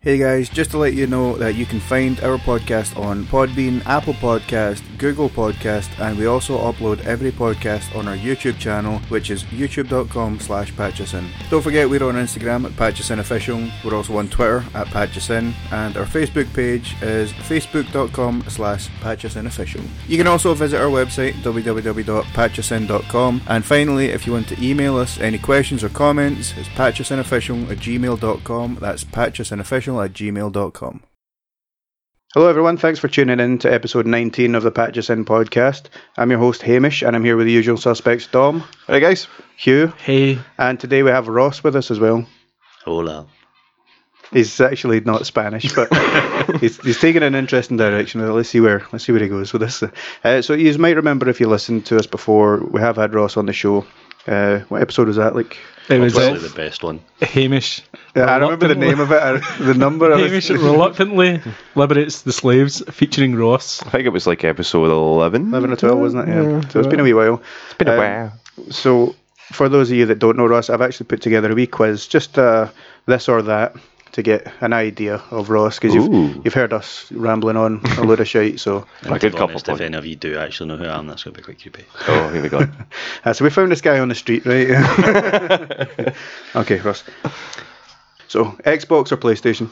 Hey guys, just to let you know that you can find our podcast on Podbean, Apple Podcast, Google Podcast, and we also upload every podcast on our YouTube channel, which is youtube.com slash Patchison. Don't forget we're on Instagram at Patchison Official, we're also on Twitter at Patchison, and our Facebook page is facebook.com slash Patchison Official. You can also visit our website www.patchison.com, and finally, if you want to email us any questions or comments, it's patchisonofficial at gmail.com, that's patchisonofficial at gmail.com. Hello, everyone. Thanks for tuning in to episode 19 of the Patches In podcast. I'm your host, Hamish, and I'm here with the usual suspects, Dom, Hey guys. Hugh, Hey, and today we have Ross with us as well. Hola. He's actually not Spanish, but he's, he's taking an interesting direction. Let's see where let's see where he goes with this. Uh, so you might remember if you listened to us before, we have had Ross on the show. Uh, what episode was that? Like it was Probably uh, the best one. Hamish. I remember the reluctantly- name of it, I- the number of Hamish it. reluctantly liberates the slaves, featuring Ross. I think it was like episode 11. 11 or 12, wasn't it? Yeah. so it's been a wee while. It's Been a while. So, for those of you that don't know Ross, I've actually put together a wee quiz, just uh, this or that, to get an idea of Ross, because Ooh. you've, you've heard us rambling on a load of shite. So, And A to good be couple honest, point. if any of you do actually know who I am, that's going to be quite creepy. Oh, here we go. uh, so we found this guy on the street, right? okay, Ross. So, Xbox or PlayStation?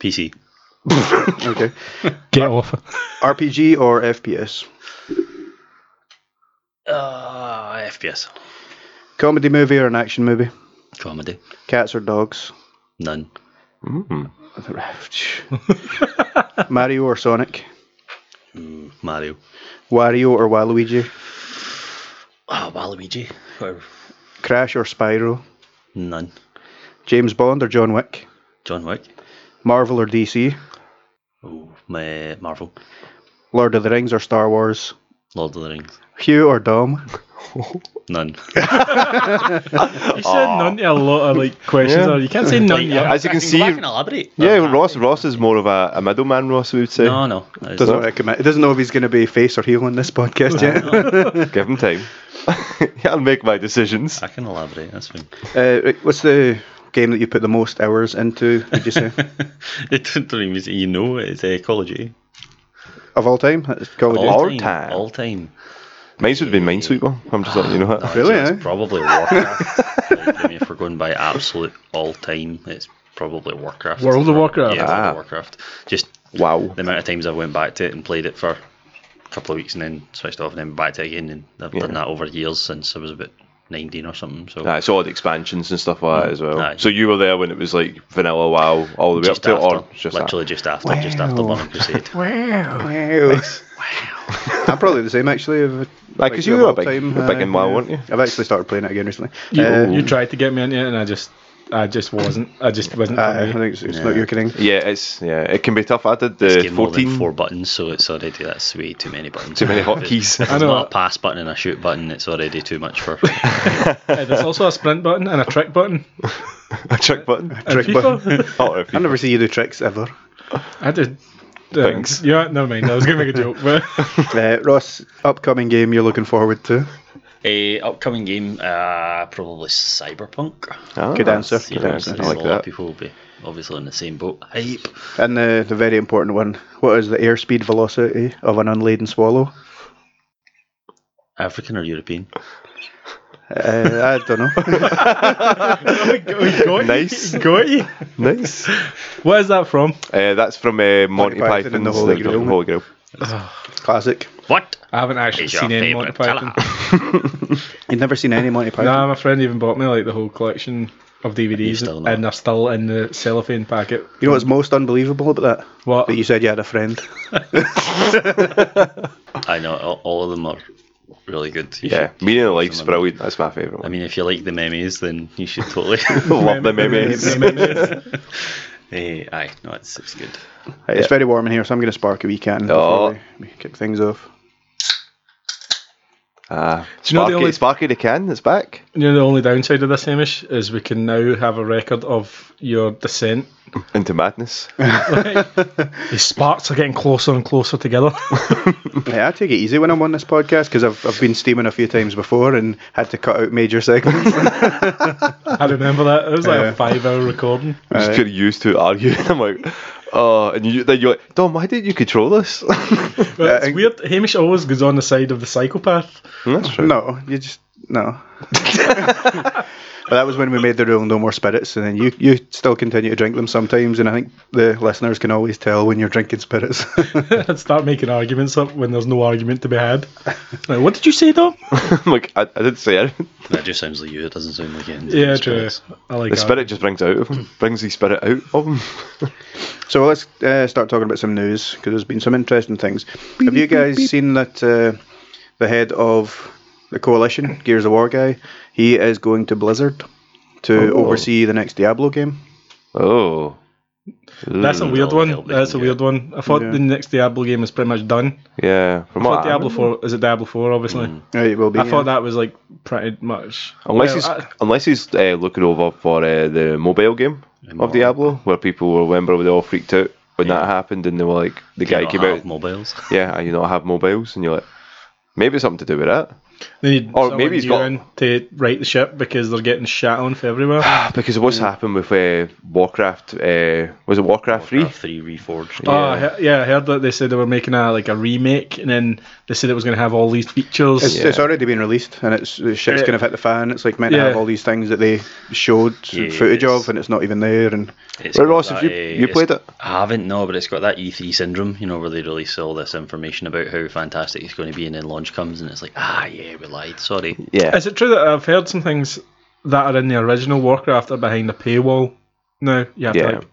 PC. Okay. Get off. RPG or FPS? Uh, FPS. Comedy movie or an action movie? Comedy. Cats or dogs? None. Mario or Sonic? Mm, Mario. Wario or Waluigi? Oh, Waluigi. Or Crash or Spyro? none. James Bond or John Wick? John Wick. Marvel or DC? Oh, my Marvel. Lord of the Rings or Star Wars? Lord of the Rings. Hugh or Dom? None. You said none to a lot of like questions. Yeah. Or you can't say none yet. As you can I see, Go back and elaborate. yeah, Um, Ross Ross is more of a, a middleman, Ross, we would say. No, no. that is- Doesn't recommend. It doesn't know if he's going to be face or heel on this podcast yet. Give him time. I'll make my decisions. I can elaborate. That's fine. uh, right, what's the game that you put the most hours into? Would you say it doesn't even say you know it's uh, Call of Duty. of all time? That's Call of All Duty. Our time. All time. Mine's would have been Minesweeper. I'm just letting you know that. Really, It's eh? probably Warcraft. Like, I mean, if we're going by absolute all time, it's probably Warcraft. World of Warcraft? Yeah, World Ah. of Warcraft. Just Wow. the amount of times I went back to it and played it for a couple of weeks and then switched off and then back to it again. And I've done that over years since I was about 19 or something. So Nah, it's all the expansions and stuff like that as well. Aye. So you were there when it was like vanilla WoW all the way just up to after, it, or just Uh, that? literally just after, just after Burning Crusade. Wow. I'm probably the same actually. Of, Like, 'cause you of were all big- time, byou're big uh, in WoW, yeah. weren't you? I've actually started playing it again recently. you, Uh, you tried to get me into it, and I just, I just wasn't. I just wasn't. uh, I for me. think it's, it's not your thing. Yeah, it's yeah, it can be tough. I did It's the got more than 14. four buttons, so it's already that's way too many buttons. Too many hotkeys. If I It's know. not a pass button and a shoot button. It's already too much for. Uh, There's also a sprint button and a trick button. a trick button. And Trick button. FIFA. Oh, if I you- never see you do tricks ever. I did. Uh, Thanks. Yeah, never mind. I was gonna make a joke, but Uh, Ross, upcoming game you're looking forward to? A upcoming game, uh, probably Cyberpunk. Ah, Good answer. that's- You Good know, answer. there's I a like lot of that. people will be obviously on the same boat. Hype. And the, the very important one what is the airspeed velocity of an unladen swallow? African or European? Uh, I don't know. Nice, got you. nice. What is that from? Uh, that's from uh, Monty Python Python's and the Holy Dr. Grail. Holy Grail. Classic. What? I haven't actually Is your seen any Monty favourite Python. colour? You've never seen any Monty Python? Nah, my friend even bought me like the whole collection of DVDs, still not. and they're still in the cellophane packet. You know what's most unbelievable about that? What? That you said you had a friend. I know all, all of them are really good. You Yeah, should- Meaning of Life's brilliant. That's my favourite I one. mean, if you like the memes, then you should totally. Love the memes. Eh, aye, no, it's, it's good. It's very warm in here, so I'm going to spark a wee can Oh. before we- we kick things off. Uh, Do you know the Sparky, only- Sparky the Can is back. You know, the only downside of this, Hamish, is we can now have a record of your descent. Into madness. The sparks are getting closer and closer together. Yeah, I take it easy when I'm on this podcast because I've, I've been steaming a few times before and had to cut out major segments. I remember that. It was like Yeah. a five hour recording. I'm just getting used to arguing. I'm like, oh, and you, then you're like, Dom, why didn't you control this? But it's and- weird. Hamish always goes on the side of the psychopath. Mm, That's true. no, you just no. but that was when we made the rule no more spirits, and then you you still continue to drink them sometimes, and I think the listeners can always tell when you're drinking spirits. I'd start making arguments up when there's no argument to be had. Like, what did you say, Dom? I'm like, I, I didn't say anything. That just sounds like you. It doesn't sound like anything. Yeah, It's true. spirits. I like The that. spirit just brings out of him, brings the spirit out of him. so let's uh, start talking about some news because there's been some interesting things. Have you guys seen that uh, the head of the coalition, Gears of War guy, he is going to Blizzard to Oh. oversee the next Diablo game? Oh, That's a Mm. weird all the one. help they That's a can weird one. I thought Yeah. the next Diablo game was pretty much done. Oh, yeah. From I thought what I Diablo remember. 4 is it Diablo 4 obviously. Yeah, Uh, it will be. I yeah. thought that was like pretty much Unless Well, he's I- unless he's uh, looking over for uh, the mobile game of Diablo, where people will remember they all freaked out when that happened, and they were like, the You guy not came have out, mobiles. yeah, you know, I have mobiles, and you're like, maybe it's something to do with that. They need Or someone maybe he's new got- in to right the ship because they're getting shat on for everywhere. Ah, Because what's happened with uh, Warcraft? Uh, was it Warcraft Three? Warcraft Three reforged. Oh, I he- yeah, I heard that they said they were making a like a remake, and then they said it was going to have all these features. It's, it's already been released, and it's the shit's Yeah. kind of hit the fan. It's like meant to Yeah. have all these things that they showed Yeah, footage it's- of, and it's not even there. And It's Well, got eh, Ross, have you- you it's- played it? I haven't, no, but it's got that E3 syndrome, you know, where they release all this information about how fantastic it's going to be, and then launch comes and it's like, ah, yeah, we lied, sorry. Yeah, Is it true that I've heard some things that are in the original Warcraft are behind a paywall? No, you have to, Yeah. like-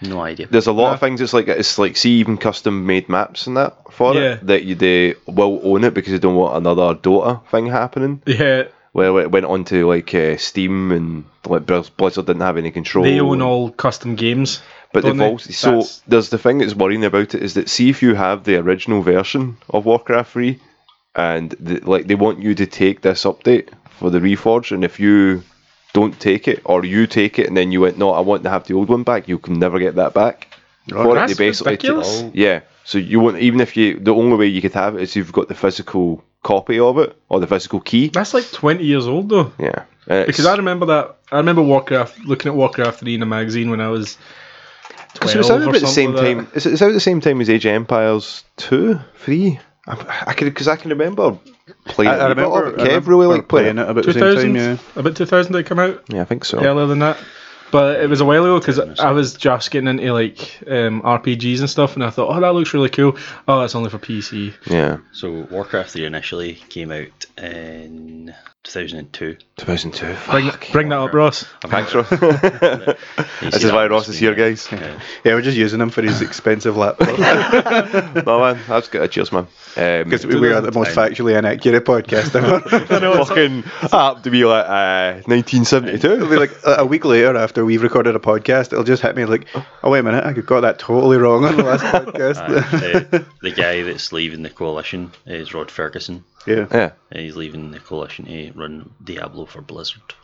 No idea. there's a lot of things. It's like it's like see even custom made maps and that for Yeah. it that you they will own it because they don't want another Dota thing happening. yeah, Where it went onto like uh, Steam and like Blizz- Blizzard didn't have any control. they own and- all custom games. Oh. But don't they've they? also so That's- there's the thing that's worrying about it is that see if you have the original version of Warcraft 3 and the, like they want you to take this update for the reforge and if you don't take it or you take it and then you went no I want to have the old one back you can never get that back. For it, Oh, That's ridiculous. yeah. So you want even if you the only way you could have it is you've got the physical copy of it or the physical key. That's like twenty years old though. yeah. And Because I it's- remember that I remember Warcraft looking at Warcraft three in a magazine when I was twelve So it's out or about the something same like that. time. It's, it's out the same time as Age of Empires two, three. I'm, I can because I can remember playing. I, I it. remember Kev I remember really liked playing playing it about the same time. 2000, Yeah, about 2000 it come out Yeah, I think so. earlier than that but it was a while ago because I was just getting into like um, RPGs and stuff and I thought oh that looks really cool oh that's only for PC Yeah, So Warcraft 3 initially came out in 2002. 2002. bring, Fuck. bring that up Ross Thanks, Ross. this is why Ross is here, guys. yeah, we're just using him for his expensive laptop no man, that's good. Cheers, man. because Um, we are the most factually inaccurate podcast ever. fucking apt to be like uh, 1972. It'll be like a a week later after we've recorded a podcast, it'll just hit me like, oh wait a minute, I got that totally wrong on the last Ah, podcast. Uh, the, the guy that's leaving the coalition is Rod Ferguson. yeah, Yeah. He's leaving the coalition to run Diablo for Blizzard.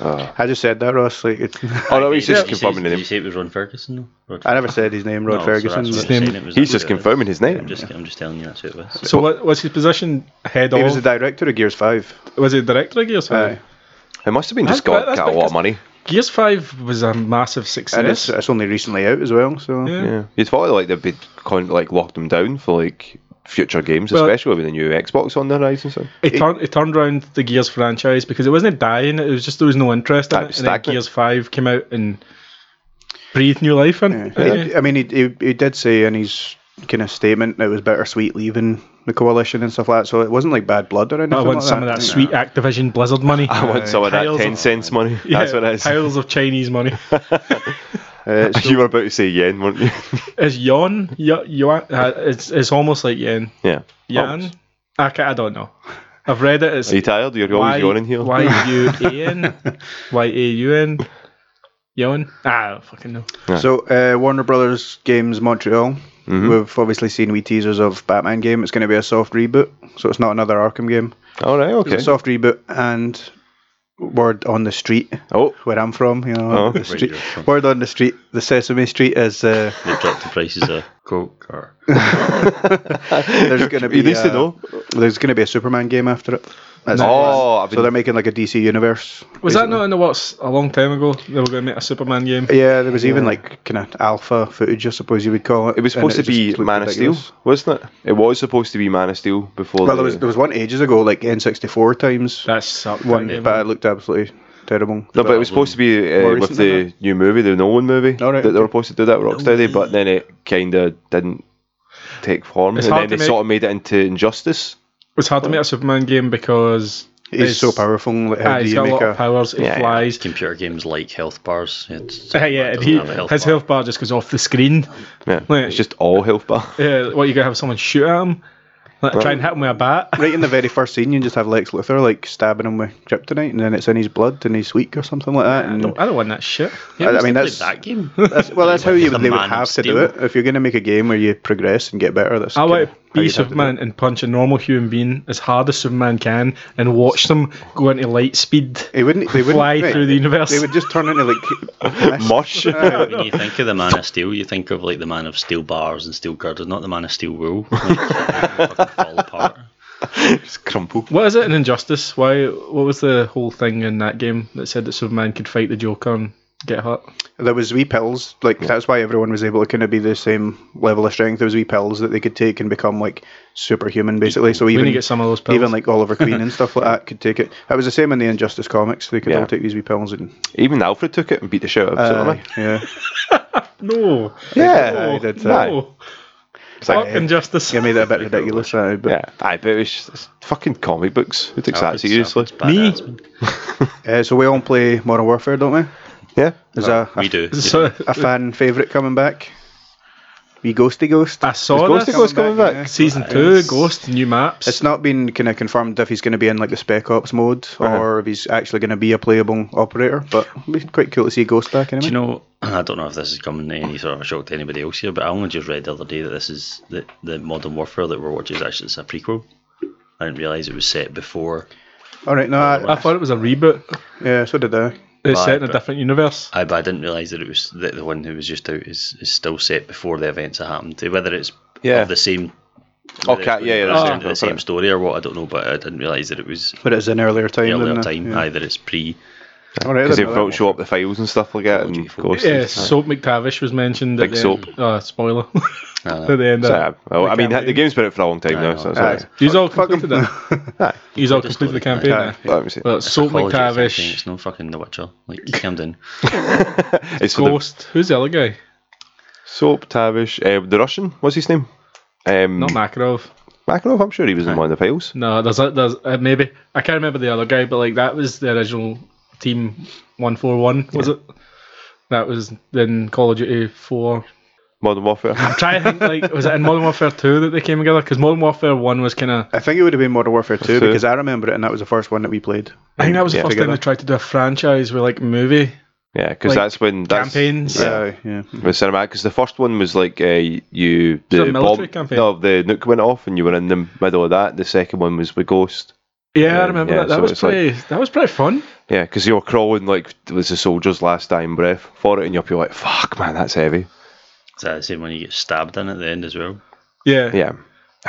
Oh. I just said that, Ross. Like, it, Oh no, he's Did just you say- confirming the Did name. you say it was Ron Ferguson? though? Rod I never said his name, Rod No, so Ferguson. that's what but I'm name. saying, it was- He's it was- just confirming his I'm name. just, I'm just telling you that's who it was. so what was his position head He was the of director of Gears Five. was it director of Gears 5 Aye. It must have been just That's quite- got, that's got a lot because- of money. Gears 5 was a massive and it's, success it's only recently out as well. So yeah. Yeah, you'd thought like they'd be con- like locked them down for like future games, Well- especially with the new Xbox on the horizon. So It, turned it turned around the Gears franchise because it wasn't dying. It was just there was no interest in That it. was And then stagnant. Gears Five came out and breathed new life in. Yeah. Yeah. I mean, he, he, he did say in his kind of statement that it was bittersweet leaving the coalition and stuff like that. So it wasn't like bad blood or anything. I want like some of that sweet Activision Blizzard money. I Uh, want some of that Tiles ten of- cents money. Yeah, That's what it is. Piles of Chinese money. Uh, so- you were about to say yen, weren't you? Is yon? Yo, yo, uh, it's it's almost like yen. yeah. Yan. I, ca- I don't know. I've read it. It's Are you tired? You're always yawning here. Y U A N. Y A U N. Ewan? Ah, I don't fucking know. So, uh, Warner Brothers Games Montreal. Mm-hmm. We've obviously seen wee teasers of Batman game. It's going to be a soft reboot, so it's not another Arkham game. All right, okay. It's a soft reboot, and word on the street oh, where I'm from, you know, Oh. the street. you're from- Word on the street, the Sesame Street is uh, They dropped the prices of Coke or there's going to be at least a, they know. there's going to be a Superman game after it. That's Oh, I've so been, they're making like a DC universe. Was that not in the works a long time ago? They were going to make a Superman game. Yeah, there was even like kind of alpha footage, I suppose you would call it. it was and supposed to just be looked Man of ridiculous. Steel, wasn't it? It was supposed to be Man of Steel before. Well, the, there was there was one ages ago, like N64 times That sucked. one, didn't it, but man? it looked absolutely terrible. no, but it was supposed to be More uh, with recent than the new movie, the Nolan movie, All right. that they were supposed to do that with Rocksteady, but then it kind of didn't take form, It's and then hard they to make- sort of made it into Injustice. It's hard to make a Superman game because He's it's- so powerful. Like, how Ah, do he's you got a make lot of a, powers. He Yeah, yeah. flies. computer games like health bars. It's, Yeah, yeah. and doesn't he, have a health his bar. health bar just goes off the screen. Yeah, Like- it's just all health bar. Yeah, what you gonna have someone shoot at him? Like, Try and hit him with a bat. right in the very first scene? You just have Lex Luthor like stabbing him with kryptonite, and then it's in his blood and he's weak or something like that. I And don't, I don't want that shit. I- I I mean, mean, that's- that's that game. that's, well, that's how you, The they would Man of have to do Steel. it. If you're going to make a game where you progress and get better, that's I kinda want to how be you'd have to do Superman and punch a normal human being as hard as Superman can and watch them go into light speed, it. They wouldn't. They wouldn't fly right, through the universe. They would just turn into like mist. Mush. when you think of the Man of Steel, you think of like the Man of Steel bars and steel girders, not the Man of Steel wool. Like, fucking fall apart. just crumple. What is it in Injustice? Why? What was the whole thing in that game that said that Superman could fight the Joker and get hurt? There was wee pills. Like that's why everyone was able to kind of be the same level of strength. There was wee pills that they could take and become like superhuman, basically. So We even need to get some of those pills. even like Oliver Queen and stuff like that could take it. It was the same in the Injustice comics. They could Yeah. all take these wee pills and Even Alfred took it and beat the shit out of uh, Superman. yeah, no, Uh, I no, did that. no. like, uh, Fuck Injustice. It made it a bit ridiculous. aye, but Yeah, aye, but it's, just- it's fucking comic books. Who Oh, takes that uh, Alfred's- seriously? Alfred's Me? badass, man. Uh, so we all play Modern Warfare, don't we? Yeah, There's a, We a, do. So, a fan favourite coming back. We Ghosty Ghost. I saw Ghost this. of Ghost coming back. yeah. Season two, Ghost, new maps. It's not been kind of confirmed if he's going to be in like the Spec Ops mode or if he's actually going to be a playable operator, but it'd be quite cool to see Ghost back anyway. Do you know? I don't know if this is coming to any sort of shock to anybody else here, but I only just read the other day that this is the, the Modern Warfare that we're watching is actually it's a prequel. I didn't realise it was set before. all right, no, I I, thought it was a reboot. yeah, so did I. It's Right, set in a but- different universe. I, but I didn't realise that it was that the one who was just out is, is still set before the events that happened. Eh, Whether it's Oh, Yeah. of the same, okay, yeah, yeah, whether it's that's under the same story or what, I don't know. But I didn't realise that it was But it's an earlier time. earlier than time. Yeah. Aye, that it's pre. All right, I because didn't they've know not show up the files and stuff like that. Oh, And Technology ghosts. Yeah, Soap McTavish was mentioned. at Big the Soap. End. Oh, spoiler. I at know. the end. So, Of, yeah, well, I mean, campaign. the game's been out for a long time now, know. so it's that. alright. He's all completed it. He's all completed the campaign. Aye. eh? Let me see. Well, Soap Apologies, I'm saying McTavish, It's no fucking The Witcher. Like calm down. It's for the- Ghost. Who's the other guy? Soap, Tavish, uh, the Russian, what's his name? Um, Not Makarov. Makarov, I'm sure he was in one of the files. No, there's a, there's uh maybe I can't remember the other guy, but like that was the original team one four one, was it? That was then Call of Duty four. Modern Warfare. Try to think like was it in Modern Warfare two that they came together? Because Modern Warfare one was kind of I think it would have been Modern Warfare 2 two. because I remember it and that was the first one that we played. I think that was the Yeah. first time Together. they tried to do a franchise with like movie yeah, because Like, that's when that's campaigns. Yeah, yeah. with cinematic. Because the first one was like uh, you it a the military campaign? no, the nuke went off and you were in the middle of that. The second one was with Ghost. Yeah, I Yeah, remember yeah, that. That so was it's like- pretty. that was pretty fun. Yeah, because you were crawling like it was the soldier's last dying breath for it, and you're probably like, "Fuck, man, that's heavy." Is that the uh, same one you get stabbed in at the end as well? Yeah. Yeah.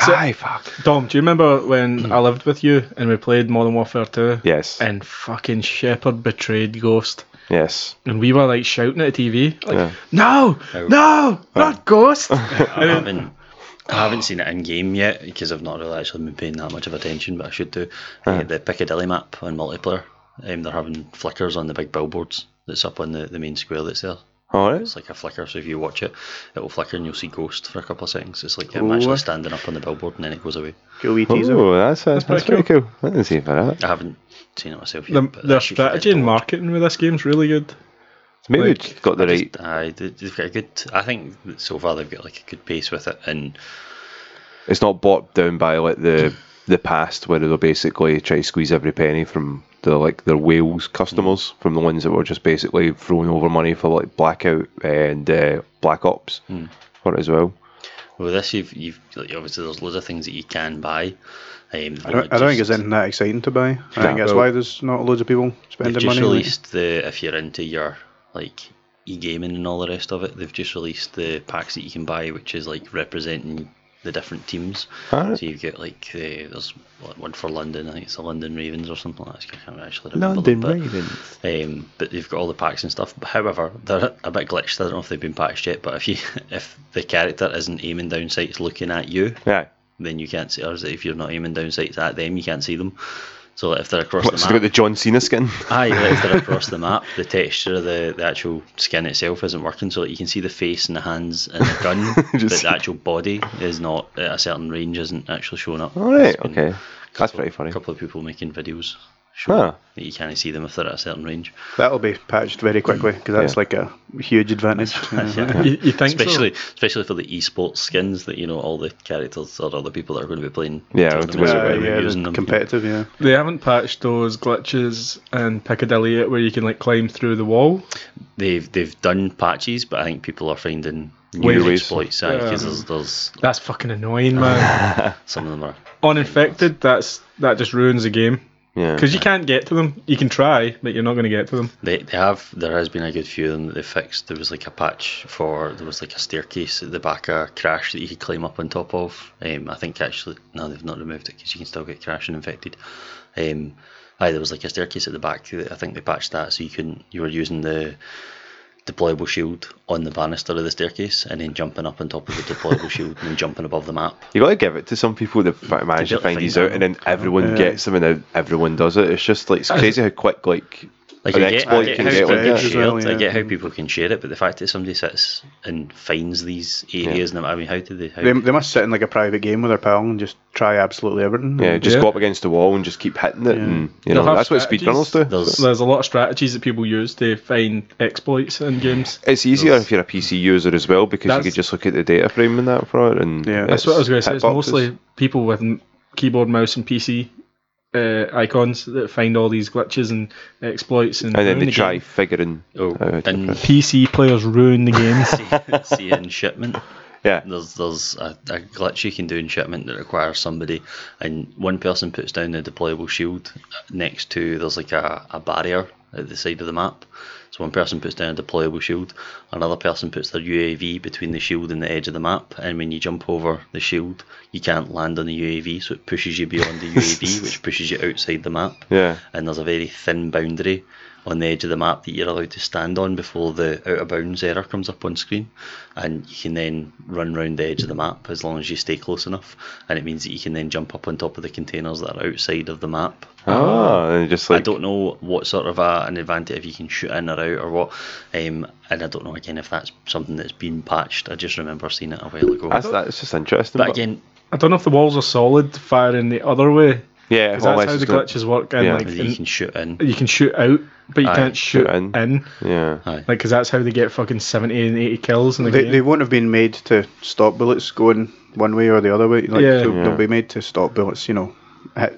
So- Aye, fuck. Dom, do you remember when I lived with you and we played Modern Warfare two? Yes. And fucking Shepard betrayed Ghost. Yes. and we were like shouting at the TV, like, Yeah. "No, Oh. no, not Ghost!" and I Um, haven't. I haven't seen it in game yet because I've not really actually been paying that much of attention, but I should do. Uh-huh. Uh, the Piccadilly map on multiplayer, um, they're having flickers on the big billboards that's up on the, the main square that's there. All right. It's like a flicker, so if you watch it, it will flicker and you'll see Ghost for a couple of seconds. It's like I'm actually standing up on the billboard and then it goes away. Cool wee teaser. Oh, that's, that's, that's pretty cool. I didn't see it for that. I haven't seen it myself the, yet. but their that should be strategy and adorable. marketing with this game's really good. Maybe Like, it's got the I just- right. Aye, they- they've got a good. I think that so far they've got like a good pace with it, and It's not bought down by like the the past where they'll basically try to squeeze every penny from the like their Wales customers Mm. from the ones that were just basically throwing over money for like Blackout and uh, Black Ops Mm. for it as well. Well, this you've you've like, obviously there's loads of things that you can buy. Um, I don't, I don't think it's anything that exciting to buy. I think that's why there's not loads of people They've spending just money. released the if you're into your like e-gaming and all the rest of it. They've just released the packs that you can buy, which is like representing the different teams. Alright. So you get like the there's like, one for London. I think it's the London Ravens or something like that. I can't actually remember. London but- Ravens. Um, but they've got all the packs and stuff. However, they're a bit glitched. I don't know if they've been patched yet. But if you if the character isn't aiming down sights, looking at you, Yeah. then you can't see. Or is it if you're not aiming down sights at them, you can't see them. So like, if they're across What's the they got map, the John Cena skin? Aye, like if they're across the map, the texture of the, the actual skin itself isn't working, so that you can see the face and the hands and the gun, but Just- the actual body is not at a certain range, isn't actually showing up. All right, There's been okay. That's pretty A funny. couple of people making videos showing Huh. that you can't see them if they're at a certain range. That'll be patched very quickly because that's Yeah. like a huge advantage. Yeah. You, you think so? Especially, especially for the esports skins that you know all the characters or all the people that are going to be playing. Yeah, tournaments it's- are Uh, gonna be yeah, using them. competitive, yeah. They haven't patched those glitches in Piccadilly yet where you can like climb through the wall. They've they've done patches, but I think people are finding Ways. new exploits Yeah. because there's, there's That's fucking annoying, man. some of them are On infected, that's that just ruins the game Yeah. because you can't get to them. You can try, but you're not going to get to them. They, they have there has been a good few of them that they fixed. There was like a patch for there was like a staircase at the back of Crash that you could climb up on top of. Um, I think actually no, they've not removed it because you can still get Crash and infected. Um, aye, there was like a staircase at the back. That I think they patched that so you couldn't. You were using the deployable shield on the banister of the staircase and then jumping up on top of the deployable shield and then jumping above the map. You gotta give it to some people that fi- manage to don't find find these out. out, and then everyone gets them, and then everyone does it. It's just like it's crazy how quick like, Like an I get, I exploit get can how get people like can edge that. as share. well, I yeah. get how people can share it, but the fact that somebody sits and finds these areas, and I mean, how do they? How They, they must sit in like a private game with their pal and just try absolutely everything. Yeah, just Yeah. go up against the wall and just keep hitting it, and you They'll know have that's what speedrunners strategies. do. There's- There's a lot of strategies that people use to find exploits in games. It's easier if you're a PC user as well because you That's- could just look at the data frame and that for it. And Yeah. That's what I was going to say. It's hitboxes. mostly people with m- keyboard, mouse, and PC uh, icons that find all these glitches and exploits, and, and then ruin they the try game. figuring. Oh, out how to and press. PC players ruin the games. see in shipment. yeah, There's there's a, a glitch you can do in shipment that requires somebody, and one person puts down the deployable shield next to there's like a, a barrier at the side of the map. So one person puts down a deployable shield, another person puts their UAV between the shield and the edge of the map, and when you jump over the shield, you can't land on the UAV, so it pushes you beyond the UAV, which pushes you outside the map yeah. and there's a very thin boundary on the edge of the map that you're allowed to stand on before the out of bounds error comes up on screen and you can then run round the edge of the map as long as you stay close enough and it means that you can then jump up on top of the containers that are outside of the map Ah, and just like I don't know what sort of a, an advantage if you can shoot in or out or what um, and I don't know again if that's something that's been patched I just remember seeing it a while ago that's, that's just interesting. but again I don't know if the walls are solid firing the other way. yeah, 'cause unless that's how it's the gonna- glitches work. And Yeah. like, you can in, shoot in you can shoot out, but you Aye, can't shoot in. in. Yeah, Aye. Like, cause that's how they get fucking seventy and eighty kills in the They, game. they won't have been made to stop bullets going one way or the other way. Like, Yeah. they'll, Yeah. they'll be made to stop bullets, you know, hit,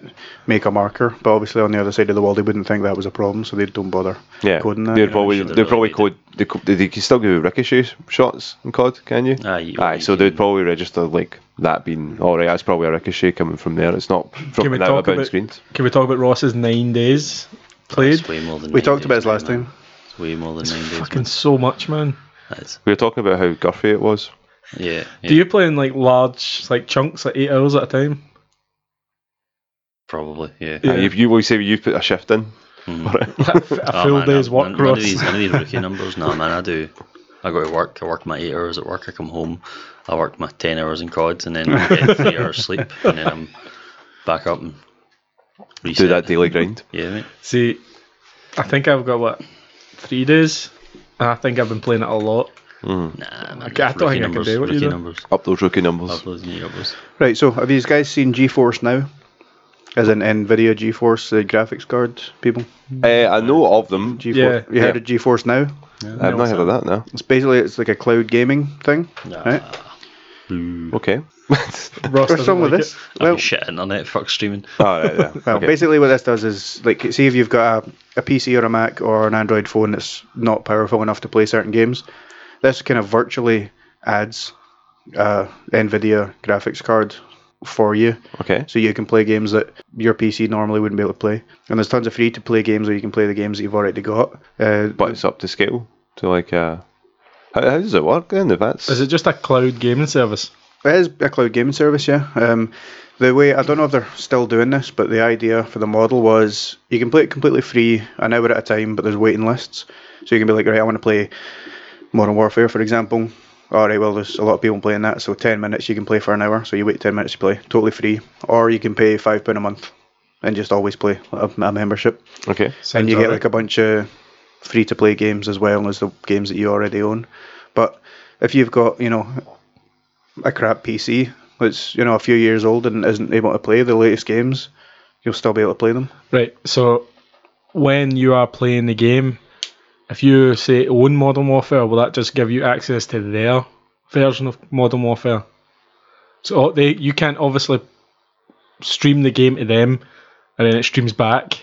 make a marker. But obviously, on the other side of the wall, they wouldn't think that was a problem, so they don't bother yeah. coding that. They're Yeah. probably sure they they're probably code related. they, co- they, they can still give you ricochet shots in COD, can you? Aye, you- Aye. you So can- they'd probably register like that being all right. That's probably a ricochet coming from there. It's not from we that talk about about- screens. Can we talk about Ross's nine days played? It's way more than we nine talked about days, this last man. time. It's way more than nine days Fucking man. so much, man. That's- We were talking about how Guffy it was. Uh, yeah, yeah. Do you play in like large, like chunks, like eight hours at a time? Probably, yeah. Yeah. Yeah. you, you always say you put a shift in. a Oh, full man, day's I'm- work, none, none of Ross. these, none of these rookie numbers. No, man, I do. I go to work. I work my eight hours at work. I come home. I work my ten hours in CODs, and then I get three hours sleep, and then I'm back up and reset. Do that daily grind. Yeah, mate. See, I think I've got what three days. And I think I've been playing it a lot. Nah, man. I don't think I rookie can numbers, do what you rookie do. numbers. Up those rookie numbers. Uploads and uploads. Right, so have you guys seen GeForce now? As in NVIDIA GeForce, the graphics card people? Eh, I know of them. GeForce. Yeah. You heard of GeForce now? I've not heard of that now. It's basically it's like a cloud gaming thing, Nah. right? Boo. Hmm. Okay. Ross What's doesn't wrong with like this? it. Well, Well, shit internet, fuck streaming. All right. Ah, Yeah. well okay. basically what this does is like see if you've got a, a PC or a Mac or an Android phone that's not powerful enough to play certain games. This kind of virtually adds uh, Nvidia graphics card for you, okay. so you can play games that your PC normally wouldn't be able to play. And there's tons of free to play games where you can play the games that you've already got. Uh, But it's up to scale to like. Uh, how, how does it work then? If that's Is it just a cloud gaming service? It is a cloud gaming service, yeah. Um, the way I don't know if they're still doing this, but the idea for the model was you can play it completely free, an hour at a time, but there's waiting lists, so you can be like, right, I want to play Modern Warfare, for example. All right, well, there's a lot of people playing that, so ten minutes you can play for an hour, so you wait ten minutes to play, totally free, or you can pay five pound a month and just always play a, a membership, okay? and you Sounds get alright. like a bunch of free to play games as well as the games that you already own. But if you've got, you know, a crap PC that's, you know, a few years old and isn't able to play the latest games, you'll still be able to play them. Right. So when you are playing the game, if you say own Modern Warfare, will that just give you access to their version of Modern Warfare? So oh, they you can't obviously stream the game to them and then it streams back.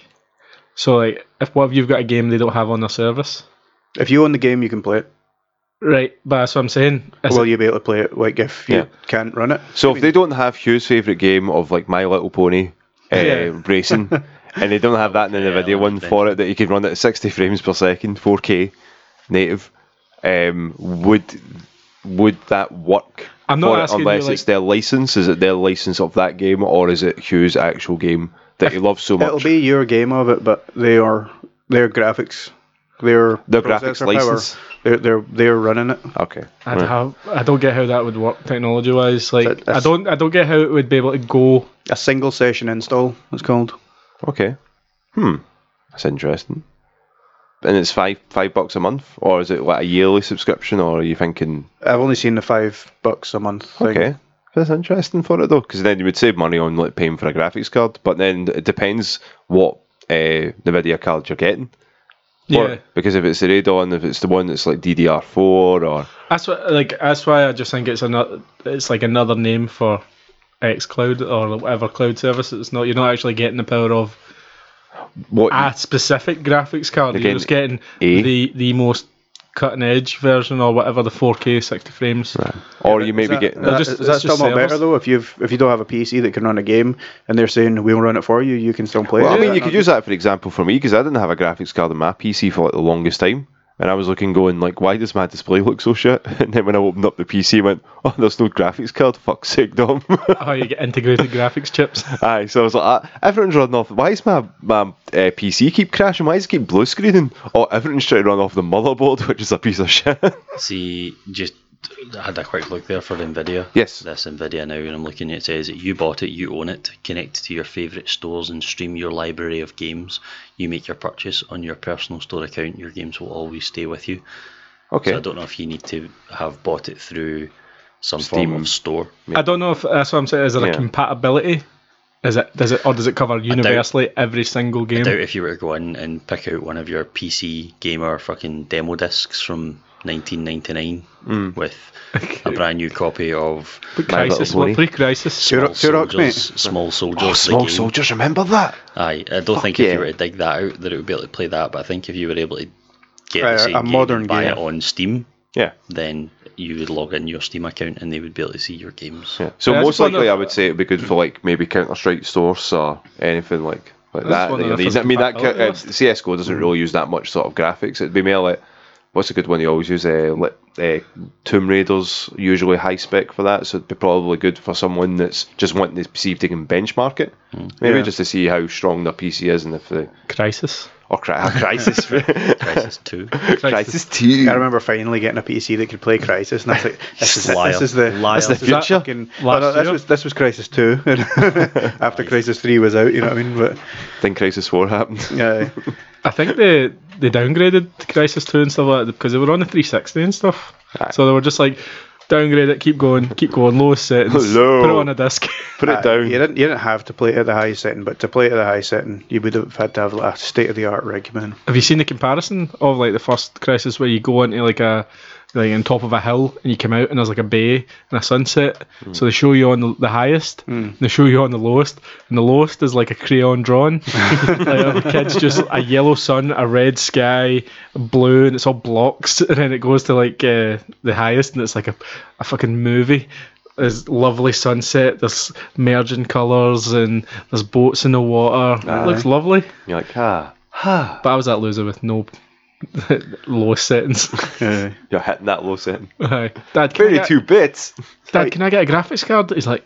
So like if what if you've got a game they don't have on their service? If you own the game, you can play it. Right, but that's what I'm saying. Is Will it- you be able to play it? Like, if you Yeah. can't run it, So if they don't have Hugh's favourite game of like My Little Pony uh, Yeah. racing, and they don't have that in the Yeah, Nvidia one then- for it that you could run at 60 frames per second, 4K native, um, would would that work? I'm not for it asking you, unless like- it's their license. Is it their license of that game, or is it Hugh's actual game that he loves so it'll much? be your game of it, but they are, their graphics, their, Their processor graphics power, license. they're, they're, they're running it. Okay. I, right. how, I don't get how that would work technology wise. Like That- I don't I don't get how it would be able to go A single session install, it's called. Okay. Hmm. That's interesting. And it's five five bucks a month, or is it like a yearly subscription, or are you thinking I've only seen the five bucks a month thing. Okay. That's interesting for it though, because then you would save money on like paying for a graphics card, but then it depends what uh, Nvidia card you're getting. for Yeah. it. Because if it's the Radon, if it's the one that's like DDR4 or That's what, like that's why I just think it's another it's like another name for X Cloud or whatever cloud service. It's not you're not actually getting the power of what, a specific graphics card. You're You're just getting A. the the most cutting edge version or whatever the 4K 60 frames. or you Is maybe that, get. No, that- just- is that it's still just not servers. better though? If you've if you don't have a PC that can run a game, and they're saying we'll run it for you, you can still play. Well, it. I mean, Is you that could not- use that for example for me because I didn't have a graphics card on my PC for like the longest time, and I was looking going like, why does my display look so shit? And then when I opened up the PC, I went, oh, there's no graphics card. Fuck's sake, Dom. oh, you get integrated graphics chips. Aye, so I was like, ah, everyone's running off. Why is my my uh, PC keep crashing? Why does it keep blue screening? Oh, everyone's trying to run off the motherboard, which is a piece of shit. See, just I had a quick look there for Nvidia. Yes. This Nvidia now, and I'm looking. It says that you bought it, you own it. Connect to your favorite stores and stream your library of games. You make your purchase on your personal store account. Your games will always stay with you. okay, So I don't know if you need to have bought it through some Steam. form of store. I don't know if uh, that's what I'm saying. Is there Yeah. a compatibility? Is it does it or does it cover universally every single game? doubt if you were to go in and pick out one of your PC gamer fucking demo discs from 1999 Hmm. with a brand new copy of My Little Crisis, Pony. what pre-crisis? Sure. Turok- Turok, mate. soldiers, small soldiers. Oh, the small game. soldiers, remember that? Aye, I don't think if yeah. you were to dig that out, that it would be able to play that. But I think if you were able to get Uh, the same a game modern and buy game. it on Steam, Yeah, then you would log in your Steam account and they would be able to see your games. yeah. So Yeah, I most just wonder likely, if- I would say it'd be good for like maybe Counter Strike Source or anything like like I just that. that wonder you're if it's needing. I mean, that ca- uh, compatibility list. CS:GO doesn't really use that much sort of graphics. It'd be more like what's a good one you always use? Uh, li- uh, Tomb Raiders usually high spec for that, so it'd be probably good for someone that's just wanting to see if they can benchmark it, maybe Yeah. just to see how strong their PC is and if they Crisis. or cri- Crisis Crisis 2. Crisis Two. I remember finally getting a PC that could play Crisis, and I was like, "This is it, this Lyle. is the Lyle. this is the Is that future." Fucking- last oh, no, this year? was this was Crisis two, and after Crisis three was out, you know what I mean? But Then Crisis Four happened. yeah, I think they they downgraded Crisis Two and stuff like that because they were on the 360 and stuff. So they were just like, downgrade it, keep going, keep going, lowest settings, Low. put it on a disc. Put it down. Uh, you didn't you didn't have to play it at the high setting, but to play it at the high setting, you would have had to have like a state of the art rig, man. Have you seen the comparison of like the first Crisis where you go into like a like on top of a hill, and you come out and there's like a bay and a sunset. So they show you on the, the highest, and they show you on the lowest, and the lowest is like a crayon drawn. like, the kids just a yellow sun, a red sky, blue, and it's all blocks, and then it goes to like uh, the highest, and it's like a, a fucking movie there's lovely sunset, there's merging colours, and there's boats in the water. It looks lovely. You're like, ah, But I was that loser with no lowest settings. Yeah. you're hitting that low setting. Aye. Dad, can I, get, 32 bits. Dad, can I get a graphics card? He's like,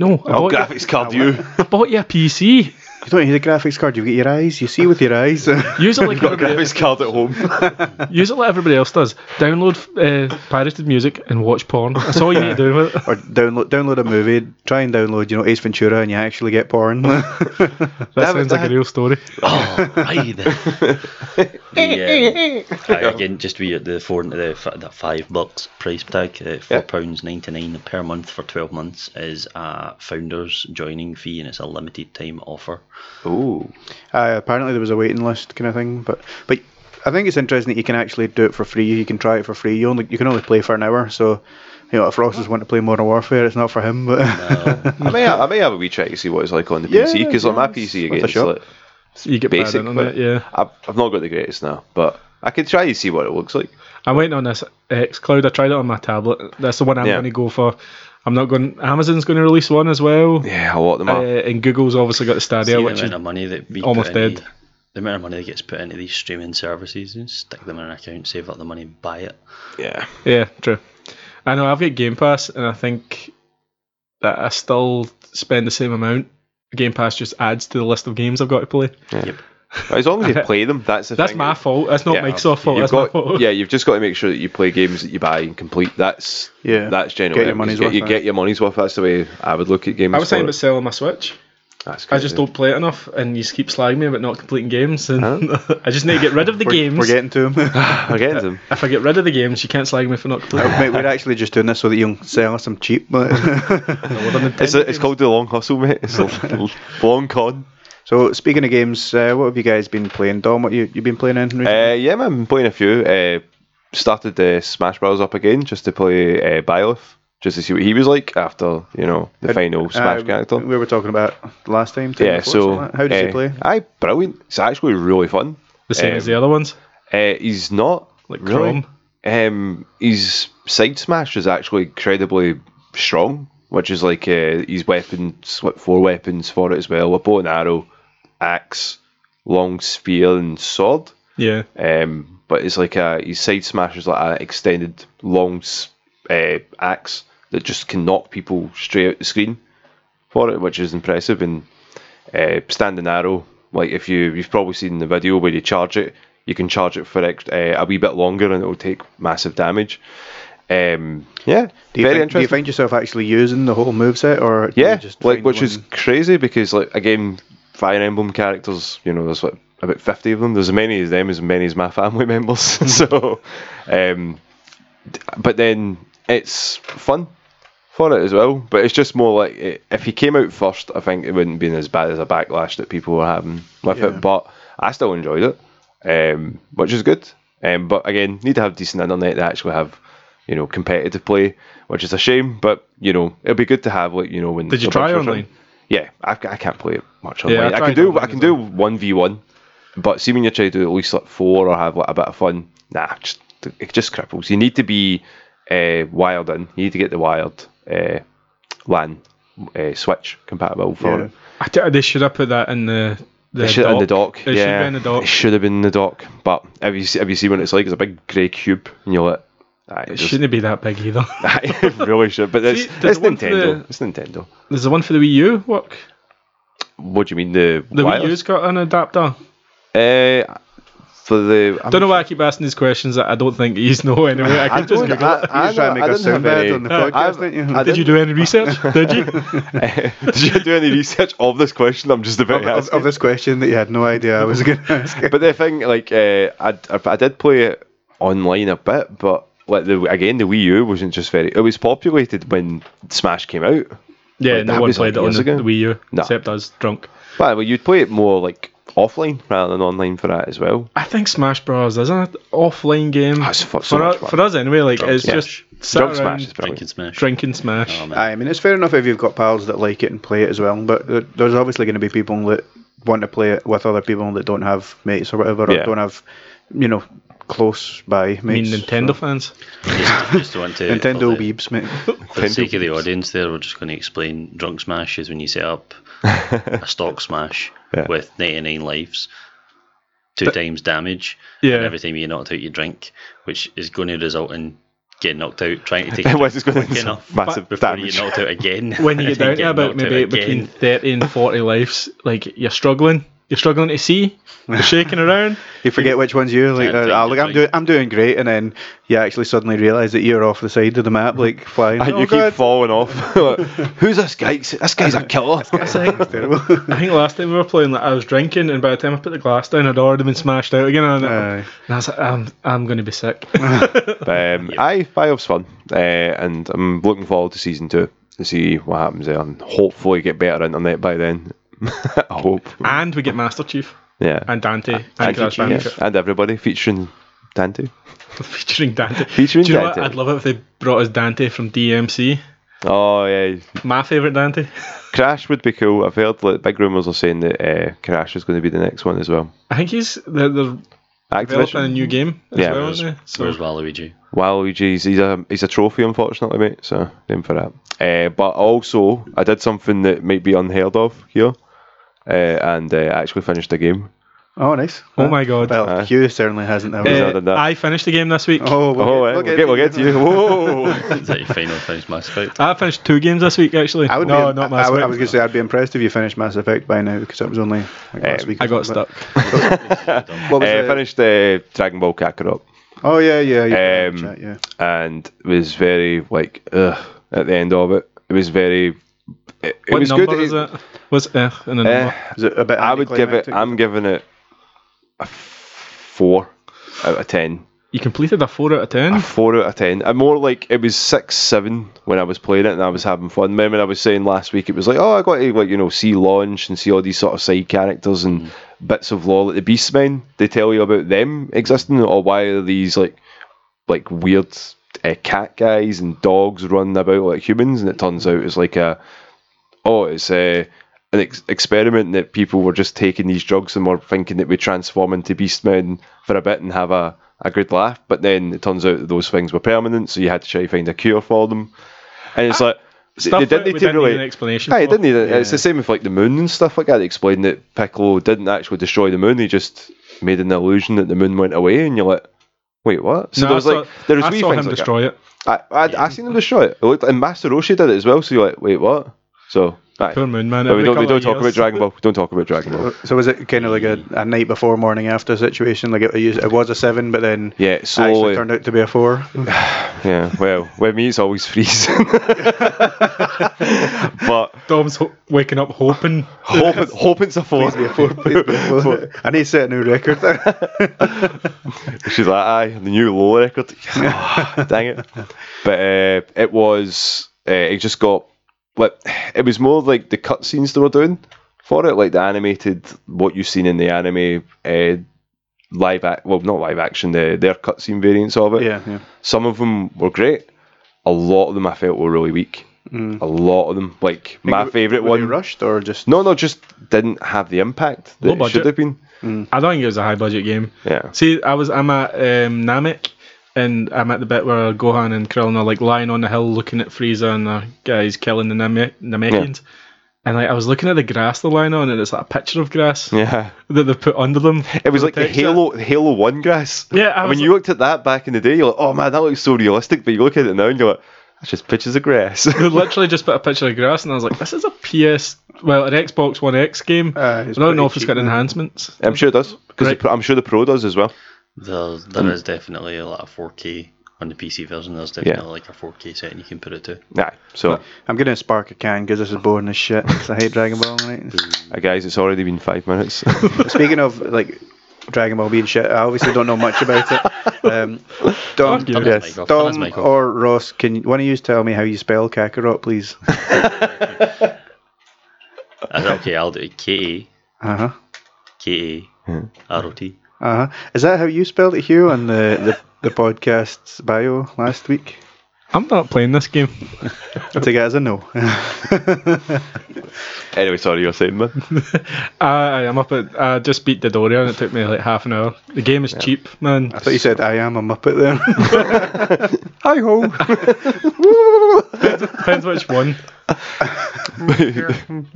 no, I, Oh, bought, you, graphics card, you. I bought you a PC. You don't need a graphics card, you've got your eyes, you see with your eyes. Use it like Got a everybody- graphics card at home. use it like everybody else does. Download uh, pirated music and watch porn. That's all you need to do with it. or download download a movie, try and download, you know, Ace Ventura and you actually get porn. Uh, That Damn it, sounds like Dad. a real story. Oh, right then. The, um, aye, again, just we at the four, the f- that five bucks price tag, uh, four Yeah. pounds ninety nine per month for twelve months is a founders joining fee, and it's a limited time offer. Oh, Uh, apparently there was a waiting list kind of thing, but but I think it's interesting that you can actually do it for free. You can try it for free. You only you can only play for an hour, so you know if Ross is wanting to play Modern Warfare, it's not for him. But I may, I may have a wee check to see what it's like on the Yeah, PC because on my yeah, it's worth PC again, a it's shot. like So you get bad basic. in on but it, yeah. I've, I've not got the greatest now, but I could try to see what it looks like. I went on this xCloud. I tried it on my tablet. That's the one I'm Yeah. going to go for. I'm not going. Amazon's going to release one as well, Yeah, a lot of them uh, are. and Google's obviously got the Stadia, See the which amount is of money that we almost put in- dead. The amount of money that gets put into these streaming services, and stick them in an account, save up the money, and buy it. yeah. yeah, true. I know I've got Game Pass, and I think that I still spend the same amount. Game Pass just adds to the list of games I've got to play. As long as you play them, that's the That's thing. my fault. That's not Yeah. Microsoft fault. You've That's my got, fault. yeah, you've just got to make sure that you play games that you buy and complete. That's Yeah. that's generally Get your it. money's Just get, worth, You eh? get your money's worth. That's the way I would look at games. I was for thinking about it. selling my Switch. That's I good, just yeah. don't play it enough, and you just keep slagging me about not completing games, and I just need to get rid of the we're, games. we're getting to him. I'm getting them. if I get rid of the games, you can't slag me for not completing. Mate, we're actually just doing this so that you can sell us some cheap. It's, a, it's called the long hustle, mate. It's a long con. so speaking of games, uh, what have you guys been playing? Dom, what you you been playing in? recent- Uh, yeah, man, I've been playing a few. Uh, started uh, Smash Bros up again just to play uh, Byleth, just to see what he was like after you know the final Smash Uh, character. We were talking about last time. Yeah, taking quotes so and that. how does uh, he play? Aye, brilliant. It's actually really fun. The same as Um, the other ones. Uh, he's not Like really. Chrome? Um, his side smash is actually incredibly strong, which is like uh, his weapons, like four weapons for it as well: a bow and arrow, axe, long spear, and sword. Yeah. Um, but it's like a his side smash is like an extended long s- uh, axe that just can knock people straight out the screen for it, which is impressive. And uh, standing arrow, like if you you've probably seen the video where you charge it, you can charge it for ex- uh, a wee bit longer and it will take massive damage. Um, yeah, Do you, find, very do interesting. you find yourself actually using the whole moveset, or do Yeah, you just like find which one- is crazy because like again, Fire Emblem characters, you know, there's like about fifty of them. There's as many as them as many as my family members. Hmm. so, um, d- but then it's fun for it as well. But it's just more like it, if he came out first, I think it wouldn't been as bad as a backlash that people were having with Yeah. it. But I still enjoyed it, um, which is good. Um, but again, need to have decent internet to actually have. You know, competitive play, which is a shame, but you know it'll be good to have. Like you know, when Did you the try bunch of online? them- Yeah, I, I can't play it much online. Yeah, I I, tried can do online I can as do one v one, but see when you try to do at least like four or have like a bit of fun, nah, just, it just cripples. You need to be uh, wired in. You need to get the wired uh, LAN uh, switch compatible for Yeah. it. I t- they should have put that in the. the It should in the dock. It yeah, should be in the dock. It should have been in the dock. But have you se- have you seen what it's like? It's a big grey cube, and you're like, aye, It just- ah, shouldn't be that big either. it really should. But it's, See, there's it's one for Nintendo. the- It's Nintendo. There's the one for the Wii U work. What do you mean the The Wii wireless? U's got an adapter. Uh, for the I'm Don't know why I keep asking these questions that I don't think you know anyway. I can just don't- Google. it. You're just trying to make us didn't sound have bad any- on the podcast, I- aren't you? I Did you didn't- do any research? Did you? Did you do any research of this question? I'm just about to of, ask. of this question that you had no idea I was going to ask. But the thing, like, uh, I, I I did play it online a bit, but like the again, the Wii U wasn't just very. It was populated when Smash came out. Yeah, Like, no that one was played like it on years the, ago. the Wii U No. except us drunk. But well, you'd play it more like offline rather than online for that as well. I think Smash Bros is an offline game That's Ah, fu- so for, much u- fun. for us anyway. Like Drunk it's Smash. just sit Drunk around, Smash Um, is brilliant. Drinking Smash. drink and smash. Oh, man. Aye, I mean, it's fair enough if you've got pals that like it and play it as well, but there- there's obviously going to be people that want to play it with other people that don't have mates or whatever, Yeah. or don't have, you know, close by mates. I mean Nintendo so- fans. just, just want to Nintendo for the, beeps, mate. for the sake of the audience, there, we're just going to explain drunk smash is when you set up a stock smash Yeah. with ninety nine lives, two times damage, Yeah. and every time you knocked out your drink, which is going to result in getting knocked out trying to take It your was drink just going quick to enough have massive before damage. you knocked out again. When you and get down then to about knocked out maybe again. between thirty and forty lives, like you're struggling. You're struggling to see. You're shaking around. You forget which one's you. Like, Yeah, uh, drink, ah, look, I'm drink. doing, I'm doing great, and then you actually suddenly realise that you're off the side of the map, like flying. And oh, you God. keep falling off. Who's this guy? This guy's a killer. It's terrible. I think last time we were playing, like, I was drinking, and by the time I put the glass down, I'd already been smashed out again. And, I- Aye. and I was like, I'm, I'm going to be sick. Um, Aye, Biob's fun, uh, and I'm looking forward to season two to see what happens there, and hopefully get better internet by then. I hope. and we get Master Chief Yeah. and Dante and, and, Crash yeah, Bandicoot and everybody featuring Dante. featuring Dante. Featuring Do you know Dante. What? I'd love it if they brought us Dante from DMC. Oh yeah, My favourite Dante. Crash would be cool. I've heard like, big rumours are saying that uh, Crash is going to be the next one as well. I think he's they're, they're developing a Activision. new game as Yeah, well, there's- isn't he? So Where's Waluigi? Waluigi's he's a he's a trophy unfortunately, mate. So him for that. Uh, but also, I did something that might be unheard of here, uh, and uh, actually finished the game. oh, nice. Oh my God. Well, Aye. Hugh certainly hasn't. Ever. He's Uh, not done that. I finished the game this week. oh, we'll Uh, oh, get- eh, we'll get we'll get to you. Whoa. Is that your final finished Mass Effect? Uh, I finished two games this week actually. I would no, be, not I, Mass I would- I Effect. was going to say I'd be impressed if you finished Mass Effect by now because it was only like, last Eh, week. or Um, I got something, stuck. but- What was uh, the- finished uh, Dragon Ball Kakarot Oh yeah, yeah, yeah. Um, chat, yeah. and was very like ugh, at the end of it. It was very. It, it What was number good. is it? Was uh, in a Eh, number? Is it a bit I would give it. anticlimactic? I'm giving it a four out of ten. You completed a four out of ten. A four out of ten. I'm more like it was six, seven when I was playing it, and I was having fun. Remember, when I was saying last week, it was like, oh, I got to like you know see launch and see all these sort of side characters and bits of lore. Like the Beastmen, they tell you about them existing, or why are these like like weird uh, cat guys and dogs running about like humans? And it turns out it's like a oh, it's a an ex- experiment that people were just taking these drugs and were thinking that we transform into beastmen for a bit and have a, a good laugh. But then it turns out that those things were permanent, so you had to try to find a cure for them. And it's like they- Ah, Stuff they that didn't we need to didn't need really an explanation Aye, for. didn't need it. It's the same with like the moon and stuff like that. They explained that Piccolo didn't actually destroy the moon; he just made an illusion that the moon went away, and you're like, wait, what? So no, there was I saw, like there was I wee saw things him like that. destroy it. I, I, I seen them destroy it. It looked and Master Roshi did it as well. So you're like, wait, what? So aye. Poor Moon Man. But we every don't, we couple don't of talk about years. Dragon Ball. We don't talk about Dragon Ball. So was it kind of like a, a night before, morning after situation? Like it, it was a seven, but then Yeah, it slowly. actually turned out to be a four. Yeah, well, with me it's always freezing. but Dom's ho- waking up hoping. hoping, hoping's a four. I need to set a new record. She's like, aye, the new low record. Oh, Dang it. But uh, it was, uh, it just got, like, it was more like the cutscenes they were doing for it, like the animated, what you've seen in the anime, uh, live, ac- well, not live action, the, their cutscene variants of it. yeah, yeah. Some of them were great. A lot of them I felt were really weak. A lot of them, like my favourite Mm. Were they one. rushed or just No, no, just didn't have the impact that Low it should budget. have been. I don't think it was a high budget game. Yeah. See, I was I'm at um, Namek, and I'm at the bit where Gohan and Krillin are like lying on the hill looking at Frieza and the guys killing the Namek- Namekians. And like I was looking at the grass they're lying on, and it's like a picture of grass Yeah. that they put under them. It was like the Halo Halo One grass. Yeah, I And was when you looked at that back in the day, you're like, oh man, that looks so realistic. But you look at it now and you're like, that's just pictures of grass. They literally just put a picture of grass, and I was like, "This is a PS, well, an Xbox One X game. Uh, I it's don't know pretty if it's cheap, got man. enhancements. I'm sure it does because Right. I'm sure the Pro does as well. There, there is definitely a lot of 4K on the PC version. There's definitely like a 4K setting you can put it to. Nah. So, I'm gonna spark a can because this is boring as shit. 'cause I hate Dragon Ball. Right? uh, guys, it's already been five minutes. Speaking of like Dragon Ball being shit, I obviously don't know much about it. Um, Dom, you. Turn Yes. his mic off, turn his Dom mic off. or Ross, can one of you tell me how you spell Kakarot, please? I said, okay, I'll do it. K Uh huh. A K A Hmm. R O T. Uh-huh. Is that how you spelled it, Hugh, on the, the, the podcast's bio last week? I'm not playing this game. Take it as a no. Anyway, sorry, you're saying, man. I, I'm up at. I just beat the Doria and it took me like half an hour. The game is cheap, man. I thought you said I am a Muppet there. Hi ho. Depends which one. I'm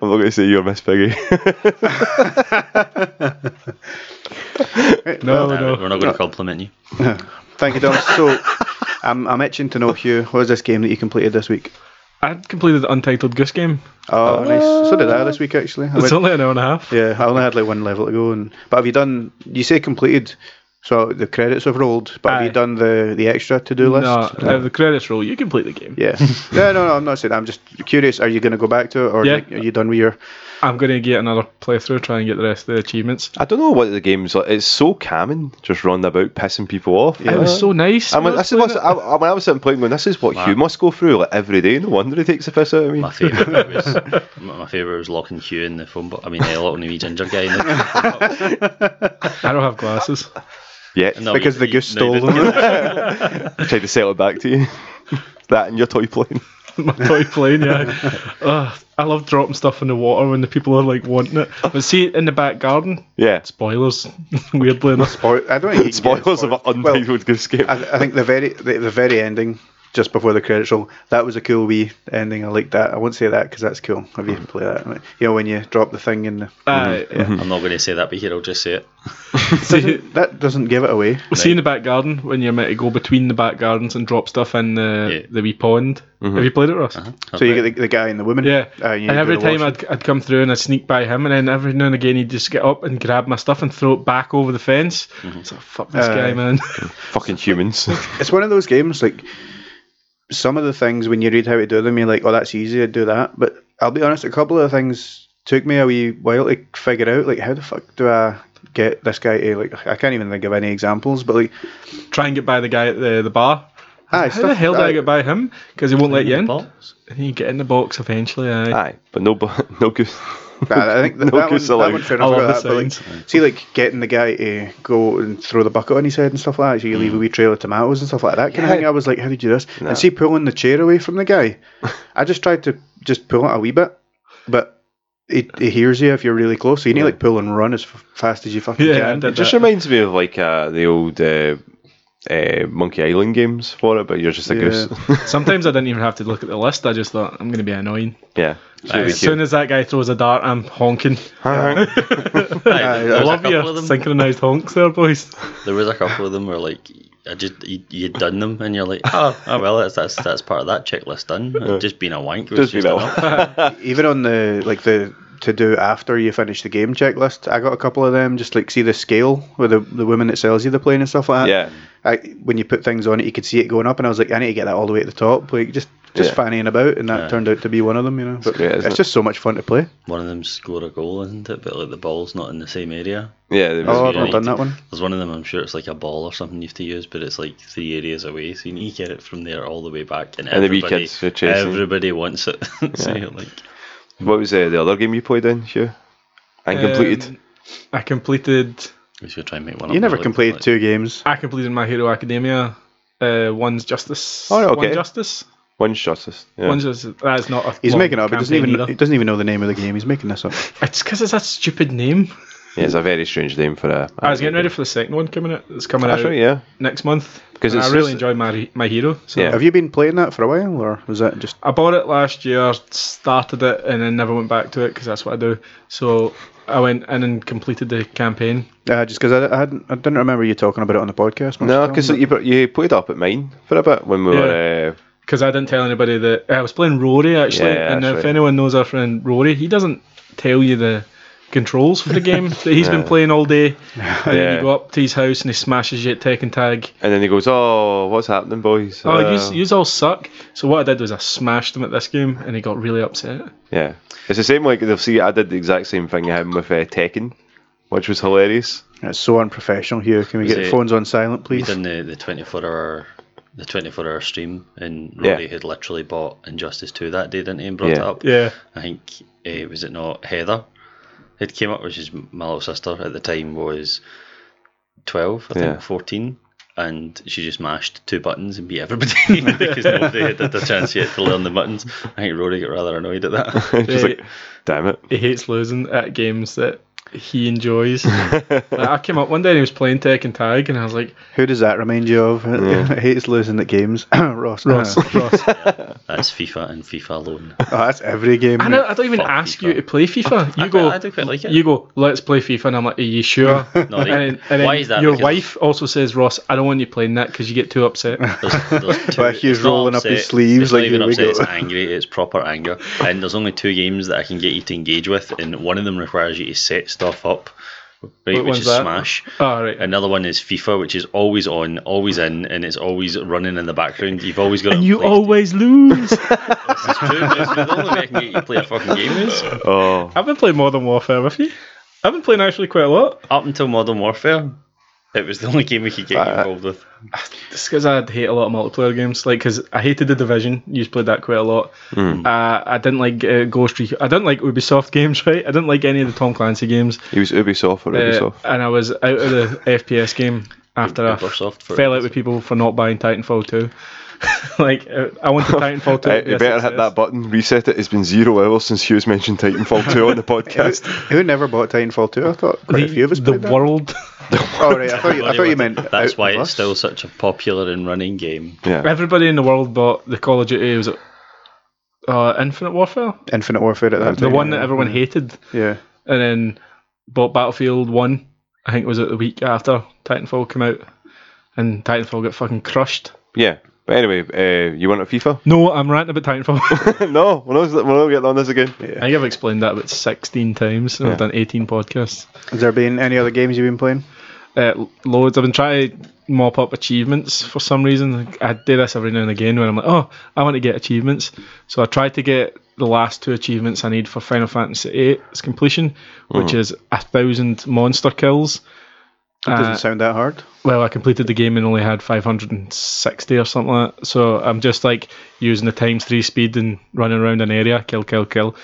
not going to say you're Miss Piggy. No, Damn it, no. Uh, uh, We're not going to compliment you. Thank you, Dom. So, I'm, I'm itching to know, Hugh, what was this game that you completed this week? I completed the Untitled Goose Game. Oh, nice. So did I this week, actually. I It's went- only an hour and a half. yeah, I only had like one level to go. And But have you done, you say completed, so the credits have rolled, but have you Aye. done the, the extra to do list? No, uh, the credits roll. You complete the game. Yeah. no, no, no, I'm not saying that. I'm just curious. Are you going to go back to it, or Yeah. are you done with your. I'm going to get another playthrough, try and get the rest of the achievements. I don't know what the game's like. It's so common, just running about pissing people off. It was so nice. I mean, when this is was what I, I, when I was sitting playing, going, this is what Hugh must go through like every day. No wonder he takes the piss out of me. My favourite was my my favourite was Lock and Hugh in the phone book. I mean, uh, Lock and the wee ginger guy. In the, playing it. I don't have glasses. Yeah, no, Because the goose no, stole you- try to sell it back to you. that and your toy plane. my toy plane, yeah. Ugh, I love dropping stuff in the water when the people are like wanting it. But see, in the back garden, Yeah, spoilers, weirdly enough. Spoil- I don't think you can get spoilers of an spoiled. Well, untitled goose game. I, I think the very the, the very ending, just before the credits roll, that was a cool wee ending. I like that. I won't say that because that's cool. Have you played that? Like, You know when you drop the thing in the Aye. Mm-hmm. I'm not going to say that, but here I'll just say it. see, that doesn't give it away. see in the back garden when you're meant to go between the back gardens and drop stuff in the Yeah. Uh-huh. the wee pond. Have you played it, Ross? So you get the, the guy and the woman. Yeah. Aye, Mm-hmm. Uh, you and do every the time washing. I'd, I'd come through and I'd sneak by him, and then every now and again he'd just get up and grab my stuff and throw it back over the fence. Mm-hmm. So fuck this guy, Aye. man. Fucking humans. it's one of those games like some of the things when you read how to do them, you're like, oh, that's easy. I do that. But I'll be honest, a couple of the things took me a wee while to figure out. Like, how the fuck do I get this guy to like? I can't even think of any examples. But like, Try and get by the guy at the, the bar. aye, How the hell did I aye. get by him? Because he won't let you in. Box. You get in the box eventually. aye. Ah. Aye, but no, bu- no goose. Nah, I think that, No that, one, goose that allowed. one fair I enough. love about the that, but, like, see, like getting the guy to go and throw the bucket on his head and stuff like that. So you leave a wee trail of tomatoes and stuff like that kind of thing. I was like, how did you do this? And see, pulling the chair away from the guy, I just tried to just pull it a wee bit, but it, it hears you if you're really close. So you need to like pull and run as f- fast as you fucking Yeah, I can. did It just that. reminds me of like uh, the old uh, uh, Monkey Island games for it, but you're just a goose. Sometimes I didn't even have to look at the list. I just thought I'm going to be annoying. yeah. So we As soon as that guy throws a dart, I'm honking. Aye, there I was a love couple your of them. synchronised honks there, boys. There was a couple of them where like I just you, you'd done them and you're like, oh, oh well, that's that's that's part of that checklist done. Just being a wank was Just just, be enough. that even on the like the to do after you finish the game checklist, I got a couple of them. Just like see the scale with the, the woman that sells you the plane and stuff like that. Yeah. I, when you put things on it, you could see it going up, and I was like, I need to get that all the way at the top, like just just Yeah. fannying about, and that turned out to be one of them, you know. But great, it's isn't it? just so much fun to play. One of them scored a goal, isn't it? But like the ball's not in the same area. Yeah. they- Oh, I've Yeah. not done that one. There's one of them. I'm sure it's like a ball or something you have to use, but it's like three areas away, so you need to get it from there all the way back. And, And the wee everybody, kids are chasing. everybody wants it. so you're like, What was uh, the other game you played in, Hugh? And completed. Um, I completed. we should try and make one. You up never really completed quick. two games. I completed my Hero Academia. Uh, one's Justice. Oh, okay. One Justice. One's justice. Yeah. One's Justice. That's not a. He's long making it up. He doesn't campaign even he Either. doesn't even know the name of the game. He's making this up. It's because it's a stupid name. yeah, it's a very strange name for a. I was getting ready for the second one coming out. It's coming That's out right, yeah. next month. 'Cause And I it's really just- enjoyed my my Hero. So Yeah. Have you been playing that for a while, or was that just? I bought it last year, started it, and then never went back to it because that's what I do. So I went in and completed the campaign. Uh, just because I, I hadn't, I didn't remember you talking about it on the podcast. No, because you, put- you played up at mine for a bit when we were. Uh, because I didn't tell anybody that I was playing Rory actually. Yeah, and that's if right. anyone knows our friend Rory, he doesn't tell you the controls for the game that he's been playing all day. And then uh, Yeah. you go up to his house and he smashes you at Tekken Tag. and then he goes, "Oh, what's happening, boys?" Oh, Uh, yous, yous all suck. So what I did was I smashed him at this game, and he got really upset. Yeah, it's the same. Like they'll see, I did the exact same thing to him with uh, Tekken, which was hilarious. It's so unprofessional here. Can we Was get it- phones on silent, We please? done the the 24 hour. The 24 hour stream, and Yeah. Rory had literally bought Injustice 2 that day, didn't he? And brought Yeah. eh, it up. Yeah. I think, uh, was it not Heather? it came up, which is my little sister at the time was 12, I think, Yeah. 14. And she just mashed two buttons and beat everybody because nobody had had a chance yet to learn the buttons. I think Rory got rather annoyed at that. Just They- like, damn it. He hates losing at games that he enjoys. Like, I came up one day and he was playing Tekken Tag, and I was like, Who does that remind you of? Hates losing at games. Ross. Ross, Ross. That's FIFA and FIFA alone. Oh, that's every game. I don't, I don't even Fuck ask FIFA. you to play FIFA. You I, go, I do quite like it. you go. Let's play FIFA, and I'm like, are you sure? No, And, they- and then why is that? Your Because wife also says, Ross, I don't want you playing that because you get too upset. There's, there's two, Like he's it's not rolling up his upset, sleeves It's not like, even "Here we upset. It's go." angry. It's proper anger. And there's only two games that I can get you to engage with, and one of them requires you to set stuff up, What right? which one's is that? Smash. All right. Another one is FIFA, which is always on, always in, and it's always running in the background. You've always got. it And on you play. always lose. It's true, it's the only way I can get you to play a fucking game is Oh, I've been playing Modern Warfare with you. I've been playing actually quite a lot. up until Modern Warfare. It was the only game we could get Uh, you involved with. It's because I hate a lot of multiplayer games. Like, because I hated the Division. You played that quite a lot. Hmm. Uh, I didn't like uh, Ghost Recon. I didn't like Ubisoft games, right? I didn't like any of the Tom Clancy games. he was Ubisoft or Uh, Ubisoft. and I was out of the FPS game after I Ubisoft for- fell out with people for not buying Titanfall 2. like, uh, I wanted Titanfall 2. Hey, to be you a better hit success. that button, reset it. It's been zero hours since Hughes mentioned Titanfall 2 on the podcast. Who never bought Titanfall 2? I thought quite a few of us the played that. world. Oh, right. I thought you, I thought you meant. uh, out That's why of us. it's still such a popular and running game. Yeah. Everybody in the world bought the Call of Duty. Was it uh, Infinite Warfare? Infinite Warfare at that The time. one that Mm. everyone hated, Yeah. and then bought Battlefield One. I think it was it the week after Titanfall came out, and Titanfall got fucking crushed. Yeah. But anyway, uh, you want a FIFA? No, I'm ranting about Titanfall. no, we're not, we're not getting on this again. I think I've explained that about 16 times. and I've done 18 podcasts. Has there been any other games you've been playing? Uh, loads. I've been trying to mop up achievements for some reason. I do this every now and again when I'm like, oh, I want to get achievements. So I tried to get the last two achievements I need for Final Fantasy VIII's completion, which is a thousand monster kills. Uh, It doesn't sound Mm. that hard. Well, I completed the game and only had 560 or something like that. So I'm just like using the times three speed and running around an area, kill, kill, kill.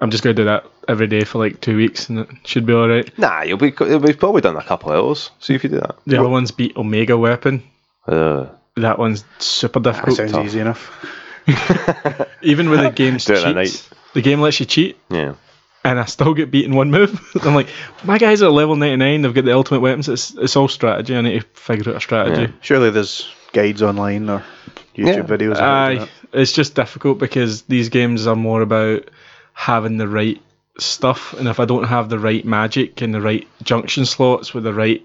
I'm just going to do that every day for like two weeks and it should be all right. Nah, you'll be, you'll be probably done a couple hours. See if you do that. The other one's beat Omega Weapon. Uh, That one's super That difficult. sounds easy enough. Even with the game's Do it at cheats, the game lets you cheat, yeah. and I still get beat in one move. I'm like, my guys are level 99. They've got the ultimate weapons. It's it's all strategy. I need to figure out a strategy. Surely there's guides online or YouTube Yeah. videos. and all Aye, that. it's just difficult because these games are more about having the right stuff, and if I don't have the right magic and the right junction slots with the right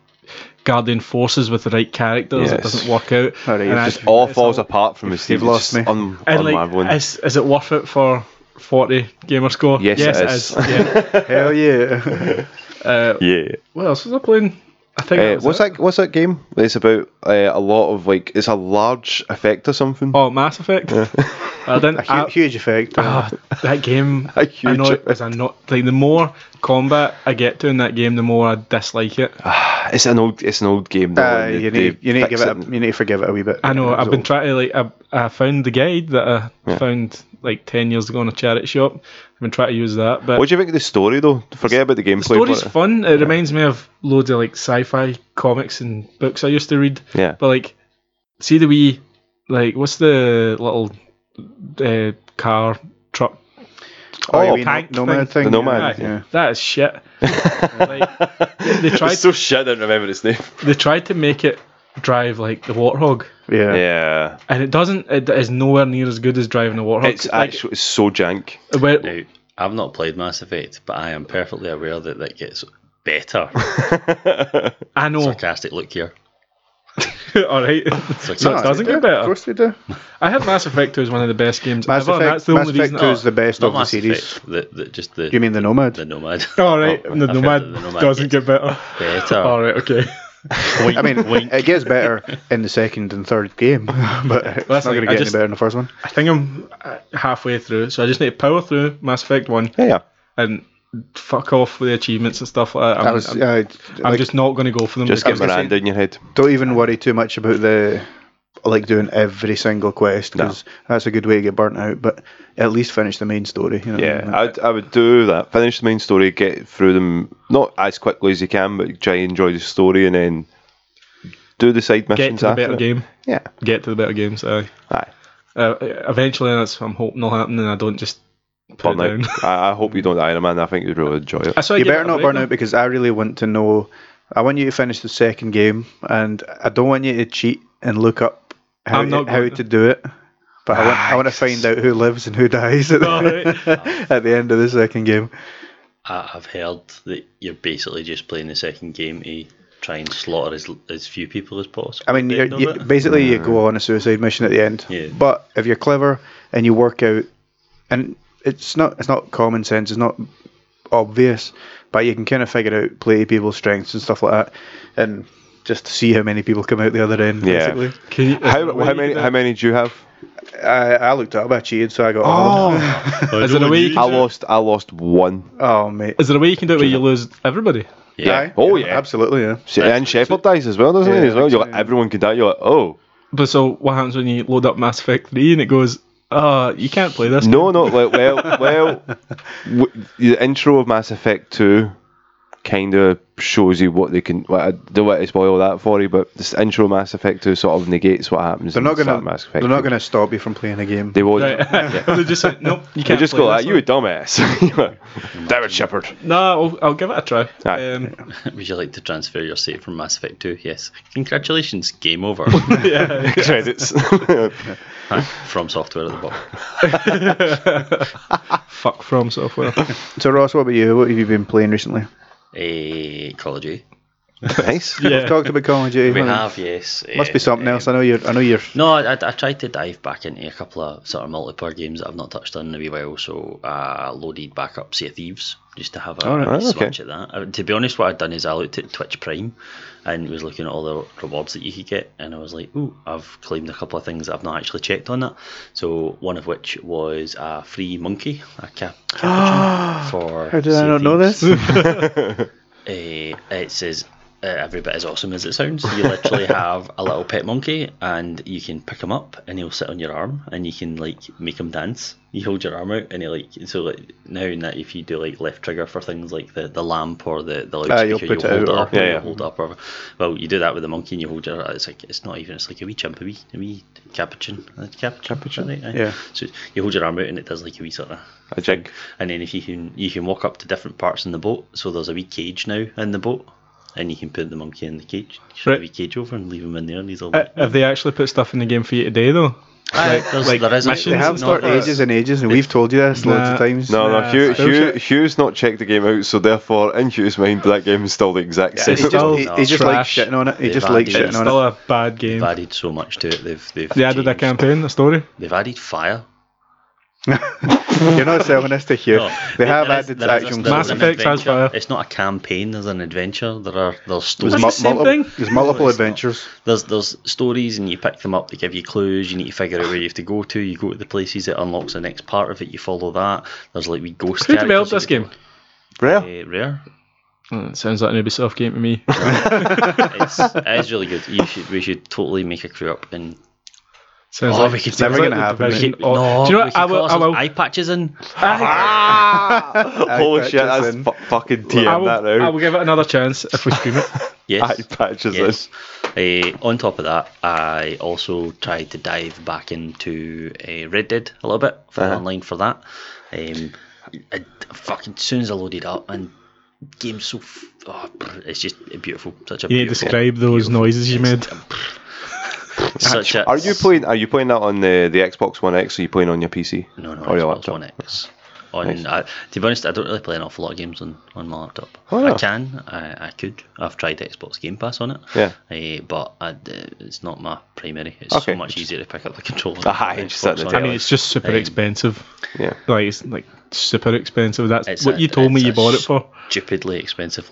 guardian forces with the right characters, it Yes. doesn't work out. All right, And it's I- just All falls apart from his You've lost me. Un- and like, unraveling. is, is it worth it for 40 gamer score? Yes, it is. Yeah. Hell yeah. yeah. what else was I playing? I think Uh, that was what's it. that? What's that game? It's about uh, a lot of like it's a large effect or something. Oh, Mass Effect. I didn't. a hu- I- huge effect. Ah, that game. A I huge know it is a not like the more combat I get to in that game, the more I dislike it. Ah, It's an old. It's an old game. though, Uh, and they- you they need you need to fix give it. A, you need to forgive it a wee bit. I know. It's I've been old. trying to like. I, I found the guide that I found like ten years ago in a charity shop. I've been trying to use that, but What do you think of the story though? Forget about the gameplay. story's but- fun. It reminds me of loads of like sci-fi comics and books I used to read. Yeah. But like, see the wee, like what's the little uh, car truck? Oh, you Oh, mean tank nomad thing. thing. The nomad, Yeah. yeah. That is shit. like, they tried. so shit. I don't remember its name. they tried to make it drive like the warthog, Yeah. Yeah. and it doesn't. It is nowhere near as good as driving a warthog. It's Like, actually it's so jank. where- Now, I've not played Mass Effect, but I am perfectly aware that that gets better. Oh. I know. Sarcastic look here. All right, so it Sarcastic. doesn't Yeah, get Of better. course they do. I have Mass Effect 2 as one of the best games Mass ever. and Effect, that's the Mass only Effect reason. 2 is the best Not of the Mass series. Effect. The, the, just the, Do you mean the Nomad? the Nomad. All right, Oh, the, I feel nomad that the Nomad doesn't get gets better. better. All right, okay. I mean, it gets better in the second and third game, but it's that's not going like- to I get any just- better in the first one. I think I'm uh, halfway through, so I just need to power through Mass Effect 1 Yeah. and fuck off with the achievements and stuff like that. I'm, I was, I'm, uh, I'm like, just not going to go for them. Just because get Miranda in your head. don't even worry too much about the like doing every single quest because that's a good way to get burnt out. But at least finish the main story. You know what I mean? Yeah, I'd, I would do that. Finish the main story, get through them not as quickly as you can, but try and enjoy the story and then do the side Get missions to the after. better it. game. Yeah, Get to the better games. Aye. aye. Uh, eventually, that's I'm hoping will happen, and I don't just put Burn it down. out. I, I hope you don't Iron Man. I think you'd really enjoy it. I saw you give better it a not break, burn though. out because I really want to know. I want you to finish the second game, and I don't want you to cheat and look up how, I'm not how going to do it. But I want, I want to find out who lives and who dies at the, at the end of the second game. I- I've heard that you're basically just playing the second game to try and slaughter as, as few people as possible. I mean, at the you're, end of you, it. basically you go on a suicide mission at the end. Yeah. But if you're clever and you work out, and it's not it's not common sense, it's not obvious, but you can kind of figure out play people's strengths and stuff like that, and just see how many people come out the other end. Yeah. Basically, Can you, How, how many? How many do you have? I, I looked it up. I cheated, so I got. all of them. Is there a way? You Oh. I can do it? lost. I lost one. Oh mate. Is there a way you can do it where you lose everybody? yeah. Oh, yeah. Absolutely. Yeah. See, And Shepard dies as well, doesn't he? Yeah, As well, you're like, everyone can die. You're like, oh But so what happens when you load up Mass Effect Three and it goes, "Uh, you can't play this." no, no. Well, well, well w- the intro of Mass Effect Two kind of shows you what they can. Well, I don't want to spoil that for you, but this intro of Mass Effect Two sort of negates what happens. They're in not the start gonna. of Mass Effect They're not 2. gonna stop you from playing a game. They won't. Right. They just like, nope, you They can't. just play go this like, you a dumbass. David Shepard. one." No, I'll, I'll give it a try. Aye. Um, Would you like to transfer your save from Mass Effect 2? Yes. Congratulations, game over. Credits. from software at the bottom. fuck from software. So Ross, what about you? What have you been playing recently? Eh, Call of Duty. nice. yeah. Talked about Call of Duty. We huh? have, yes. eh, Must be something eh, else. I know you're. I know you're. No, I, I, I tried to dive back into a couple of sort of multiplayer games that I've not touched on in a wee while, so uh, I loaded back up Sea of Thieves just to have a, Alright, a wee okay. swatch at that. Uh, to be honest, what I'd done is I looked at Twitch Prime and was looking at all the rewards that you could get, and I was like, ooh, I've claimed a couple of things that I've not actually checked on that. So one of which was a free monkey, a cap. for How did I Sea not of know Thieves. this? Uh, it's as uh, every bit as awesome as it sounds. You literally have a little pet monkey, and you can pick him up, and he'll sit on your arm, and you can like make him dance. You hold your arm out, and he like so like now and that if you do like left trigger for things like the, the lamp or the the loudspeaker, Ah, you'll put it out hold or- up, or yeah, you'll yeah. hold up, or well, you do that with the monkey, and you hold your. It's like it's not even. It's like a wee chimp, a wee a wee capuchin, a capuchin, capuchin. yeah. So you hold your arm out, and it does like a wee sort of A jig. and then if you can you can walk up to different parts in the boat so there's a wee cage now in the boat and you can put the monkey in the cage shut Right. the wee cage over and leave him in there and he's all Uh, Have they actually put stuff in the game for you today though? Aye, there's, like there is missions They have no, for ages and ages, and we've told you this loads Nah. of times. No, no, Nah, Hugh, it's bullshit. Hugh, Hugh's not checked the game out, so therefore, in Hugh's mind, that game is still the exact He same. just, still he, he just likes trash. shitting on it. He They've just likes added- shitting It's on still it. a bad game. they've added so much to it they've they've They added a changed- campaign, a story. they've added fire You're not selling this to Hugh. No, they have there is- added there is a- action. there Mass is an Effect has adventure. fire. it's not a campaign there's an adventure there are there's There's, stories That's mul- the same multiple- thing. there's multiple No, it's not. adventures. there's there's stories and you pick them up. They give you clues. You need to figure out where you have to go to. You go to the places that unlocks the next part of it. You follow that. There's like we ghost. Who characters developed that this you- game? Rare. Uh, rare. Mm, sounds like an Ubisoft game to me. It's, it's really good. You should. We should totally make a crew up and. Sounds Oh, like we could sounds never like gonna the happen, Division No, or- Oh, Do you know we what? could I will. call I ourselves will. Eye patches in. Holy Eye shit, patches that's in. fu- fucking TM I will, that I now. will give it another chance if we stream it. Yes. Eye patches Yes. Uh, on top of that, I also tried to dive back into uh, Red Dead a little bit for Uh-huh. online for that. Um, I, I fucking as soon as I loaded up and game's so f- oh, it's just beautiful. Such a You need to beautiful, describe those noises you made. Such a, Are you playing? Are you playing that on the, the Xbox One X? Or are you playing on your PC? No, no, or your Xbox laptop? One X. On, I, to be honest, I don't really play an awful lot of games on, on my laptop. Oh, I yeah. can, I, I could. I've tried Xbox Game Pass on it. Yeah. Uh, but I, it's not my primary. It's Okay. so much easier to pick up the controller. Aye, than just Xbox at the on Yeah, I it. mean, it's just super um, expensive. Yeah. Like it's like super expensive. That's It's what a- you told me it's you a bought it for. Stupidly expensive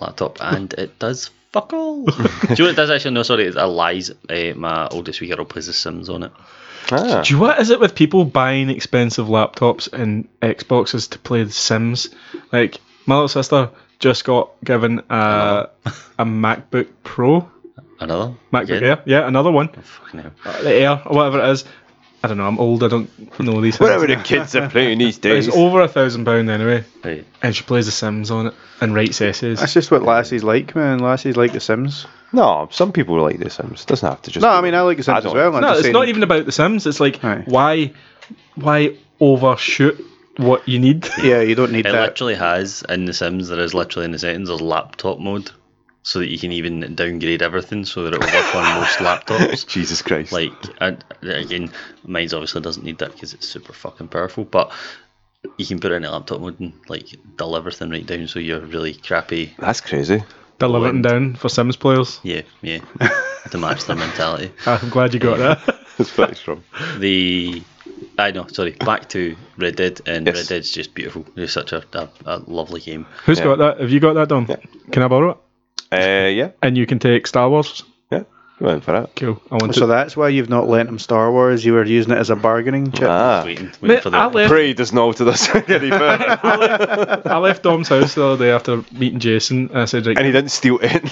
laptop, and it does fuck all. Do you know what it does actually? No, sorry, it lies. Uh, my oldest wee girl plays The Sims on it. Ah, Do you what is it with people buying expensive laptops and Xboxes to play The Sims? Like my little sister just got given a a MacBook Pro Another? Mac Again? McGuire. Yeah, another one. Oh, fucking hell. Uh, The Air, or whatever it is. I don't know, I'm old, I don't know these Whatever things. the kids are playing these days. It's over a thousand pound anyway. Right. And she plays The Sims on it and writes essays. That's just what lassies like, man. Lassies like The Sims. No, some people like The Sims. Doesn't have to just. No, I mean I like The Sims as don't- well. I'm no, just it's saying- not even about The Sims. It's like Aye. why, why overshoot what you need? Yeah, you don't need It that. literally has in The Sims. There is literally in the settings there's laptop mode, so that you can even downgrade everything so that it will work on most laptops. Jesus Christ. Like I, again, mine's obviously doesn't need that because it's super fucking powerful. But you can put it in a laptop mode and like dull everything right down, so you're really crappy. That's crazy. Deliver it down for Sims players. Yeah, yeah. to match their mentality. I'm glad you got that. That's Uh, pretty strong. The I know. Sorry, back to Red Dead, and Yes. Red Dead's just beautiful. It's such a, a, a lovely game. Who's Yeah. got that? Have you got that, Dom? Can I borrow it? Uh, yeah, And you can take Star Wars. yeah. Go in for that. Cool. I want So to. that's why you've not lent him Star Wars. You were using it as a bargaining chip. Ah, Waiting, Mate, waiting for I the left, pray does not alter this any further. I left Dom's house the other day after meeting Jason. And I said, like, and he didn't steal it.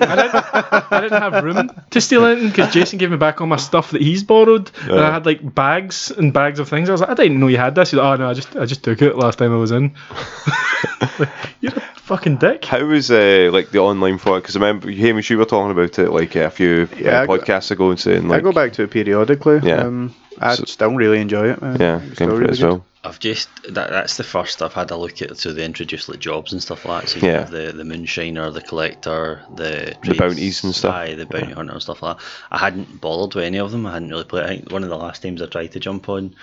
I didn't have room to steal anything because Jason gave me back all my stuff that he's borrowed, and I had like bags and bags of things. I was like, I didn't know you had this. He's like, oh no, I just I just took it last time I was in. Like, You're a fucking dick. How was uh, like the online format? Because I remember Hamish, you were talking about it like a few Yeah, uh, I go- podcasts ago and saying like, I go back to it periodically. Yeah. Um, I still really enjoy it. Man. yeah, It's still came for it really as good. well. I've just that, that's the first I've had a look at. So they introduced like jobs and stuff like that. So you Yeah. have the the moonshiner, the collector, the The trades- bounties and stuff. Aye, the bounty hunter and stuff like that. I hadn't bothered with any of them. I hadn't really played. I think one of the last times I tried to jump on,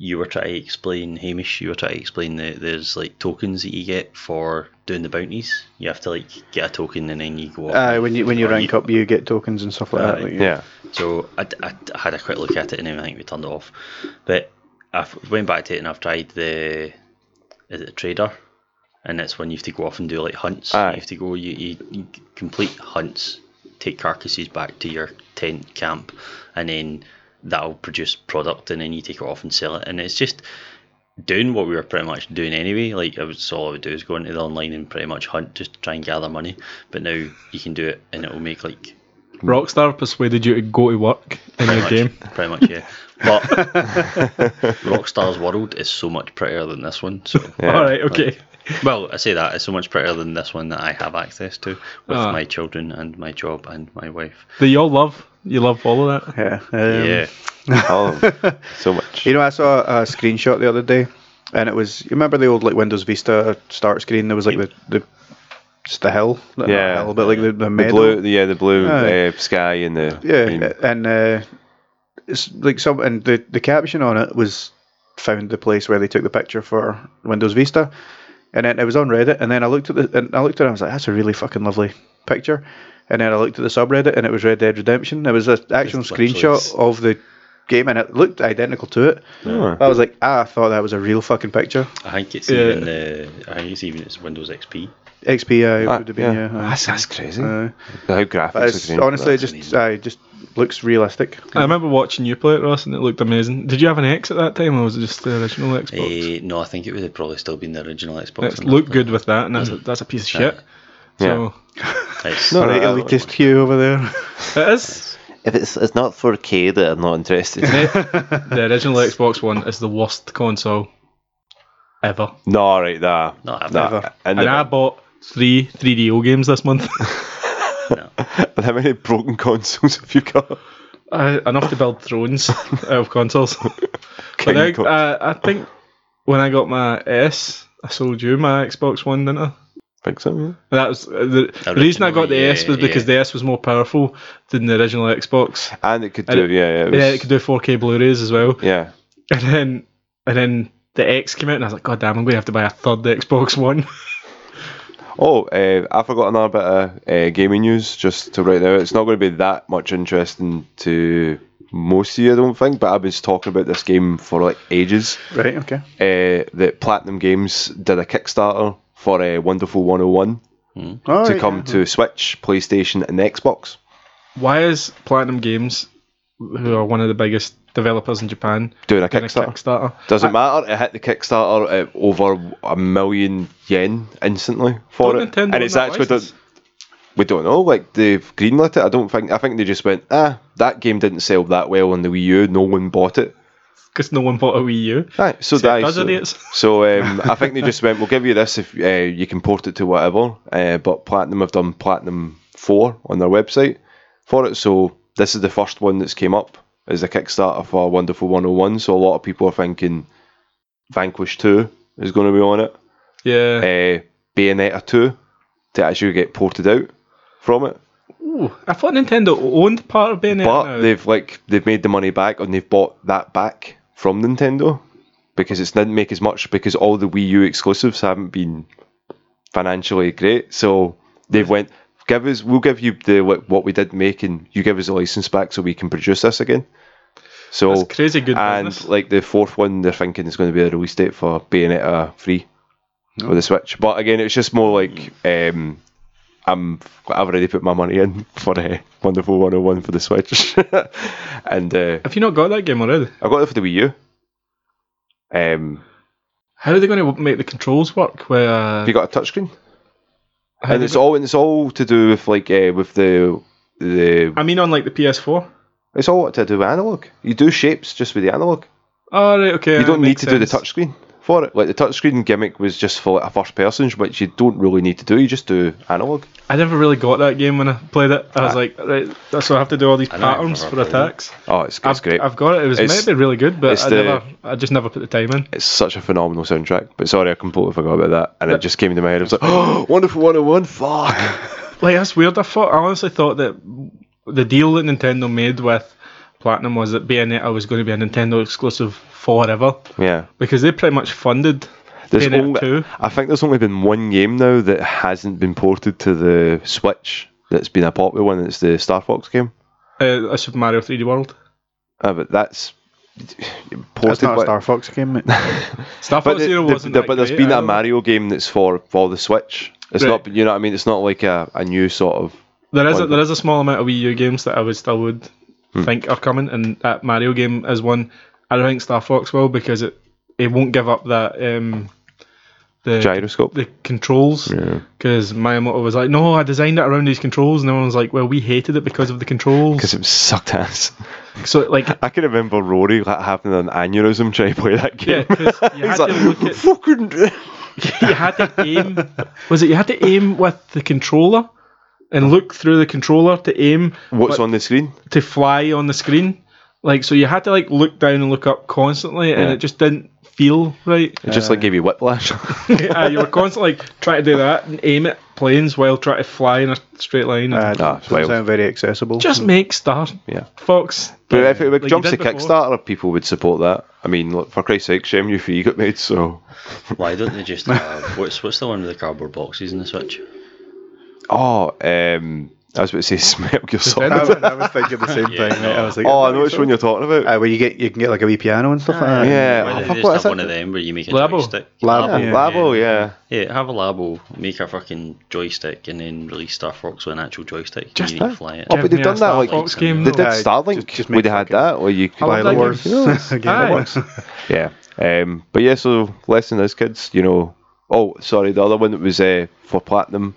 you were trying to explain Hamish. You were trying to explain that there's like tokens that you get for doing the bounties. You have to like get a token and then you go. up Aye, when you when you Or rank up, you get tokens and stuff like that. Aye. like, Yeah, so I, I- I had a quick look at it and then I think we turned it off. But I've went back to it and I've tried the is it trader, and that's when you have to go off and do like hunts. Aye. You have to go you, you, you complete hunts, take carcasses back to your tent camp, and then that'll produce product and then you take it off and sell it. And it's just doing what we were pretty much doing anyway. Like I was all I would do is go into the online and pretty much hunt just to try and gather money. But now you can do it and it'll make like Rockstar persuaded you to go to work in your pretty game. much, Pretty much, yeah. But Rockstar's World is so much prettier than this one. So, All right, okay. well, I say that it's so much prettier than this one that I have access to with Ah. my children and my job and my wife. That you all love. You love all of that. yeah. Um, yeah, oh, so much. You know, I saw a screenshot the other day, and it was you remember the old like Windows Vista start screen. There was like the the just the hill, Not Yeah. the hill, but like the the the medal. blue, yeah, the blue Aye. uh, sky and the yeah, green. and uh, it's like some and the the caption on it was found the place where they took the picture for Windows Vista, and then it was on Reddit. And then I looked at the and I looked at it. I was like, that's a really fucking lovely picture. And then I looked at the subreddit, and it was Red Dead Redemption. It was an actual It's literally screenshot s- of the game, and it looked identical to it. Oh. I was like, ah, I thought that was a real fucking picture. I think it's Yeah. even the I think it's even it's Windows XP. XP uh, Ah, would have been yeah. aye. that's, that's crazy. Aye. How graphics But are it's green. honestly That's just amazing. aye, just looks realistic. I remember watching you play it, Ross, and it looked amazing. Did you have an X at that time, or was it just the original Xbox? Eh, no, I think it would have probably still been the original Xbox. It and looked that. Mm. good with that, and that's a, that's a piece of shit. So It's- No, Right, no, I- elitist Hugh over there. it is. If it's it's not 4K, that I'm not interested. The original Xbox One is the worst console ever. no, right there. No, I've Nah. never. And, And the- I bought three 3DO games this month. and how many broken consoles have you got? uh, enough to build thrones out of consoles. but King now, con- uh, I think when I got my S, I sold you my Xbox One, didn't I? think so. Yeah. And That was uh, the, the reason I got the Originally, S was yeah, because the S was more powerful than the original Xbox. And it could And do, yeah, yeah. It was, Yeah, it could do 4K Blu-rays as well. yeah. And then and then the X came out, and I was like, God damn, I'm going to have to buy a third Xbox One. Oh, uh, I forgot another bit of uh, gaming news just to write out. It's not going to be that much interesting to most of you, I don't think, but I've been talking about this game for like ages. right, okay. Uh, that Platinum Games did a Kickstarter for uh, Wonderful 101 All to right, come Oh, yeah. to Switch, PlayStation, and Xbox. Why is Platinum Games, who are one of the biggest developers in Japan, Doing a doing a Kickstarter. Kickstarter? Doesn't matter. It hit the Kickstarter at over a million yen instantly for Don't it, Nintendo and it's own that actually license? done- we don't know. Like they've greenlit it. I don't think. I think they just went, ah, that game didn't sell that well on the Wii U. No one bought it. Because no one bought a Wii U. Right, so Except die. us So, idiots. so, um, I think they just went, we'll give you this if uh, you can port it to whatever. Uh, but Platinum have done Platinum 4 on their website for it. So this is the first one that's came up as a Kickstarter for Wonderful 101. So a lot of people are thinking Vanquish 2 is going to be on it. Yeah. Uh, Bayonetta 2 to actually get ported out from it. Ooh, I thought Nintendo owned part of Bayonetta. But now. they've like they've made the money back and they've bought that back from Nintendo because it's didn't make as much because all the Wii U exclusives haven't been financially great. So they've went give us we'll give you the what, what we did make and you give us the license back so we can produce this again. So That's crazy good and business. like the fourth one they're thinking is going to be a release date for Bayonetta 3 for the Switch. But again, it's just more like Mm. um, I'm I've already put my money in for a Wonderful 101 for the Switch, and uh, Have you not got that game already? I got it for the Wii U. Um, How are they going to make the controls work? Where uh, have you got a touchscreen? how And they it's go- all and it's all to do with like uh, with the the I mean, on like the PS4. it's all to do with analog. You do shapes just with the analog. Oh, right, okay. you don't that need makes to do the sense. touchscreen for it. Like the touchscreen gimmick was just for like, a first person, which you don't really need to do. You just do analog. I never really got that game when I played it. I was Ah. like, right, that's why I have to do all these I know, I've patterns never for played it. attacks. Oh, it's, it's I've, great. I've got it. It was meant It's- to be really good, but it's I the- never, I just never put the time in. it's such a phenomenal soundtrack. But sorry, I completely forgot about that, and it just came into my head. I was like, oh, wonderful 101, fuck. Like that's weird. I thought I honestly thought that the deal that Nintendo made with Platinum was that Bayonetta was going to be a Nintendo exclusive forever Yeah, because they pretty much funded there's Bayonetta only, 2. I think there's only been one game now that hasn't been ported to the Switch. That's been a popular one. and It's the Star Fox game. uh, a Super Mario 3D World. Uh, but that's That's ported. not by- a Star Fox game. uh, mate. Star But, Fox the, Zero the- wasn't. the- that but there's great been a either. Mario game that's for for the Switch. It's Right. not, you know what I mean. It's not like a, a new sort of. There is a, one. there is a small amount of Wii U games that I would still would Hmm. think are coming, and that Mario game is one. I don't think Star Fox will because it it won't give up that um the Gyroscope. the controls because Miyamoto was like, no, I designed it around these controls, and everyone was like, well, we hated it because of the controls. Because it sucked ass. So like, I can remember Rory like, having an aneurysm trying to play that yeah, game. 'cause you had He's to like, look at fucking. you had to aim. Was it you had to aim with the controller and look through the controller to aim What's on the screen? to fly on the screen. Like so, you had to like look down and look up constantly, and Yeah. it just didn't feel right. It just like gave you whiplash. Uh, you were constantly like trying to do that and aim at planes while trying to fly in a straight line. Uh, Ah, doesn't wild. sound very accessible. just make Star Yeah. Fox. but if it you jumps to did before. Kickstarter, people would support that. I mean, look, for Christ's sake, shame you free got made. So, Why don't they just have what's what's the one with the cardboard boxes in the Switch? oh, um, I was about to say, smell your I, solid. was- I was thinking the same thing. mate. I was like, Oh, I know which one you're talking about. Uh, where you get you can get like a wee piano and stuff like that. yeah, Why oh, don't fuck, they what just is have that? one of them where you make a Labo. joystick? Labo. Yeah, Labo, yeah. Yeah, have a Labo, make a fucking joystick, and then release Star Fox with an actual joystick. Just and you need to that? fly it. Oh, Give but they've me a done that, Star like, Fox game, They though. did Uh, Starlink. just- just Would make they had that, or you could love buy that the game. wars. Again, Aye. it works. Yeah. Um, but yeah, so lesson is kids, you know. Oh, sorry, the other one that was uh, for platinum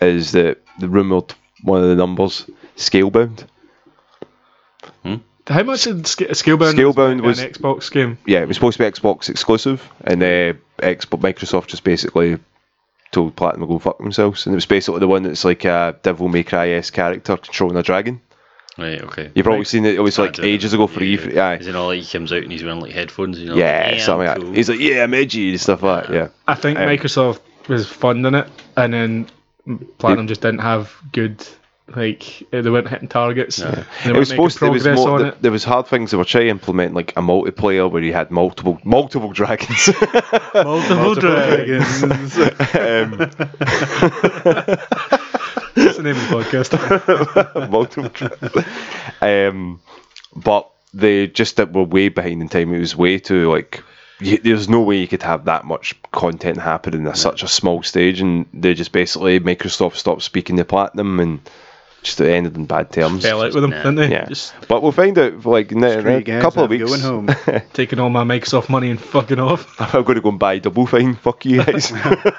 is that the rumored one of the numbers scalebound. How much did Sc- Scalebound? Scalebound was was- an Xbox game. Yeah, it was supposed to be Xbox exclusive, and uh, Xbox Microsoft just basically told Platinum to go fuck themselves, and it was basically the one that's like a Devil May Cry s character controlling a dragon. Right, okay. You've probably seen it. It was I like do know. ages ago for Yeah, E3. Yeah, Is it all like he comes out and he's wearing like headphones? And you're yeah, like, something I'm like cool." that. He's like, yeah, I'm edgy and stuff like that. Yeah. I think Um, Microsoft was funding it, and then Platinum just didn't have good. Like eh, they weren't hitting targets. and They It weren't was supposed to, making there was progress more, on th- it. there was hard things they were trying to implement, like a multiplayer where you had multiple multiple dragons. Multiple, dragons. Um, That's the name of the podcast. multiple dragons. um, but they just that were way behind in time. It was way too like. y there's no way you could have that much content happen in a, such a small stage, and they just basically Microsoft stopped speaking to Platinum, and Just it ended in bad terms. Fell out with them, Nah. didn't they? Yeah. Just But we'll find out like in a- Three in a games, couple of I'm weeks. going home. taking all my Microsoft money and fucking off. I'm going to go and buy Double Fine. Fuck you guys.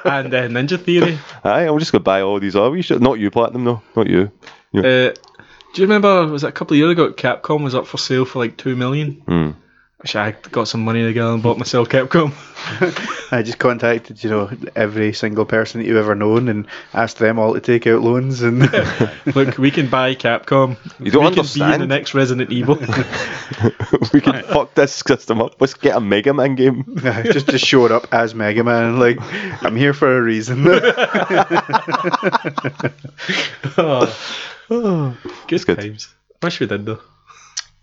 and uh, Ninja Theory. Aye, I'm just going to buy all these other wee shit. Not you, Platinum, no. Not you. Uh, do you remember? Was it a couple of years ago? Capcom was up for sale for like two million. Hmm. Wish I got some money together and bought myself Capcom. I just contacted, you know, every single person that you've ever known and asked them all to take out loans and Look, we can buy Capcom. You don't we Can understand. be in the next Resident Evil. we can fuck this system up. Let's get a Mega Man game. just just showed up as Mega Man. Like, I'm here for a reason. oh, good, good. times. Wish we did though.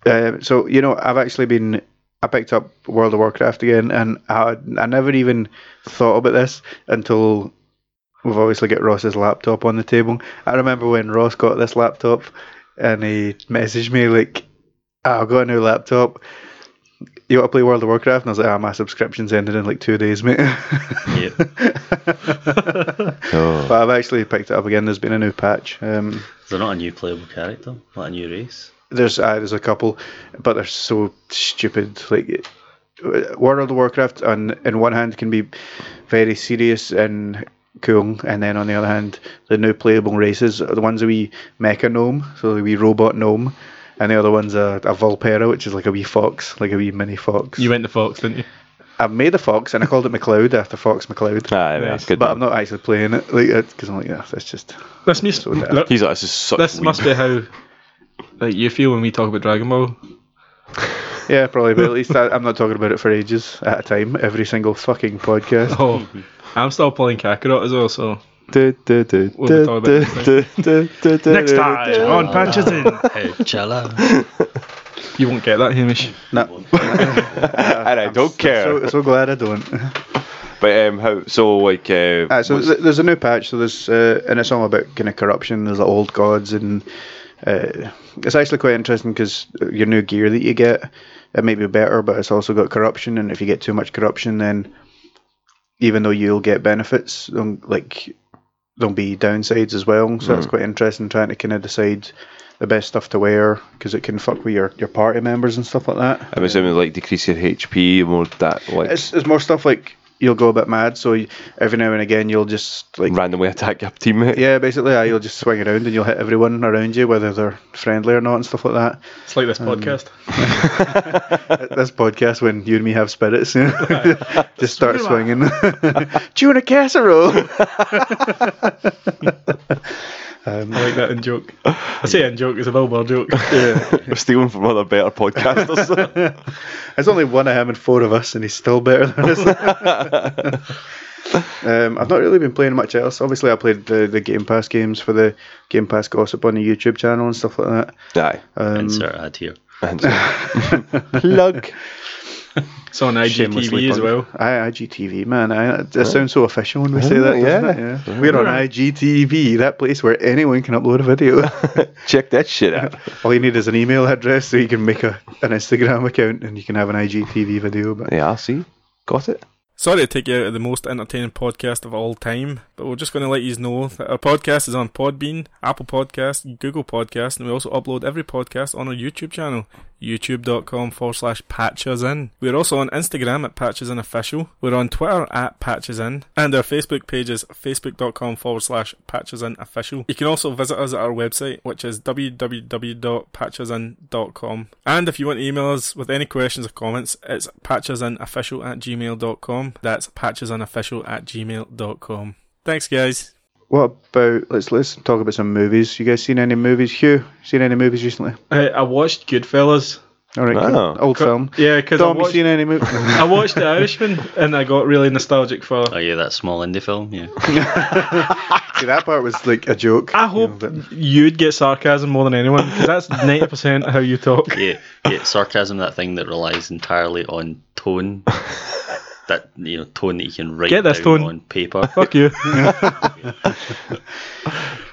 Um, so you know, I've actually been. I picked up World of Warcraft again, and I I never even thought about this until we've obviously got Ross's laptop on the table. I remember when Ross got this laptop, and he messaged me like, "Ah, "I've got a new laptop." You want to play World of Warcraft? And I was like, ah, my subscription's ended in like two days, mate. Yeah. Oh. But I've actually picked it up again. There's been a new patch. Um, They're not a new playable character, not a new race. There's uh, there's a couple, but they're so stupid. Like uh, World of Warcraft, on in one hand, can be very serious and cool, and then on the other hand, the new playable races are the ones a wee mecha gnome, so the wee robot gnome, and the other one's a, a Volpera, which is like a wee fox, like a wee mini fox. You went to Fox, didn't you? I've made a fox, and I called it McLeod after Fox McLeod. Aye, yeah, Nice. good. But But I'm not actually playing it like because I'm like, yeah, that's just This must. daft. look, He's like, this is such this weed. must be how. Like you feel when we talk about Dragon Ball. yeah, probably. But at least I, I'm not talking about it for ages at a time. Every single fucking podcast. Oh, I'm still playing Kakarot as well. So Du- du- du- We'll du- talk about du- du- du- du- du- du- on Punches In. Hey, Chala. You won't get that, Hamish. And I don't So, care. so glad I don't. But um, how? So like, uh, Ah, so what's- th- there's a new patch. So there's uh, and it's all about kind of corruption. There's the old gods, and uh, it's actually quite interesting because your new gear that you get it may be better, but it's also got corruption. And if you get too much corruption, then even though you'll get benefits, there'll- like there'll be downsides as well. So it's quite interesting trying to kind of decide the best stuff to wear because it can fuck with your, your party members and stuff like that. I'm assuming like decrease your HP more that like It's, it's more stuff like you'll go a bit mad. So you, every now and again, you'll just like randomly attack your teammate. yeah, basically, yeah, you'll just swing around and you'll hit everyone around you, whether they're friendly or not, and stuff like that. It's like this podcast. At this podcast, when you and me have spirits, you know, just start swinging. Do you want a casserole? I like that in joke. I say in joke. It's a Billboard joke. We're stealing from other better podcasters. There's only one of him and four of us, and he's still better than us. um, I've not really been playing much else. Obviously, I played the, the Game Pass games for the Game Pass gossip on the YouTube channel and stuff like that. Aye. Um, Insert ad here. And- Plug. It's on Shamelessly IGTV as plug. well. Aye, IGTV, man. I, it sounds so official when we say that. doesn't yeah. it? yeah. We're on IGTV, that place where anyone can upload a video. Check that shit out. All you need is an email address so you can make a, an Instagram account and you can have an IGTV video. But Yeah, see, got it. Sorry to take you out of the most entertaining podcast of all time, but we're just going to let you know that our podcast is on Podbean, Apple Podcast, Google Podcast, and we also upload every podcast on our YouTube channel, youtube.com forward slash patchesin. We're also on Instagram at patchesinofficial, we're on Twitter at patchesin, and our Facebook page is facebook.com forward slash patchesinofficial. You can also visit us at our website, which is www.patchesin.com. And if you want to email us with any questions or comments, it's patchesinofficial at gmail.com. That's patchesinofficial at gmail.com. Thanks, guys. what about let's let's talk about some movies. You guys seen any movies? Hugh, seen any movies recently? I, I watched Goodfellas. All right, cool. Oh. old film. Yeah, because I, Dom, you watched- seen any movies? I watched The Irishman and I got really nostalgic for Oh yeah, that small indie film. Yeah. See, that part was like a joke. I hope you'd get sarcasm more than anyone because that's 90% of how you talk. yeah, yeah, sarcasm, that thing that relies entirely on tone. that you know, tone that you can write Get this down tone. on paper. Fuck you.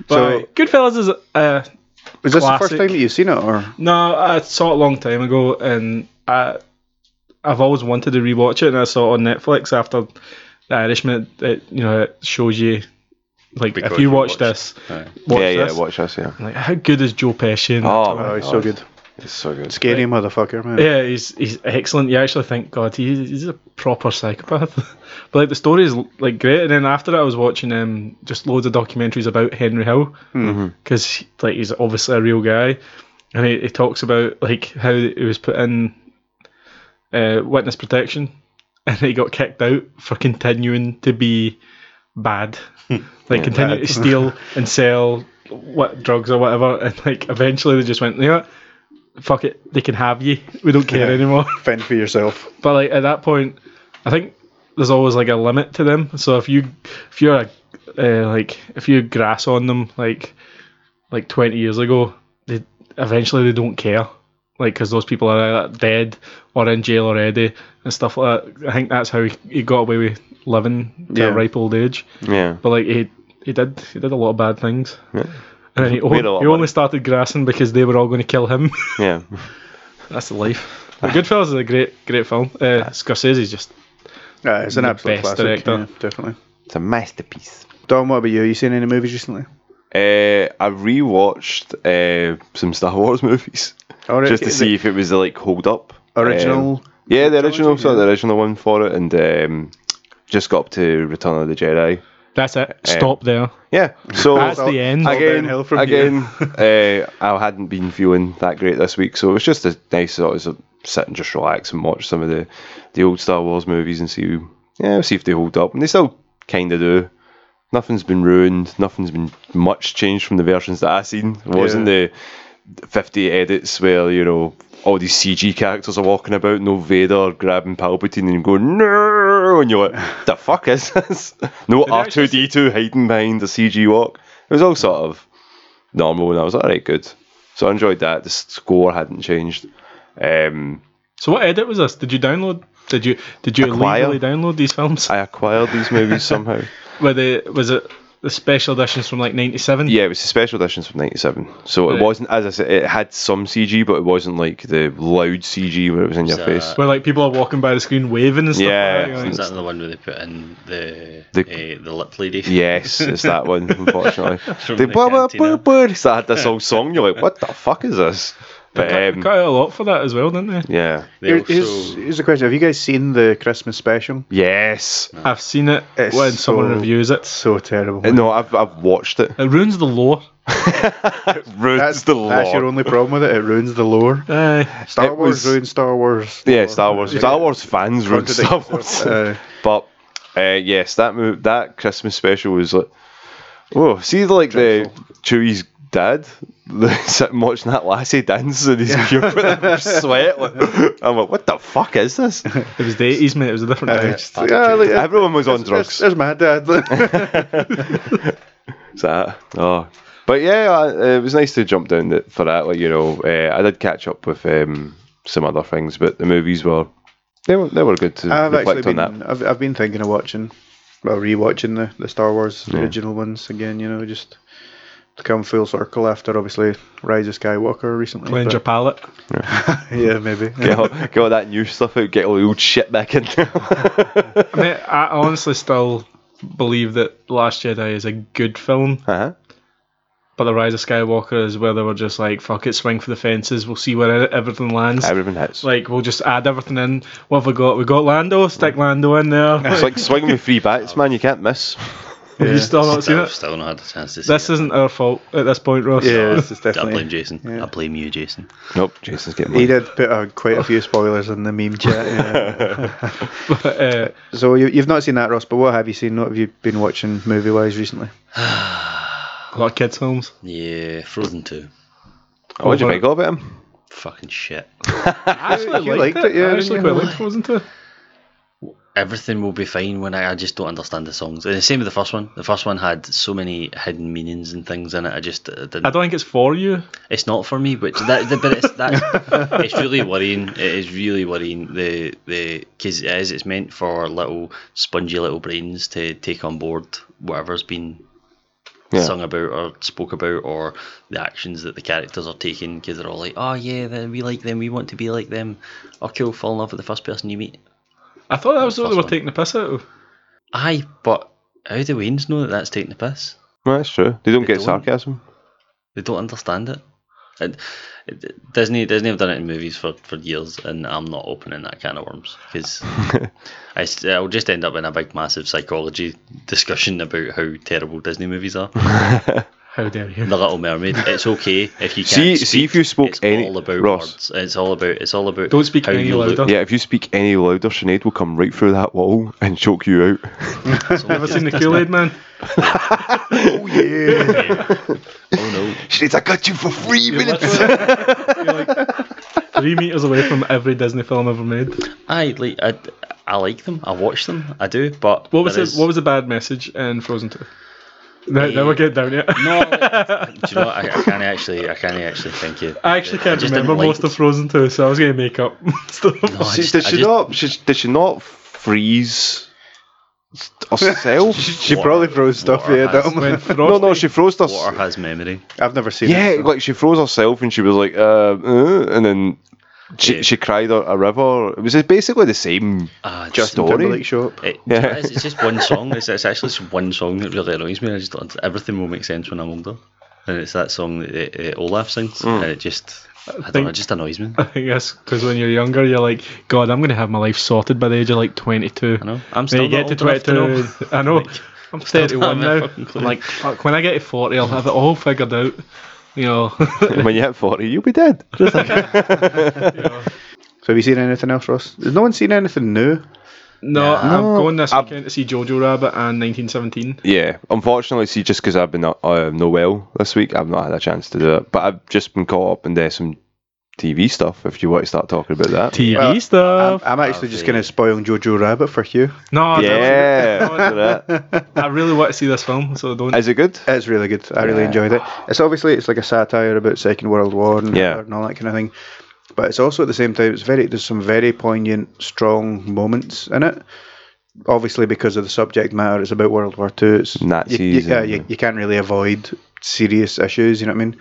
but So- Goodfellas is uh, Was this the classic. first time that you've seen it, or no, I saw it a long time ago, and I I've always wanted to rewatch it, and I saw it on Netflix after The Irishman. It, you know it shows you Like Because if you you watch watched- this, Aye. watch yeah, this. yeah, watch this, yeah. Like how good is Joe Pesci? in that Oh, film? my Oh, he's so God. good. It's so good. Scary motherfucker, man. Yeah, he's he's excellent. You actually think, God, he, he's a proper psychopath. but like the story is like great. And then after that, I was watching um just loads of documentaries about Henry Hill because like he's obviously a real guy, and he, he talks about like how he was put in uh, witness protection and he got kicked out for continuing to be bad, like continuing to steal and sell what drugs or whatever. And like eventually they just went, you know. what? Fuck it, they can have you. We don't care anymore. Fend for yourself. But like at that point, I think there's always like a limit to them. So if you if you're a uh, like if you grass on them like like 20 years ago, they eventually they don't care. Like because those people are either dead or in jail already and stuff like that. I think that's how he, he got away with living to Yeah. a ripe old age. Yeah. But like he he did he did a lot of bad things. And then he, Made a lot o- of he money. only started grassing because they were all going to kill him. Yeah. That's the life. But Goodfellas is a great, great film. Uh, Scorsese's just Yeah, it's an The absolute best classic. director. yeah, definitely. It's a masterpiece. Dom, what about you? Have you seen any movies recently? Uh, I rewatched uh, some Star Wars movies All right, just to the see if it was like hold up. Um, original. yeah, the original, trilogy, so yeah. the original one for it, and um, just got up to Return of the Jedi. That's it. Eh. Stop there. Yeah, so That's the end. all again, downhill from again, uh, I hadn't been feeling that great this week, so it was just a nice sort of sit and just relax and watch some of the the old Star Wars movies and see, yeah, see if they hold up, and they still kind of do. Nothing's been ruined. Nothing's been much changed from the versions that I seen. It wasn't the fifty edits where you know all these CG characters are walking about, no Vader grabbing Palpatine and going no, and you're like, the fuck is this? No they R two D two hiding behind a CG walk. It was all sort of normal, and I was like, all right, good. So I enjoyed that. The score hadn't changed. Um, So what edit was this? Did you download? Did you did you Acquire. illegally download these films? I acquired these movies somehow. Were they was it the special editions from like '97? Yeah, it was the special editions from '97. So it Right. wasn't, as I said, it had some CG, but it wasn't like the loud CG where it was in your that- face. Where like people are walking by the screen waving and stuff. Yeah. Like that, you Is know? that the one where they put in the The- the, uh, the lip lady? Yes, it's that one. Unfortunately, From the the blah blah blah cantina. blah. So I had this whole song. You're like, what the fuck is this? But Got- um, got a lot for that as well, didn't they? yeah, They Here- also- here's, here's the question: Have you guys seen the Christmas special? yes. I've seen it It's when someone so- reviews it. So terrible. No, I've I've watched it. It ruins the lore. Ruins that's the That's your lore. only problem with it. It ruins the lore. Uh, Star It Wars was- ruins Star Wars. Yeah, Star Wars. Yeah. Star Wars fans ruined Contradicts Star Wars. Uh, But uh, yes, that move, that Christmas special was like, oh, see, like the Chewie's dad the- sitting watching that lassie dance and he's puking in her sweat. like- I'm like, what the fuck is this? it was the '80s, mate. It was a different uh, day. just- yeah, like, uh, Everyone was on there's, drugs. there's my dad. Is that oh. But yeah, I, it was nice to jump down that, for that. Like you know, uh, I did catch up with um, some other things, but the movies were they were they were good to I've actually reflect on been. that. I've, I've been thinking of watching, well, rewatching the the Star Wars original ones again. You know, just to come full circle after obviously Rise of Skywalker recently. Cleanse your but- palate. yeah, maybe. Get all, get all that new stuff out. Get all the old shit back in there. I, mean, I honestly still believe that Last Jedi is a good film. Uh-huh. But the Rise of Skywalker is where they were just like, fuck it, swing for the fences. We'll see where e- everything lands. Everyone hits. like, we'll just add everything in. What have we got? We got Lando. Stick Lando in there. It's like swinging with three bats, man. You can't miss. Have Oh, you still not seen Still, it? still not had a chance to see This it. isn't our fault at this point, Ross. Yeah, this is I definitely. blame Jason. I blame you, Jason. Nope, Jason's getting He one. did put uh, quite a few spoilers in the meme chat. yeah. But, uh, So you, you've not seen that, Ross, but what have you seen? What have you been watching movie wise recently? a lot of kids' films. Yeah, Frozen 2. Oh, what do you make of it? Fucking shit. I actually you liked it, yeah, I didn't actually quite you? liked it, wasn't it? Everything will be fine when I, I just don't understand the songs. And the same with the first one. The first one had so many hidden meanings and things in it. I just uh, didn't. I don't think it's for you. it's not for me, which that, the- but it's that it's really worrying. It is really worrying. The the because it is it's meant for little spongy little brains to take on board whatever's been Yeah. sung about or spoke about or the actions that the characters are taking because they're all like, oh yeah, then we like them, we want to be like them. Oh cool, fall in love with the first person you meet. I thought that was what they First were one. taking the piss out of. Aye, but How do Waynes know that that's taking the piss? Well, that's true. They don't They get don't. sarcasm. They don't understand it. And it- Disney Disney have done it in movies for, for years, and I'm not opening that can of worms because I s- I'll just end up in a big massive psychology discussion about how terrible Disney movies are. How dare you? The Little Mermaid. It's okay if you can't See- speak, see if you spoke it's any- all about Ross. words. It's all about it's all about Don't speak how any you look. louder. Yeah, if you speak any louder, Sinead will come right through that wall and choke you out. It's all Ever about- seen the Kool Aid Man? Oh no. Sinead, I got you for three You're literally- you're like three meters away from every Disney film ever made. I like I, I like them. I watch them. I do. But What was there it? is- What was the bad message in Frozen Two? Now, now we're getting down yet. No, I- do you know? what? I, I can't actually. I can't actually think it. I actually can't just remember didn't like- most of Frozen Two, so I was going to make up stuff. No, Oh, I She, just- did I she just- not? She, did she not freeze herself? She Water- probably froze stuff. water Yeah, has- that one. When no, Frosty, no, she froze Water herself. has memory. I've never seen. Yeah, it, so- like she froze herself and she was like, uh, uh and then she, Yeah. she cried a, a river. It was basically the same. Ah, Just it's- all- Dory? Timberlake show up. It, Yeah. it's, it's just one song. It's, it's actually just one song that really annoys me. I just don't, everything will make sense when I'm older, and it's that song that uh, uh, Olaf sings, Hmm. and it just I, don't know, think- it just annoys me. I think that's because when you're younger, you're like, God, I'm going to have my life sorted by the age of like 22. I know. I'm When still you get not to old enough to 22, I know. I'm still 31 don't have a now. fucking clue. I'm like, fuck, when I get to 40, I'll have it all figured out. You know, And when you hit 40, you'll be dead. So have you seen anything else, Ross? Has no one seen anything new? No, Yeah. I'm going this I've- weekend to see Jojo Rabbit and 1917. Yeah, unfortunately, see, just because I've been uh, uh, no well this week, I've not had a chance to do it. But I've just been caught up in uh, some TV stuff. If you want to start talking about that, TV Well, I'm, stuff. I'm actually just going to spoil Jojo Rabbit for Hugh. no, yeah, that's it. no, I really want to see this film, so don't. is it good? It's really good. I really Yeah. enjoyed it. It's obviously it's like a satire about Second World War and, Yeah. and all that kind of thing, but it's also at the same time it's very there's some very poignant, strong moments in it. Obviously, because of the subject matter, it's about World War Two. It's you- Nazis You, yeah, and- you, you can't really avoid serious issues. You know what I mean?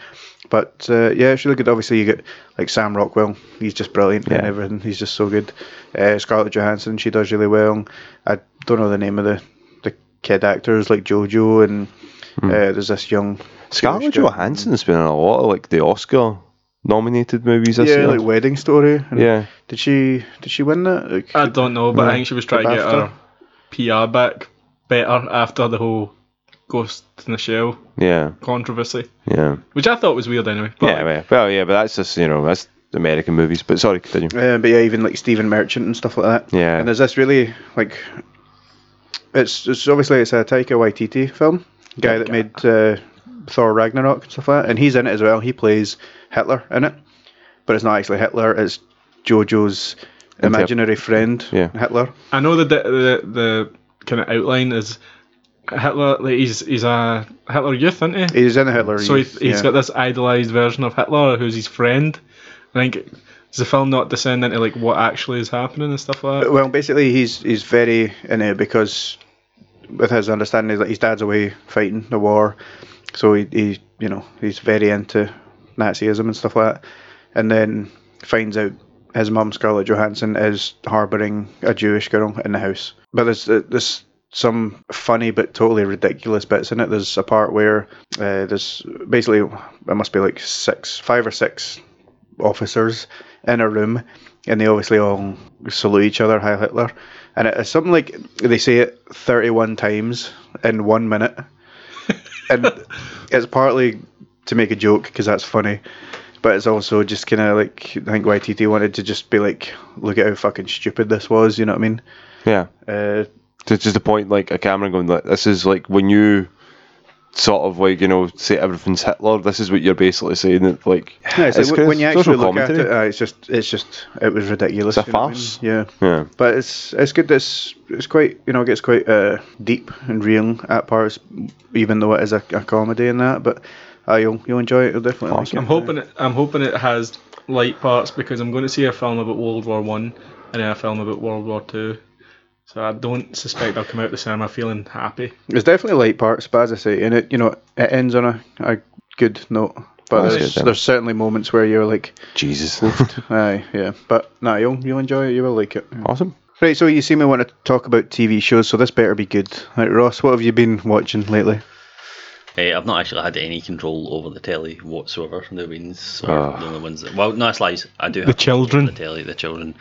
But uh, yeah, it's really good. Obviously, you get like Sam Rockwell. He's just brilliant in Yeah. everything. He's just so good. Uh, Scarlett Johansson. She does really well. I don't know the name of the the kid actors like Jojo and Hmm. uh, there's this young Scarlett Jewish girl. Johansson's been in a lot of like the Oscar nominated movies this Yeah, year. like Wedding Story. And yeah, Did she did she win that? Like, I don't know, but I think she was trying to get BAFTA? her PR back better after the whole Ghost in the Shell yeah, controversy, yeah, which I thought was weird anyway. But yeah, yeah. Well, yeah, but that's just you know that's American movies. But sorry, continue. Uh, but yeah, even like Stephen Merchant and stuff like that. Yeah. And there's this really like, it's it's obviously it's a Taika Waititi film, guy that made uh, Thor Ragnarok and stuff like that, and he's in it as well. He plays Hitler in it, but it's not actually Hitler. It's Jojo's imaginary friend Yeah. Hitler. I know that the the, the kind of outline is Hitler. Like, he's he's a Hitler youth, isn't he? He's in the Hitler. So he's, he's yeah. got this idolized version of Hitler, who's his friend. I think does the film not descend into like what actually is happening and stuff like that? Well, basically, he's he's very in it because, with his understanding, is that his dad's away fighting the war, so he, he you know he's very into Nazism and stuff like that, and then finds out his mum Scarlett Johansson is harbouring a Jewish girl in the house. But there's uh, there's some funny but totally ridiculous bits in it. There's a part where uh, there's basically it must be like six, five or six officers in a room, and they obviously all salute each other, "Heil Hitler," and it's something like they say it thirty-one times in one minute, and it's partly to make a joke because that's funny, but it's also just kind of like I think YTT wanted to just be like, "Look at how fucking stupid this was," you know what I mean? Yeah. Uh, It's just the point, like a camera going like this is like when you sort of like you know say everything's Hitler. This is what you're basically saying. That like yeah, it's like kinda when, when you social actually look at it, commentary. uh, it's just it's just it was ridiculous. It's a you know what I mean? farce. Yeah. yeah, But it's it's good. that It's it's quite you know it gets quite uh, deep and real at parts, even though it is a, a comedy and that. But uh, you'll you'll enjoy it. You'll definitely. Awesome. Like I'm it. hoping it, I'm hoping it has light parts because I'm going to see a film about World War One and then a film about World War Two. So I don't suspect I'll come out the cinema feeling happy. There's definitely light parts, but as I say, and it you know it ends on a, a good note. But That's there's, good, then. there's certainly moments where you're like, Jesus, aye, yeah. But no, you'll you'll enjoy it. You will like it. awesome. Right, so you seem to want to talk about TV shows, so this better be good. Right, Ross, what have you been watching lately? Eh, I've not actually had any control over the telly whatsoever. The wins are Ah. the only ones that. Well, no, it's lies. I do have control over children. the telly, the children.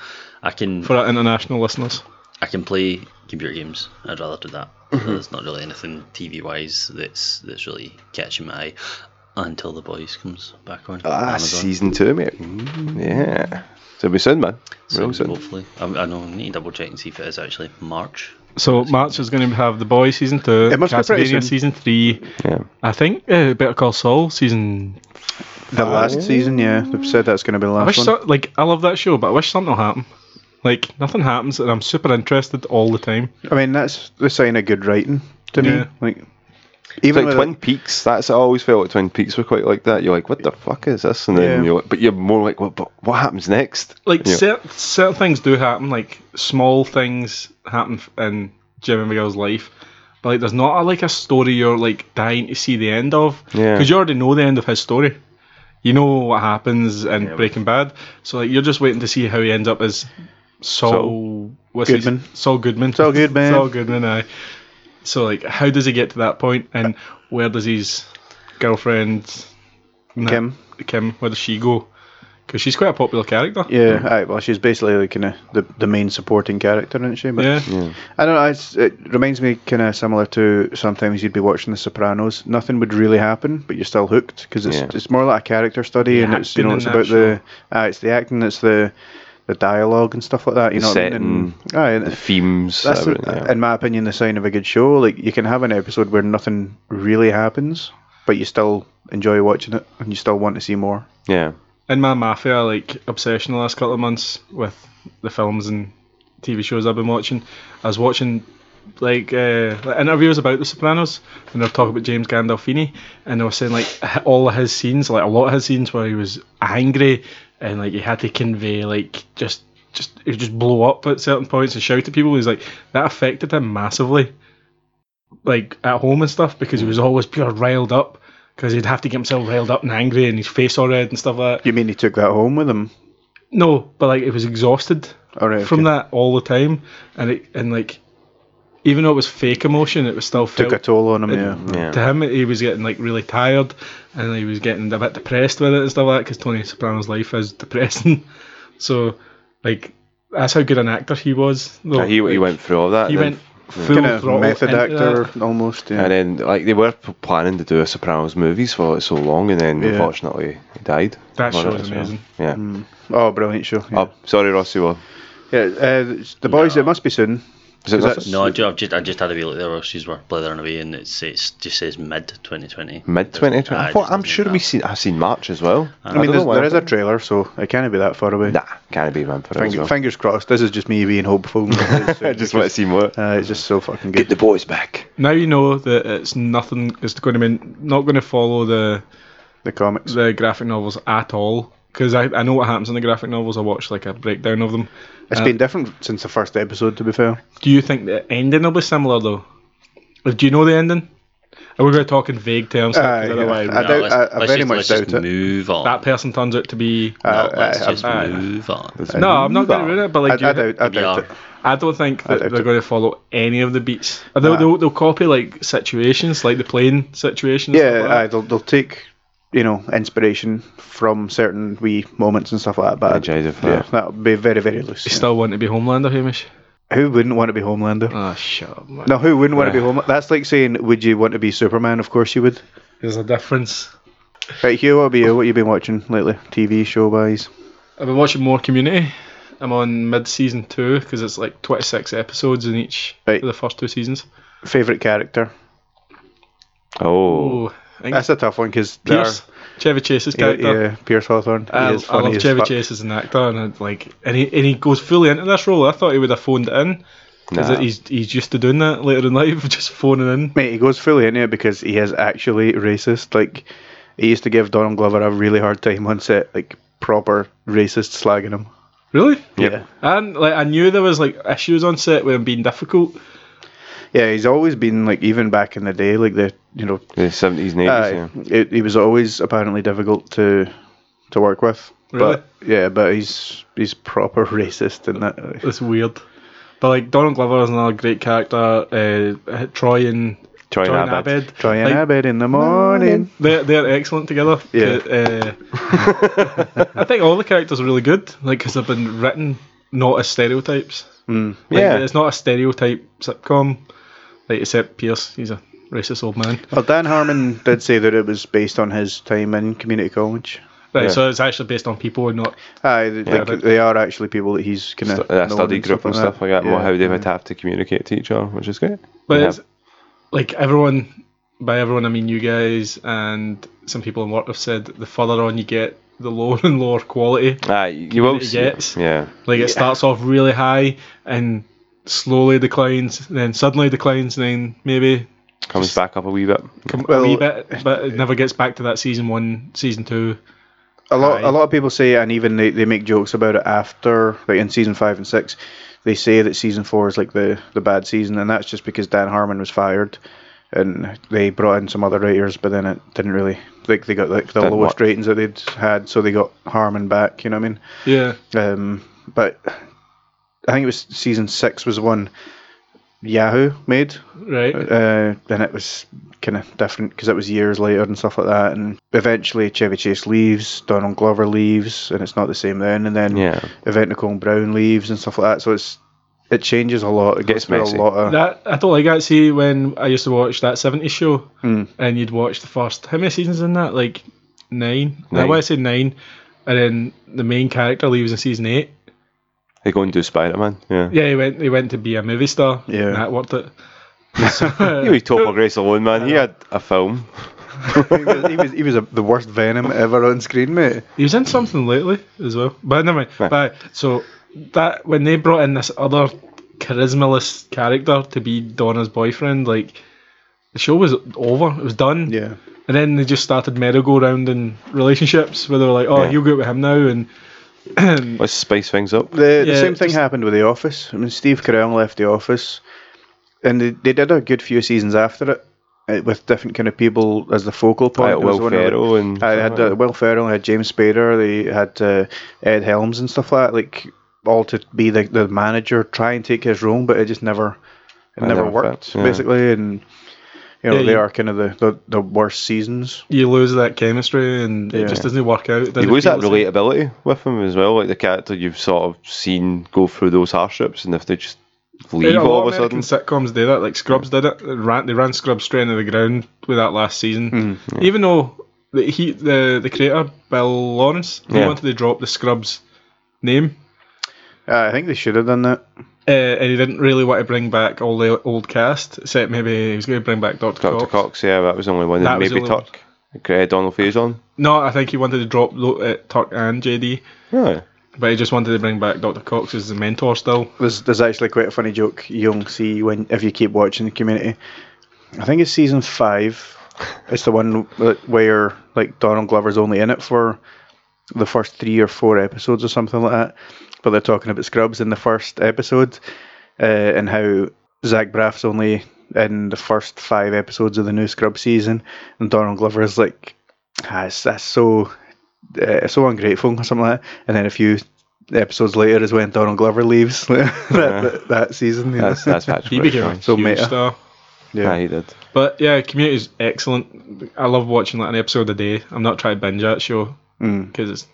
I can for our international listeners. I can play computer games. I'd rather do that. There's not really anything TV wise that's that's really catching my eye until the boys comes back on. Ah, Amazon. season two, mate. Mm, yeah. So we soon, man. So Real soon. hopefully, I, I know. I need to double check and see if it is actually March. So March is going to have the boys season two, It must be pretty Castlevania soon. season three. Yeah. I think uh, Better Call Saul season. The last season, yeah. They've said that's going to be the Oh. I last wish one. so, like I love that show, but I wish something will happen. Like nothing happens, and I'm super interested all the time. I mean, that's the sign of good writing to me. Yeah. Like, It's even like with Twin Peaks. That's I always felt like Twin Peaks were quite like that. You're like, what the fuck is this? And then Yeah. you're like, but you're more like, what? But what happens next? Like Yeah. cer- certain things do happen, like small things happen f- in Jimmy McGill's life, but like there's not a, like a story you're like dying to see the end of. Yeah. Because you already know the end of his story. You know what happens in Breaking Bad, so like you're just waiting to see how he ends up as Saul. what's his- Goodman. Saul Goodman. Saul Goodman. Saul Goodman. Aye. So like, how does he get to that point, and where does his girlfriend Na- Kim. Kim, where does she go? Because she's quite a popular character. Yeah, aye, well, she's basically like kind of the, the main supporting character, isn't she? But Yeah. I don't know. It's, it reminds me kind of similar to sometimes you'd be watching The Sopranos. Nothing would really happen, but you're still hooked because it's Yeah. it's more like a character study, and it's you acting know in it's that about the uh, it's the acting, it's the the dialogue and stuff like that. You The know, what I mean? setting, and, aye, and The themes. that's the- everything, yeah. in my opinion the sign of a good show. Like you can have an episode where nothing really happens, but you still enjoy watching it and you still want to see more. yeah. in my mafia like obsession the last couple of months with the films and TV shows I've been watching. I was watching like uh, like interviews about The Sopranos, and they're talking about James Gandolfini, and they were saying like h- all of his scenes, like a lot of his scenes where he was angry and like he had to convey like just just he would just blow up at certain points and shout at people. He's like that affected him massively, like at home and stuff because he was always pure riled up. Because he'd have to get himself riled up and angry, and his face all red and stuff like that. You mean he took that home with him? No, but like it was exhausted All right, from okay. that all the time, and it and like even though it was fake emotion, it was still took a felt toll on him. yeah. Yeah. to him. He was getting like really tired, and he was getting a bit depressed with it and stuff like that because Tony Soprano's life is depressing. so, like that's how good an actor he was. Though. Yeah, he, he went through all that. He and then- went full kind of throttle method into actor that. almost. Yeah. And then, like, they were p- planning to do a Sopranos movies for like, so long, and then Yeah. unfortunately, he died. That for show is it as well. amazing. Yeah. oh, brilliant show. Yeah, Oh, sorry, Rossi. Well, yeah uh, the boys. It must be soon. is it Is Rossi? No, Oh, I, ju- I've just I just had a wee look there where she's were blithering away, and it's it just says mid 2020. mid 2020? Aye, I it thought, just I'm doesn't sure have we that. seen. I've seen March as well. I, mean, don't there's, know why there I is a trailer, so it can't be that far away. Nah, can't be man for it as Fing- well. Fingers crossed. This is just me being hopeful. I just want to see more. Uh, it's just so fucking good. the boys back. Now you know that it's nothing. It's going to be not going to follow the The comics. the graphic novels at all because I, I know what happens in the graphic novels. I watched like a breakdown of them. It's been different since the first episode, to be fair. Do you think the ending will be similar though? Like, Do you know the ending? Are we going to talk in vague terms? Aye, Because otherwise, Uh, I No, doubt- let's- I- I let's very just, much let's just doubt it. move on. that person turns out to be. no, Uh, let's I- just I- move on. no, I'm not going to ruin it. But like, do Uh, I, I you- doubt, I We doubt are. it. I don't think that doubt they're it. going to follow any of the beats. Or They'll, Nah. they'll, they'll copy like situations, like the plane situation. and stuff Yeah, like aye, that. they'll, they'll take, you know, inspiration from certain wee moments and stuff like that. But Jade of yeah, that. that would be very, very loose. You still want to be Homelander, Hamish? Who wouldn't want to be Homelander? Ah, shut up, man. No, who wouldn't want to be Homelander? That's like saying, would you want to be Superman? Of course you would. There's a difference. Right, Hugh, what about you? What you been watching lately, TV show wise? I've been watching more Community. I'm on mid season two because it's like 26 episodes in each Right. of the first two seasons. Favorite character? Oh, Oh, I think That's a tough one because Pierce, Chevy Chase's Yeah, character. yeah, Pierce Hawthorne. I, I he is funny love as Chevy fuck. Chase as an actor, and I'd like, and he, and he goes fully into this role. I thought he would have phoned it in because Nah. he's he's used to doing that later in life, just phoning in. Mate, he goes fully into it because he is actually racist. Like, he used to give Donald Glover a really hard time on set, like proper racist slagging him. Really? Yeah. And like, I knew there was like issues on set with him being difficult. Yeah, he's always been like, even back in the day, like the you know, the 70s and 80s. yeah. uh, it, he was always apparently difficult to to work with. Really? But yeah, but he's he's proper racist in that. uh, That's weird. But like Donald Glover is another great character. Uh, Troy and Troy, Troy and and Abed. Abed. Try and Like- have it in the morning. They're, they're excellent together. Uh, Yeah. I think all the characters are really good, like because they've been written not as stereotypes. Hmm. Like, Yeah. it's not a stereotype sitcom, like except Pierce. He's a racist old man. Well, Dan Harmon did say that it was based on his time in community college. Right, Yeah. so it's actually based on people and not. Aye, th- like, but- they are actually people that he's kind Stu- of uh, study group and stuff like that, and how they would have to communicate to each other, which is good. But Yeah. it's like everyone, by everyone I mean you guys and some people in work have said the further on you get, the lower and lower quality. Ah, you will Community see. gets. Yeah. Like it starts off really high and slowly declines, then suddenly declines, then maybe Comes Just- back up a wee bit. com- Well, a wee bit, but it never gets back to that season one, season two. A lot, Aye. a lot of people say, and even they, they make jokes about it after, like in season five and six, they say that season four is like the, the bad season, and that's just because Dan Harmon was fired, and they brought in some other writers, but then it didn't really, like they got like the Didn't lowest work. ratings that they'd had, so they got Harmon back. You know what I mean? Yeah, Um, but I think it was season six was the one Yahoo made, right. uh, and it was kind of different because it was years later and stuff like that. And eventually, Chevy Chase leaves, Donald Glover leaves, and it's not the same then. And then Yeah. Event Nicole Brown leaves and stuff like that. So it's it changes a lot. It goes Gets through messy. a lot of. That I don't like that. See, when I used to watch that 70s show, Mm. and you'd watch the first how many seasons in that? Like nine. I Nine. want to say nine, and then the main character leaves in season eight. They go and do Spider Man. Yeah. Yeah, he went. He went to be a movie star. Yeah. and that worked it. You were top of Grace alone, man. He had a film. he was, he was, he was a, the worst Venom ever on screen, mate. He was in something lately as well, but never mind. Right. But so that when they brought in this other charismaless character to be Donna's boyfriend, like the show was over. It was done. Yeah. And then they just started merry-go-round in relationships where they were like, oh, Yeah. you'll go with him now. And Let's spice things up. The, Yeah, the same thing just- happened with The Office. I mean, Steve Carell left The Office, and they, they did a good few seasons after it uh, with different kind of people as the focal point. Like There was Will one where- Ferrell and I had uh, Will Ferrell, I had James Spader, they had uh, Ed Helms and stuff like that, like all to be the, the manager, try and take his role, but it just never, it It never, never worked fit, yeah. basically, and you know Yeah, they you- are kind of the, the, the worst seasons. you lose that chemistry and Yeah. it just doesn't work out. you Doesn't lose feel the that same. relatability with him as well, like the character you've sort of seen go through those hardships, and if they just leave Yeah, a lot all of of a American sudden, sitcoms do that. Like Scrubs did it. They ran, they ran Scrubs straight into the ground with that last season. Even though the, he, the the creator Bill Lawrence, he Yeah. wanted to drop the Scrubs name, Uh, I think they should have done that. uh, and he didn't really want to bring back all the old cast. Except maybe he was going to bring back Doctor Dr. Cox. Cox. yeah, that was the only one. That And was maybe the only Tuck, uh, Donald Faison. No, I think he wanted to drop Lo- uh, Turk and JD, Yeah. but he just wanted to bring back Doctor Cox as the mentor still. There's there's actually quite a funny joke you'll see when if you keep watching the community. I think it's season five. It's the one that- where like Donald Glover's only in it for the first three or four episodes or something like that. But they're talking about Scrubs in the first episode, uh, and how Zach Braff's only in the first five episodes of the new Scrub season, and Donald Glover is like, ah, it's, that's so uh, so ungrateful or something like that. And then a few episodes later is when Donald Glover leaves that, that, that season. you know. That's that's actually He quite became a funny. So huge meta. star. Yeah. Yeah, he did. But yeah, Community is excellent. I love watching like an episode a day. I'm not trying to binge that show Mm. because it's.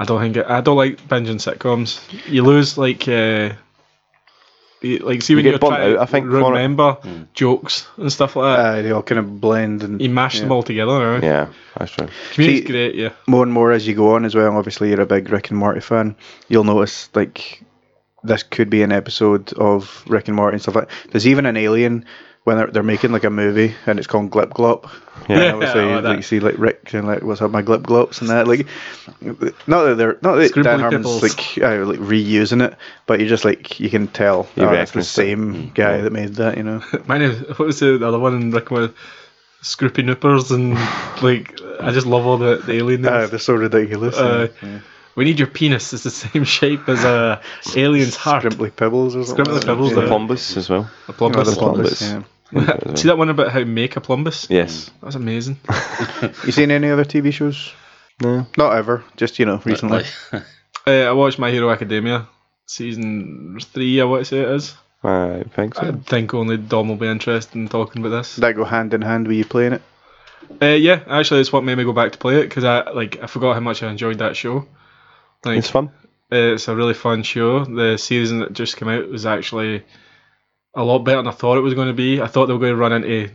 I don't think it, I don't like binging sitcoms. You lose like, uh, you- like see when get you are burnt trying out, I think, to for it. Uh, remember jokes and stuff like that. Aye, Uh, they all kind of blend and you mash them all together. Right? Yeah, that's true. Community's See- great. Yeah, more and more as you go on as well. Obviously, you're a big Rick and Morty fan. You'll notice like this could be an episode of Rick and Morty and stuff like. There's even an alien when they're, they're making like a movie and it's called Glip Glop. Yeah. And obviously, Yeah, I like like, Oh, that. you see like Rick and like what's up my Glip Glops and that. Like, not that they're not that Scribbly Dan Harmon's Gibbbles. like uh, like reusing it, but you're just like you can tell You oh, that's the referenced it. Mm. same guy that made that. You know. mine. Is, what was the other one in Rick with Scroopy Noopers and like I just love all the, the alien Ah, names. they're so ridiculous. Uh, we need your penis. It's the same shape as a alien's heart. Scrimply Pebbles or something. Scrimply like that. Pebbles, Yeah. The Plumbus as well. A plumbus. Oh, the Plumbus, Plumbus. yeah. See that one about how to make a plumbus? Yes. That was amazing. You seen any other TV shows? No. Not ever, just you know, recently. Like, uh, I watched My Hero Academia. season three, I want to say it is. I think I so. think only Dom will be interested in talking about this. That go hand in hand with you playing it. Uh, yeah, actually, it's what made me go back to play it because I like I forgot how much I enjoyed that show. Like, It's fun. Uh, It's a really fun show. The season that just came out was actually a lot better than I thought it was going to be. I thought they were going to run into,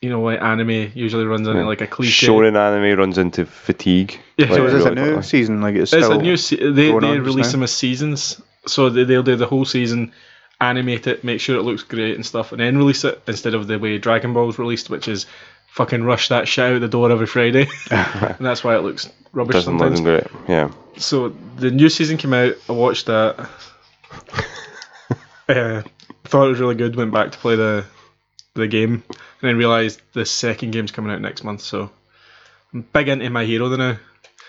you know, like anime usually runs into Yeah. like a cliche. Shonen anime runs into fatigue. Yeah, So Like, is this a really new quickly. season? Like it's, it's still a new. Se- they going on they just release now? them as seasons, so they, they'll do the whole season, animate it, make sure it looks great and stuff, and then release it instead of the way Dragon Ball was released, which is fucking rush that shit out the door every Friday, and that's why it looks rubbish Doesn't look sometimes. great. Yeah. So the new season came out. I watched that. uh, thought it was really good. Went back to play the the game, and then realised the second game's coming out next month. So I'm big into my hero now.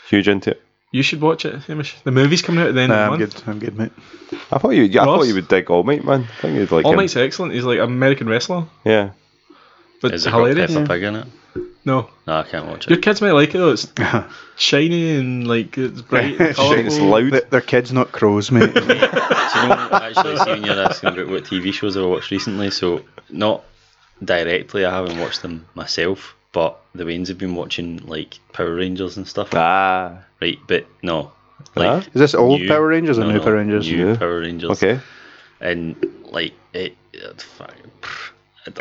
Huge into it. You should watch it, Hamish. The movie's coming out at the end Nah, of I'm the good. month. I'm good, mate. I thought you. Yeah, I thought Ross? you would dig All Might, man. I think you'd like All him. Might's excellent. He's like an American wrestler, Yeah. but Is it got hilarious. Peppa Pig in it? No, No, I can't watch your it. kids might like it though. It's shiny and like it's bright. And Shit, it's colourful. loud. Th- Their kids not crows, mate. Do you know, actually, see, when you're asking about what TV shows I watched recently, so not directly, I haven't watched them myself, but the Waynes have been watching like Power Rangers and stuff, Ah. right? But no, Huh? like Is this old new- Power Rangers or no, new no, Power Rangers? New Yeah. Power Rangers. Okay. and like it, it fuck, pff,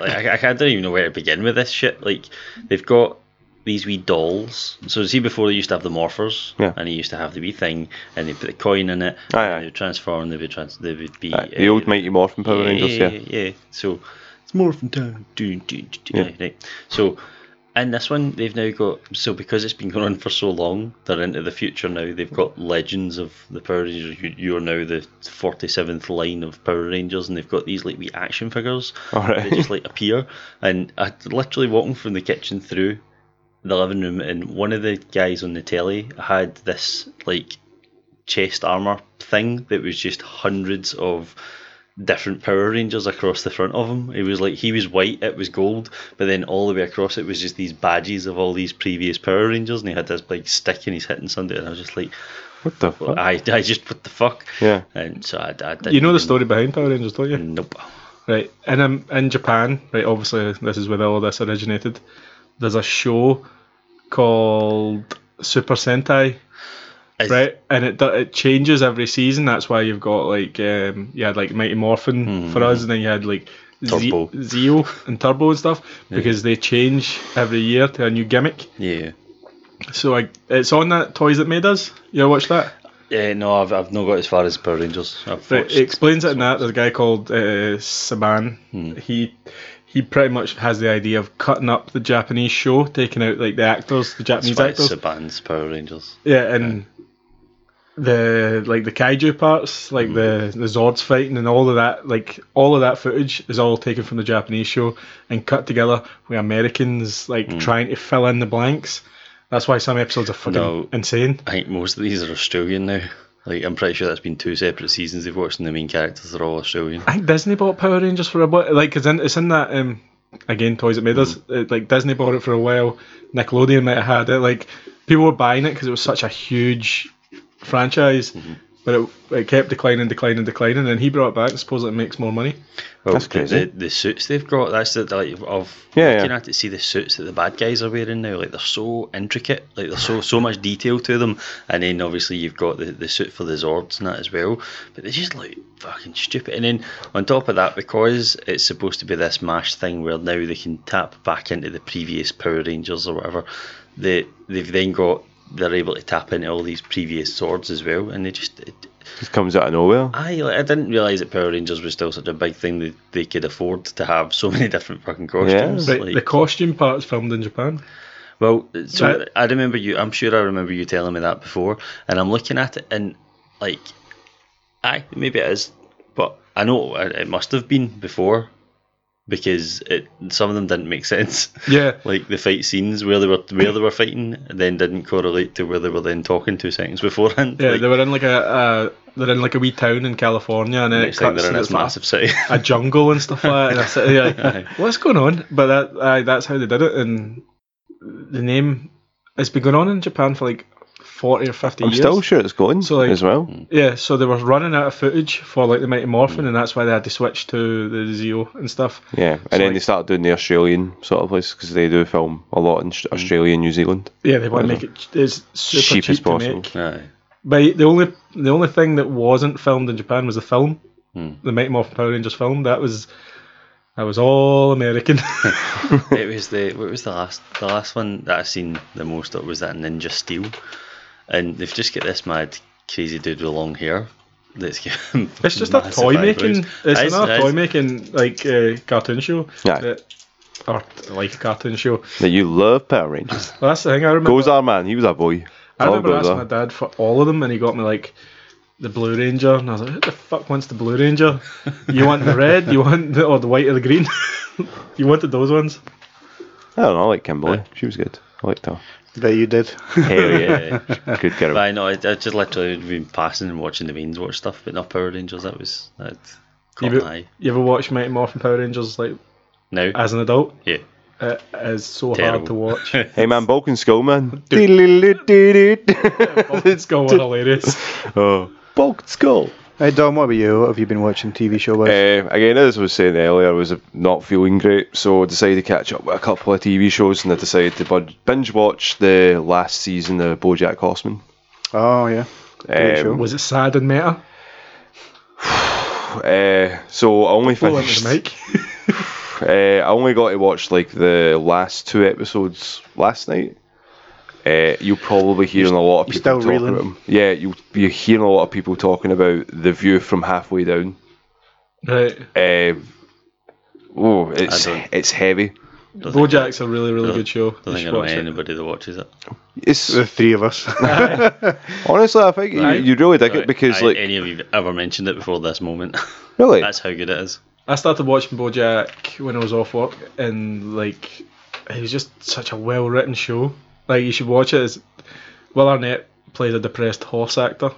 I, I, I don't even know where to begin with this shit. Like they've got these wee dolls. So see, before they used to have the morphers, Yeah. and they used to have the wee thing, and they put the coin in it, Aye, aye. and they would transform, they would trans, they would be Aye, the uh, old Mighty Morphin Power Rangers. Yeah. yeah, yeah. So it's more from time. Do, do, do, do, Yeah. right. So in this one, they've now got so because it's been going on for so long, they're into the future now. They've got Legends of the Power Rangers. You, you are now the forty seventh line of Power Rangers, and they've got these like wee action figures. All right. They just like appear, and I literally walking from the kitchen through the living room, and one of the guys on the telly had this like chest armor thing that was just hundreds of different Power Rangers across the front of him. It was like he was white, it was gold, but then all the way across it was just these badges of all these previous Power Rangers, and he had this big stick and he's hitting somebody, and I was just like, What the fuck? I, I just what the fuck, Yeah. and so I, I didn't You know the even- story behind Power Rangers, don't you? Nope. Right, and um, in Japan, right, obviously this is where all this originated. There's a show called Super Sentai, Is- right, and it do- it changes every season. That's why you've got like um, you had like Mighty Morphin for us, and then you had like Ze- Turbo. Zeo and Turbo and stuff because they change every year to a new gimmick. Yeah. So like it's on that Toys That Made Us. You watch that? Yeah, Eh, no, I've, I've not got as far as Power Rangers. I've Right, watched, it explains it in that there's a guy called uh, Saban. He he pretty much has the idea of cutting up the Japanese show, taking out like the actors, the Japanese that's why it's actors, Saban's Power Rangers. yeah, and the like the kaiju parts, like the the Zords fighting and all of that, like all of that footage is all taken from the Japanese show and cut together with Americans like trying to fill in the blanks. That's why some episodes are fucking No. insane. I think most of these are Australian now. Like, I'm pretty sure that's been two separate seasons they've watched, and the main characters are all Australian. I think Disney bought Power Rangers for a bit. Like, 'cause in, it's in that um, again, Toys That Made Us. It, like Disney bought it for a while. Nickelodeon might have had it. Like, people were buying it because it was such a huge franchise, Mm-hmm. but it, it kept declining, declining, declining. And then he brought it back. I suppose it makes more money. Well, That's crazy. The, the, the suits they've got, that's the, like, of, Yeah, you yeah. can actually see the suits that the bad guys are wearing now. Like, they're so intricate, like, there's so, so much detail to them. And then, obviously, you've got the, the suit for the Zords and that as well. But they just look fucking stupid. And then, on top of that, because it's supposed to be this MASH thing where now they can tap back into the previous Power Rangers or whatever, they, they've then got, they're able to tap into all these previous swords as well. And they just, it, Just comes out of nowhere. I I didn't realize that Power Rangers was still such a big thing that they could afford to have so many different fucking costumes. Right, like- the costume part's filmed in Japan. well, so Right. I remember you. I'm sure I remember you telling me that before, and I'm looking at it and like, I maybe it is, but I know it it must have been before because it some of them didn't make sense. Yeah, Like the fight scenes where they were where they were fighting, then didn't correlate to where they were then talking two seconds beforehand. yeah. like, they were in like a uh, they're in like a wee town in California, and then it next thing cuts they're in and it's this like massive city. a jungle and stuff like that. And I said, yeah, what's going on? But that aye, that's how they did it, and the name it's been going on in Japan for like 40 or 50 I'm years. still sure it's going So, like- as well. Yeah, so they were running out of footage for like the Mighty Morphin, and that's why they had to switch to the Zeo and stuff. Yeah, and then they started doing the Australian sort of place because they do film a lot in Sh- Australia and New Zealand. Yeah, they want to make it ch- as super Cheap cheap, as to possible. make. Aye. But the only the only thing that wasn't filmed in Japan was the film, Hmm. the Mighty Morphin Power Rangers film. That was that was all American. it was the what was the last the last one that I seen the most of was that Ninja Steel, and they've just got this mad crazy dude with long hair. That's given it's just a massive toy eyebrows. making. It's Aye, another aye. toy making like uh, cartoon show. Yeah. that- or like a cartoon show. That you love Power Rangers. Well, that's the thing I remember. Gozar man, he was a boy. I Love remember asking my Gozar. dad for all of them, and he got me like the Blue Ranger, and I was like, "Who the fuck wants the Blue Ranger? You want the red? You want the, or the white or the green? you wanted those ones? I don't know. I like Kimberly. She was good. I liked her. That you did. Hell Yeah, good girl. but I know I, I just literally been passing and watching the Beans watch stuff, but not Power Rangers. That was that caught You my ever, eye. you ever watch Mighty Morphin Power Rangers like Now, as an adult? yeah, It is so hard Terrible. to watch. Hey man, Balkan Skull man. it's going hilarious. oh, Balkan Skull. Hey Dom, what about you? What have you been watching TV show wise? Uh, again, as I was saying earlier, I was not feeling great, so I decided to catch up with a couple of TV shows, and I decided to bud- binge watch the last season of BoJack Horseman. oh yeah. Great Um, show. Was it sad and meta? Uh, so I only Blow into finished. the mic. Uh, I only got to watch like the last two episodes last night. Uh, you'll probably hearing a lot of people still talking reeling? about 'em. Yeah, you'll be hearing a lot of people talking about the view from halfway down. Right. Uh, oh, it's don't- it's heavy. BoJack's a really, really good show. Oh, I You don't think I should know watch it. anybody that watches it. It's The three of us. honestly, I think you, Right. you really dig Right, it because I- like any of you ever mentioned it before this moment? really, That's how good it is. I started watching BoJack when I was off work, and like, it was just such a well-written show. Like, you should watch it. It's, Will Arnett plays a depressed horse actor.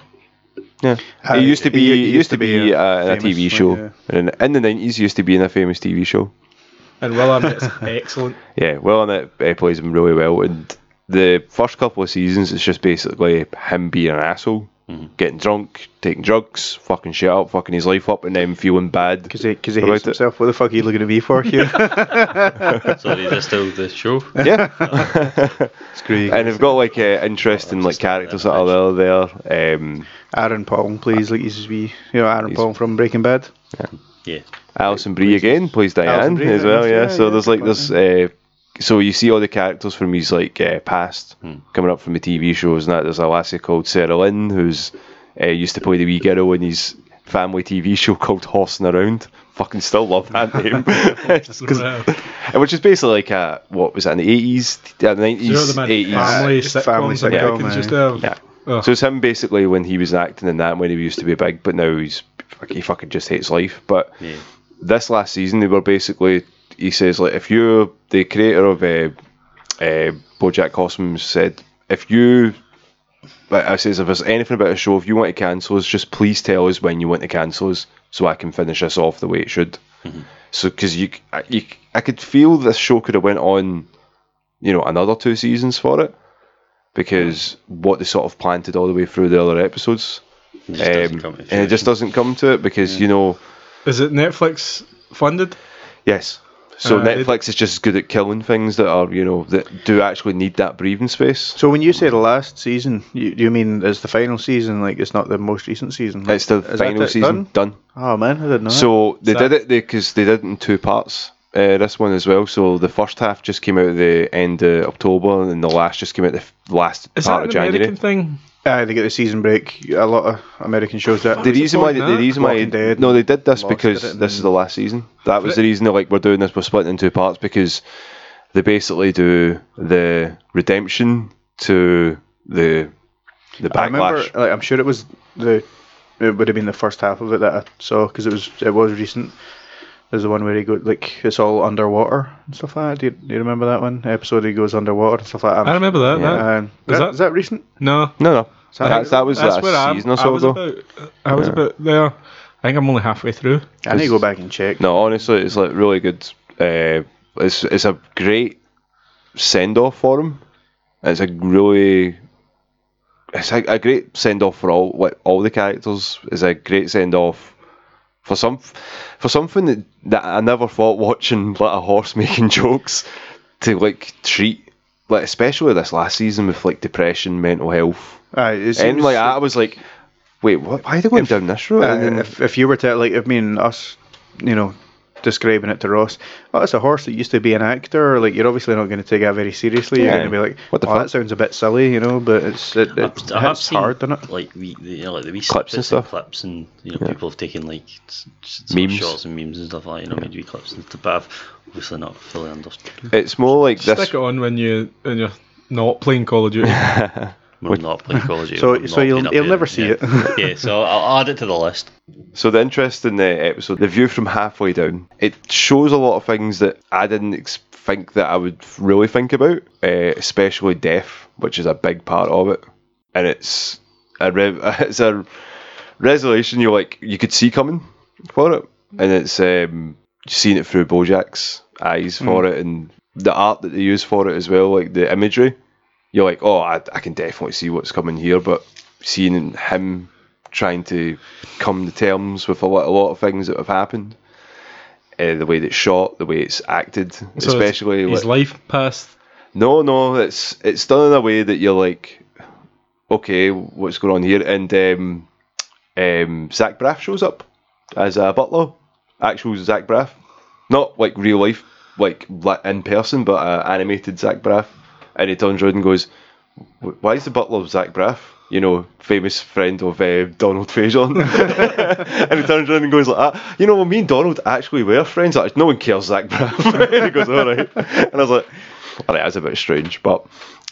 yeah. How- it used to be he it used, to be uh, in a famous TV one, show, yeah. and in, in the nineties, used to be in a famous TV show. And Will Arnett's excellent. Yeah, well, and it, it plays him really well. And the first couple of seasons, it's just basically him being an asshole, getting drunk, taking drugs, fucking shit up, fucking his life up, and then feeling bad Because he, cause he about hates it. himself. What the fuck are you looking at me for here? Sorry, is this still the show? Yeah, Screw you. and they've got like uh, interesting like characters that are there. Um, Aaron Paul plays like he's wee. You know Aaron Paul from Breaking Bad. Yeah. Alison Brie again plays Alison Diane Brie, as well. that's- Yeah, yeah, so yeah, there's good like point, this. Uh, so you see all the characters from his like uh, past Hmm. coming up from the TV shows and that. There's a lassie called Sarah Lynn who's uh, used to play the wee girl in his family TV show called Horsing Around. Fucking still love that name. It's 'cause- Wow. Which is basically like a what was that in the eighties, You know the nineties, man eighties. family just family sitcoms that sitcom, Americans eh? used to have. Yeah. Oh. So it's him basically when he was acting in that when he used to be big, but now he's he fucking just hates life. But Yeah. this last season they were basically he says like if you're the creator of uh, uh, BoJack Horseman said if you but I says if there's anything about a show if you want to cancel us just please tell us when you want to cancel us so I can finish this off the way it should so because you, c- I- you c- I could feel this show could have went on you know another two seasons for it because what they sort of planted all the way through the other episodes It just doesn't um, come to and it just doesn't come to it because you know Is it Netflix funded? Yes. So Uh, they- Netflix is just good at killing things that are, you know, that do actually need that breathing space. So when you say the last season, you, do you mean it's the final season? Like it's not the most recent season. Like, It's the is that final it season done? done. Oh man, I didn't know. that. So they So- did it because they did it in two parts. Uh, this one as well. So the first half just came out at the end of October, and then the last just came out the f- last Is part that of an January. American thing? Aye, they get the season break. A lot of American shows that. the reason why called the that? reason why Walking Dead no they did this Lost because did it and this is the last season. That was Fli- the reason they're like we're doing this. We're splitting it in two parts because they basically do the redemption to the the I remember. backlash. Like I'm sure it was the. It would have been the first half of it that I saw because it was it was recent. There's the one where he go like it's all underwater and stuff like that. Do you, do you remember that one episode? He goes underwater and stuff like that. I remember that. Yeah. that. Um, is, that, that- is that recent? No. No, no. I That, think- that was That's last where I'm, season or I so was ago. about. I was about there. I think I'm only halfway through. I need to go back and check. No, honestly, it's like really good. Uh, it's it's a great send off for him. It's a really it's a, a great send off for all like, all the characters. It's a great send off for some for something that, that I never thought watching like a horse making jokes to like treat like especially this last season with like depression, mental health, Aye, it and seems- like that, I was like, wait, what? Why are they going down this road? Uh, and then, if, if you were to like if me and us you know describing it to Ross oh that's a horse that used to be an actor like you're obviously not going to take that very seriously you're Yeah. going to be like What the oh fuck?" that sounds a bit silly you know but it's it, it, I've- I have it's hard doesn't it Like we, the, you know, like the wee Clips and snippets and stuff. clips, and you know, Yeah. people have taken like s- s- Memes. shots and memes and stuff like you know, made wee clips and stuff. But I've obviously not fully understood. it's more like this. Stick it on when you when you're not playing Call of Duty. We're not playing Call of Duty. So- we've so not you'll- been up you'll here, never see yeah. it. yeah, so I'll add it to the list. So the interesting uh, episode, the view from halfway down, it shows a lot of things that I didn't ex- think that I would really think about, uh, especially death, which is a big part of it, and it's a re- it's a resolution you like you could see coming for it, and it's um, seeing it through Bojack's Hmm. eyes for it, and the art that they use for it as well, like the imagery. You're like, oh, I, I can definitely see what's coming here, but seeing him trying to come to terms with a lot, a lot of things that have happened. Uh, the way that it's shot, the way it's acted, So it's- especially his like- life past. no, no, it's it's done in a way that you're like, okay, what's going on here? And um, um, Zach Braff shows up as a butler, actual Zach Braff, not like real life, like li- in person, but uh, animated Zach Braff. And he turns around and goes, "Wh- "Why is the butler Zach Braff?" You know, famous friend of uh, Donald Faison. and he turns around and goes like that. You know, well, me and Donald actually were friends. Like, no one cares, Zach Braff. and he goes, all right. And I was like, all right, that's a bit strange. But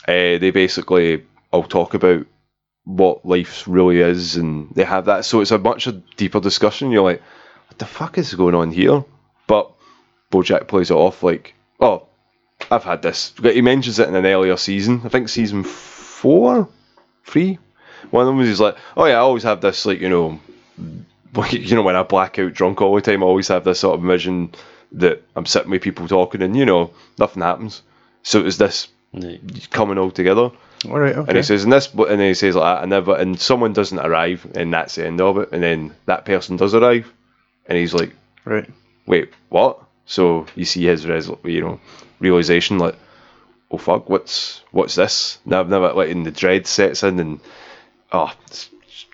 uh, they basically all talk about what life really is, and they have that. So it's a much a deeper discussion. You're like, what the fuck is going on here? But BoJack plays it off like, oh, I've had this. He mentions it in an earlier season. I think season four, three. One of them was he's like, oh yeah, I always have this like you know like, you know, when I black out drunk all the time, I always have this sort of vision that I'm sitting with people talking and, you know, nothing happens. So it was this Yeah. coming all together. all right okay And he says, and this, and then he says like that, and, never, and someone doesn't arrive, and that's the end of it. And then that person does arrive, and he's like, right wait, what? So you see his res- you know realization like, oh fuck, what's what's this? Now I've never like, and the dread sets in, and oh, it's-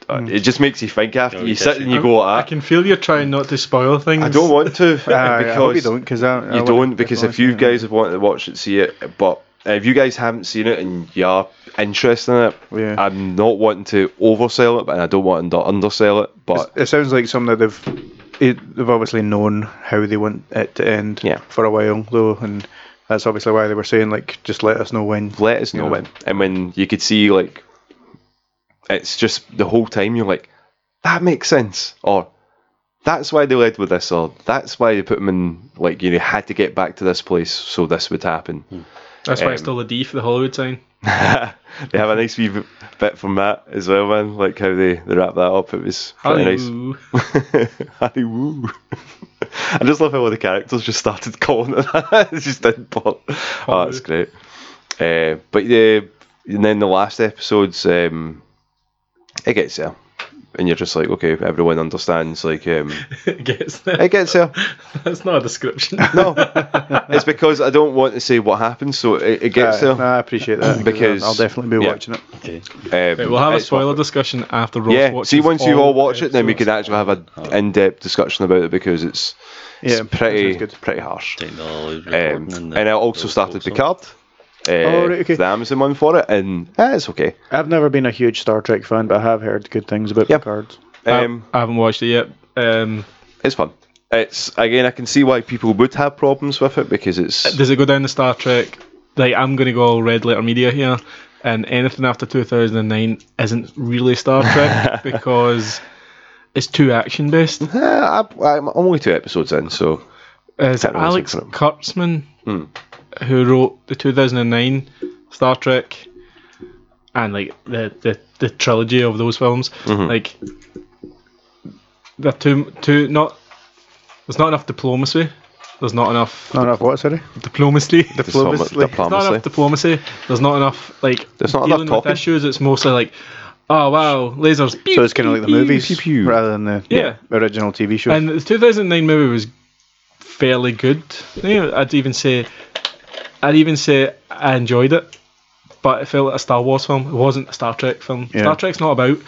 uh, Hmm. it just makes you think after No, you you sit definitely- and you go like, I that. can feel you're trying not to spoil things. I don't want to Ah, I hope Uh, because you don't because I, I you wanna- don't because I wanna if see you it. guys have wanted to watch it, see it. But if you guys haven't seen it and you are interested in it, Yeah. I'm not wanting to oversell it, but I don't want to undersell it. But it sounds like something that they've it, they've obviously known how they want it to end Yeah. for a while though and that's obviously why they were saying like just let us know when let us know Yeah. when. And when you could see, like, it's just the whole time you're like, that makes sense. Or that's why they led with this. Or that's why they put him in, like, you know, had to get back to this place so this would happen. Hmm. That's why Um, it's still a D for the Hollywood sign. they have a nice wee b- bit from that as well, man. Like how they, they wrap that up. It was pretty Hallelujah. nice. Harry Woo. I just love how all the characters just started calling it that. it just didn't pop. Oh, that's great. Uh, but the and then the last episode's um, it gets there, and you're just like, okay, everyone understands. Like um, It gets there. it gets there. That's not a description. No, it's because I don't want to say what happens, so it, it Aye, gets there. no, Uh, I appreciate that 'cause Because- I'll, I'll definitely be yeah. watching it Okay. Um, Right, we'll have a it's worth spoiler discussion after Ross Yeah, watches see, once you all the watch it, then we episodes. can actually have an in-depth discussion about it because it's, it's Yeah, pretty sounds good. pretty harsh. Take the Hollywood Um, recording and the- I also the- started also. Picard, uh, Oh, right, okay. the Amazon one for it, and eh, it's okay. I've never been a huge Star Trek fan, but I have heard good things about Yep. Picard. I- Um, I haven't watched it yet. Um, it's fun. It's again, I can see why people would have problems with it because it's does it go down the Star Trek? Like I'm gonna go all red letter media here, and anything after 2009 isn't really Star Trek because it's too action based. Eh, I, I'm only two episodes in, so Is Can't really Alex speak for him. Kurtzman who wrote the 2009 Star Trek and like the the, the trilogy of those films. Like they're too too not. There's not enough diplomacy There's not enough Not enough what, sorry? diplomacy. Diplomacy. There's not enough diplomacy. There's not enough like There's eh. not enough dealing talking. with issues. It's mostly like, oh wow, lasers. So it's kind of like the movies pew, pew. rather than the Yeah. original TV show. And the 2009 movie was fairly good. You know, I'd even say, I'd even say I enjoyed it, but it felt like a Star Wars film. It wasn't a Star Trek film. Yeah. Star Trek's not about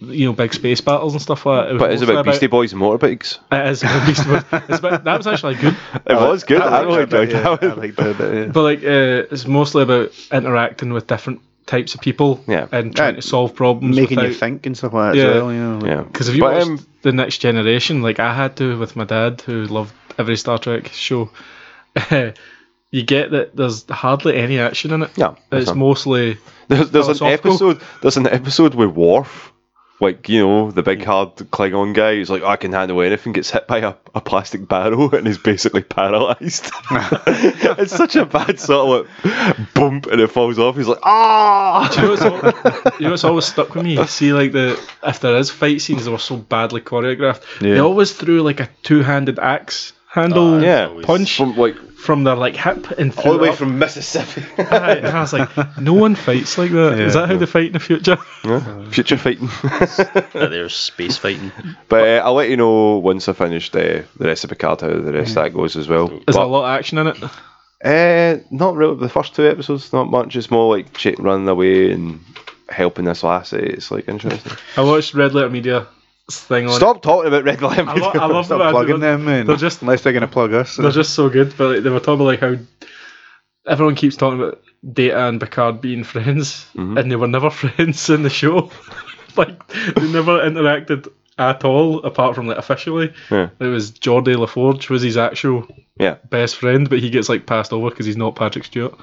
you know big space battles and stuff like that. was But it's mostly about Beastie Boys and motorbikes. It is about Beastie Boys. It's about, that was actually good, It was good. I really liked that enjoyed bit, that yeah. one. I liked that bit, yeah. but like uh, it's mostly about interacting with different types of people Yeah. Uh, and trying Yeah. to solve problems. Making you without- think and stuff like that Yeah. as well, you know. like- Yeah. Because if you But, watched um, the Next Generation, like I had to with my dad, who loved every Star Trek show, you get that there's hardly any action in it. Yeah, there's it's none. mostly There's, there's an philosophical. episode. There's an episode with Worf, like you know, the big hard Klingon guy. who's like, I can handle anything. Gets hit by a, a plastic barrel and is basically paralysed. it's such a bad sort of like, bump, and it falls off. He's like, ah. you know, it's al- you know what's always stuck with me. You see, like the if there is fight scenes that were so badly choreographed, they Yeah. always threw like a two-handed axe handle Uh, Oh, Yeah, Always. punch from, from like their like hip and threw all it the way up. from Mississippi. Aye, and I was like, no one fights like that. Is that how they fight in the future? Future fighting. that there's space fighting. But uh, I'll let you know once I finished uh, the rest of Picard how the rest of that goes as well. There's a But, lot of action in it. uh, not really. The first two episodes, not much. It's more like chick running away and helping this lassie. It's like interesting. I watched Red Letter Media thing on Stop talking about Red I, Lion. lo- I love Stop that. plugging they're, them, man. they're just- Unless they're going to plug us. they're just so good, but like, they were talking about like how everyone keeps talking about Data and Picard being friends, Mm-hmm. and they were never friends in the show. like they never interacted at all, apart from like officially. Yeah. It was Geordie LaForge was his actual Yeah. best friend, but he gets like passed over because he's not Patrick Stewart,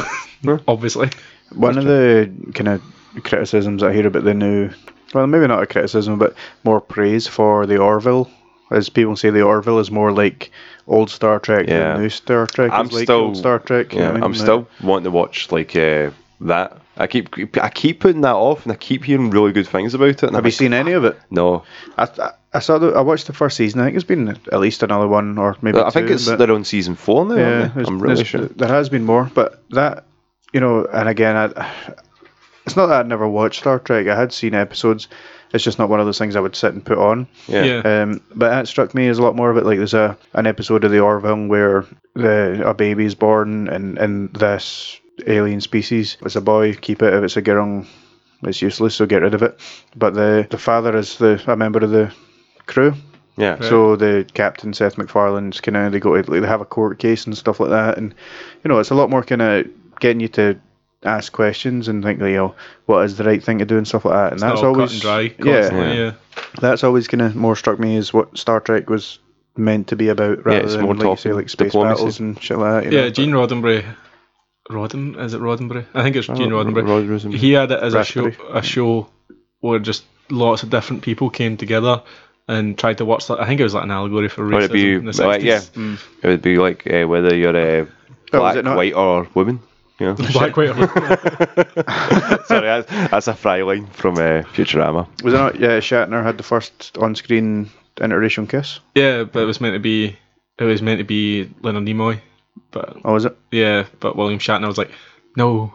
obviously. One of the kind of criticisms I hear about the new, well, maybe not a criticism, but more praise for the Orville, is people say the Orville is more like old Star Trek Yeah. than new Star Trek. I'm is like still- old Star Trek. you know Yeah, what I mean? I'm Like- still wanting to watch like uh, that. I keep I keep putting that off, and I keep hearing really good things about it. And Have I'm you like, seen any of it? No, I, I, I saw the, I watched the first season. I think it's been at least another one or maybe. I think two, it's but- they're on season four now. Yeah, Yeah, there's- I'm really there's- sure. There has been more, but that you know, and again, I, it's not that I'd never watched Star Trek. I had seen episodes. It's just not one of those things I would sit and put on. Yeah. Yeah. Um, but that struck me as a lot more of it. Like there's a an episode of the Orville where the a baby is born, and and this alien species. If it's a boy, keep it. If it's a girl, it's useless. So get rid of it. But the the father is the a member of the crew. yeah. So the captain Seth MacFarlane's kind of they go to like, they have a court case and stuff like that, and you know it's a lot more kind of getting you to ask questions and think like, you know, what is the right thing to do and stuff like that, and that's They're all always cut and dry. yeah, Constantly, yeah. that's always kind of more struck me as what Star Trek was meant to be about, rather it's than more like you say talking, like space diplomacy. battles and shit like that. You Yeah, know, but- Gene Roddenberry. Rodden is it Roddenberry? I think it's Gene Rod- Roddenberry. Oh, Rod- Rosenberry. He had it as a show, Raspberry. a show where just lots of different people came together and tried to watch that. I think it was like an allegory for racism. Would it be in the like 60s. yeah? It would be like uh, whether you're a Oh, was black, it not- white, or woman. Yeah. Black White. Sorry, that's, that's a fry line from uh, Futurama. was it not? Yeah, Shatner had the first on-screen interracial kiss. yeah, but it was meant to be. It was meant to be Leonard Nimoy, but Oh, was it? yeah, but William Shatner was like, no,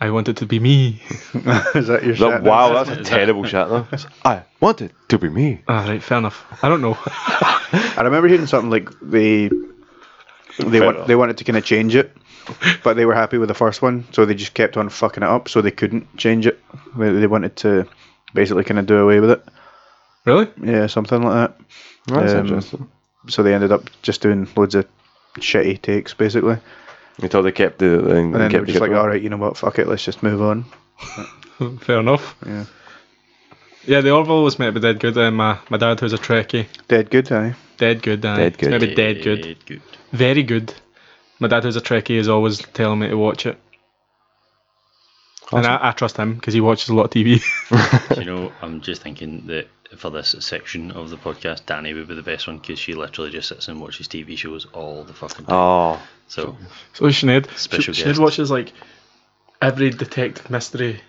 I want it to be me. is that your Like, Shatner? wow, that's a terrible chat though. I want it to be me. All Ah, right, fair enough. I don't know. I remember hearing something like they they Fair want, enough. they wanted to kind of change it, but they were happy with the first one, so they just kept on fucking it up, so they couldn't change it. They they wanted to basically kind of do away with it, really? yeah, something like That's Um, interesting. that. So they ended up just doing loads of shitty takes, basically, Until they kept the and, and then they kept were the just like, good all one. right, you know what, fuck it, let's just move on. Fair enough. Yeah, Yeah, the Orville was meant to be dead good. And my my dad, who's a Trekkie, dead good, eh? aye. Dead good, Dan. Dead good. Maybe dead good. Dead Eh, good. Very good. My dad, who's a Trekkie, is always telling me to watch it. And I, I trust him because he watches a lot of TV. Do you know, I'm just thinking that for this section of the podcast, Danny would be the best one because she literally just sits and watches TV shows all the fucking time. Oh, Ah. so so is Sinead. Special Sinead guest. watches like every detective mystery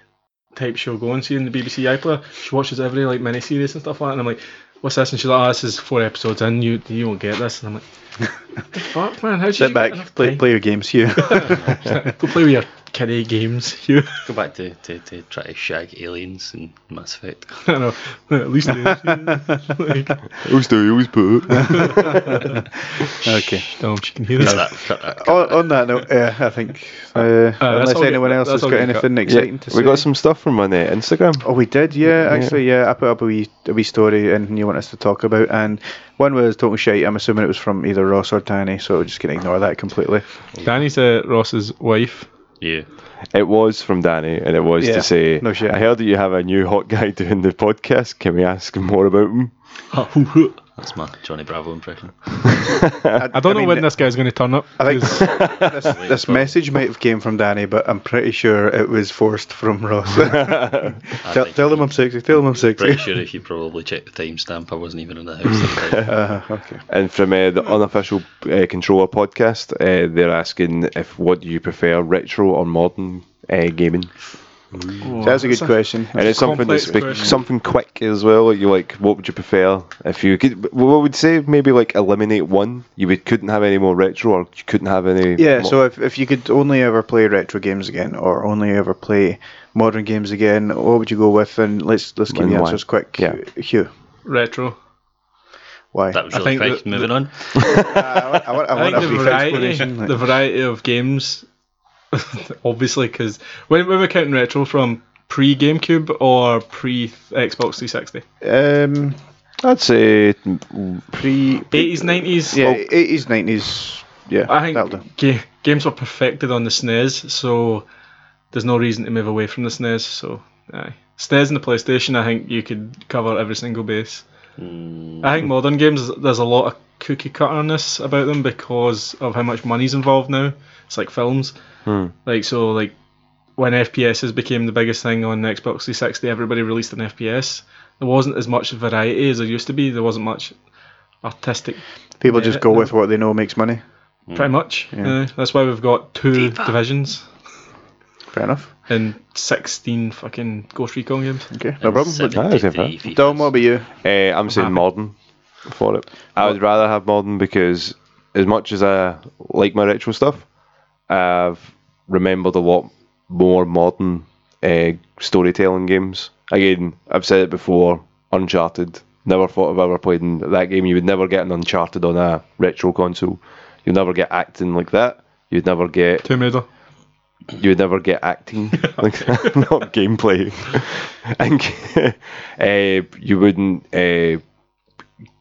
type show going. See in the BBC iPlayer, she watches every like miniseries and stuff like that. And I'm like, what's this? And she's like, oh, this is four episodes in, you you won't get this. And I'm like, "What the fuck, man, how'd you Sit back, play, play your games, Hugh. Go play with your kiddie games, Hugh. Go back to, to, to try to shag aliens and Mass Effect. I don't know, at least like, Always do, always put. okay. no, she can hear that. Cut that, cut that, cut On, on that note, uh, I think uh, unless all good- anyone else that's has all got good, Kat. anything exciting to say, we got some stuff from on uh, Instagram. Oh, we did, yeah. Actually, yeah. I put up a wee, a wee story, and you want us to talk about, and one was talking shite. I'm assuming it was from either Ross or Danny, so we're just gonna ignore that completely. Danny's uh, Ross's wife. Yeah. It was from Danny, and it was Yeah. to say, No shit. I heard that you have a new hot guy doing the podcast. Can we ask him more about him? That's my Johnny Bravo impression. I don't know mean, when this guy's going to turn up. think- 'cause This, this message might have came from Danny, but I'm pretty sure it was forced from Ross. tell, think- tell him I'm sexy. Tell him I'm sexy. Pretty sure if you probably check the timestamp, I wasn't even in the house. at the time. And from uh, the unofficial uh, controller podcast, uh, they're asking if what do you prefer, retro or modern uh, gaming? That's a good question. And it's something Complex that's big, question. something quick as well. Like you like, what would you prefer if you could? Well, I would say maybe like eliminate one. You would, couldn't have any more retro, or you couldn't have any. Yeah, mo- so if, if you could only ever play retro games again, or only ever play modern games again, what would you go with? And let's let's keep And the why? answers quick. Yeah. Hugh, retro. why? That was I really think quick. that- Moving on. I want, I want, I I want think a the brief variety, explanation. the variety of games, obviously, because when, when we're counting retro from pre GameCube or pre Xbox 360, um, I'd say mm, pre 80s, 90s. yeah, eighties, nineties. Yeah, I that'll do. think ga- games were perfected on the SNES, so there's no reason to move away from the SNES. So, aye. SNES and the PlayStation, I think you could cover every single base. I think modern games, there's a lot of cookie cutterness about them because of how much money's involved now. It's like films. Hmm. Like, so, like, when FPSs became the biggest thing on Xbox 360, everybody released an FPS. There wasn't as much variety as there used to be. There wasn't much artistic People yeah, just go no. with what they know makes money. Pretty much. Yeah. that's why we've got two divisions Fair enough. and 16 fucking Ghost Recon games. Okay, no problem. that is it, huh? 73 Dom, what about you? Uh, I'm saying happy. modern for it. I would rather have modern because, as much as I like my retro stuff, I've remembered a lot more modern uh, storytelling games. Again, I've said it before Uncharted. Never thought I've ever played in that game. You would never get an Uncharted on a retro console. You'd never get acting like that. You'd never get Tomb Raider. you would never get acting, like not gameplay. and uh, you wouldn't uh,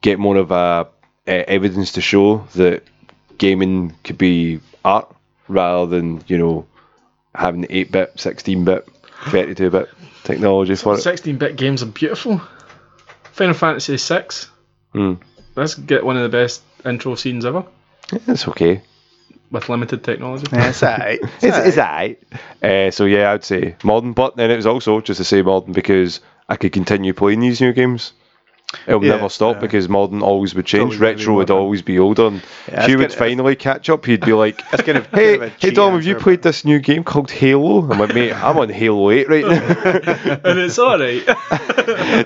get more of a uh, evidence to show that gaming could be art rather than you know having eight bit, sixteen bit, thirty two bit technology for it. 16 bit games are beautiful. Final Fantasy VI. Hmm. Let's get one of the best intro scenes ever It's okay. with limited technology. That's alright. It's, it's alright. Uh, so yeah, I'd say modern, but then it was also just to say modern because I could continue playing these new games. It'll Yeah, never stop because modern always would change. Totally Retro would modern. always be older. And that's Hugh would kinda- finally catch up. He'd be like, kind of- "Hey, kind of a hey cheat Dom, have you answer, played this new game called Halo?" I'm like, "Mate, I'm on Halo 8 right now." and it's alright.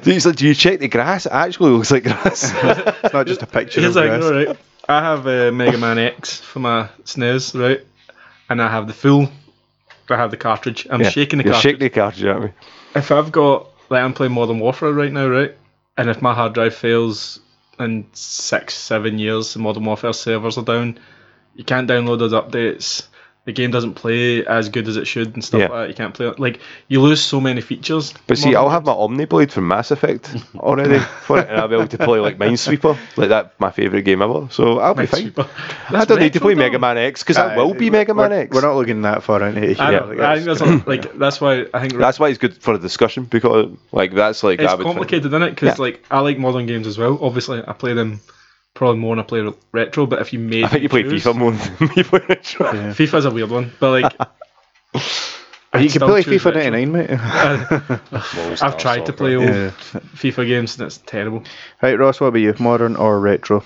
He's like, "Do you check the grass? It actually looks like grass." It's not just a picture of It's like, grass. alright. I have uh, Mega Man X for my SNES, right? And I have the full. I have the cartridge. I'm shaking the You're cartridge. shaking the cartridge at me. if I've got like I'm playing Modern Warfare right now, right? And if my hard drive fails in six, seven years, the Modern Warfare servers are down, you can't download those updates. The game doesn't play as good as it should and stuff Yeah. like that. You can't play it. Like you lose so many features. But see, I'll have my Omni Blade from Mass Effect already for it, and I'll be able to play like Minesweeper, like that, my favourite game ever. So I'll be fine. I don't need to play Mega Man X because I will be Mega Man we're, X. We're not looking that far into it. I, Yeah, know, like, I that's- think that's not, like that's why I think That's why it's good for a discussion because like that's like it's I would find- complicated, isn't it? Because Yeah. like I like modern games as well. Obviously, I play them probably more than I play retro. But if you made, I think you play FIFA more than me play retro. FIFA's a weird one, but like you can still play choose FIFA retro. 99, mate. I've Oh, tried to play old Yeah. FIFA games and it's terrible. Right, Ross, what about you? Modern or retro?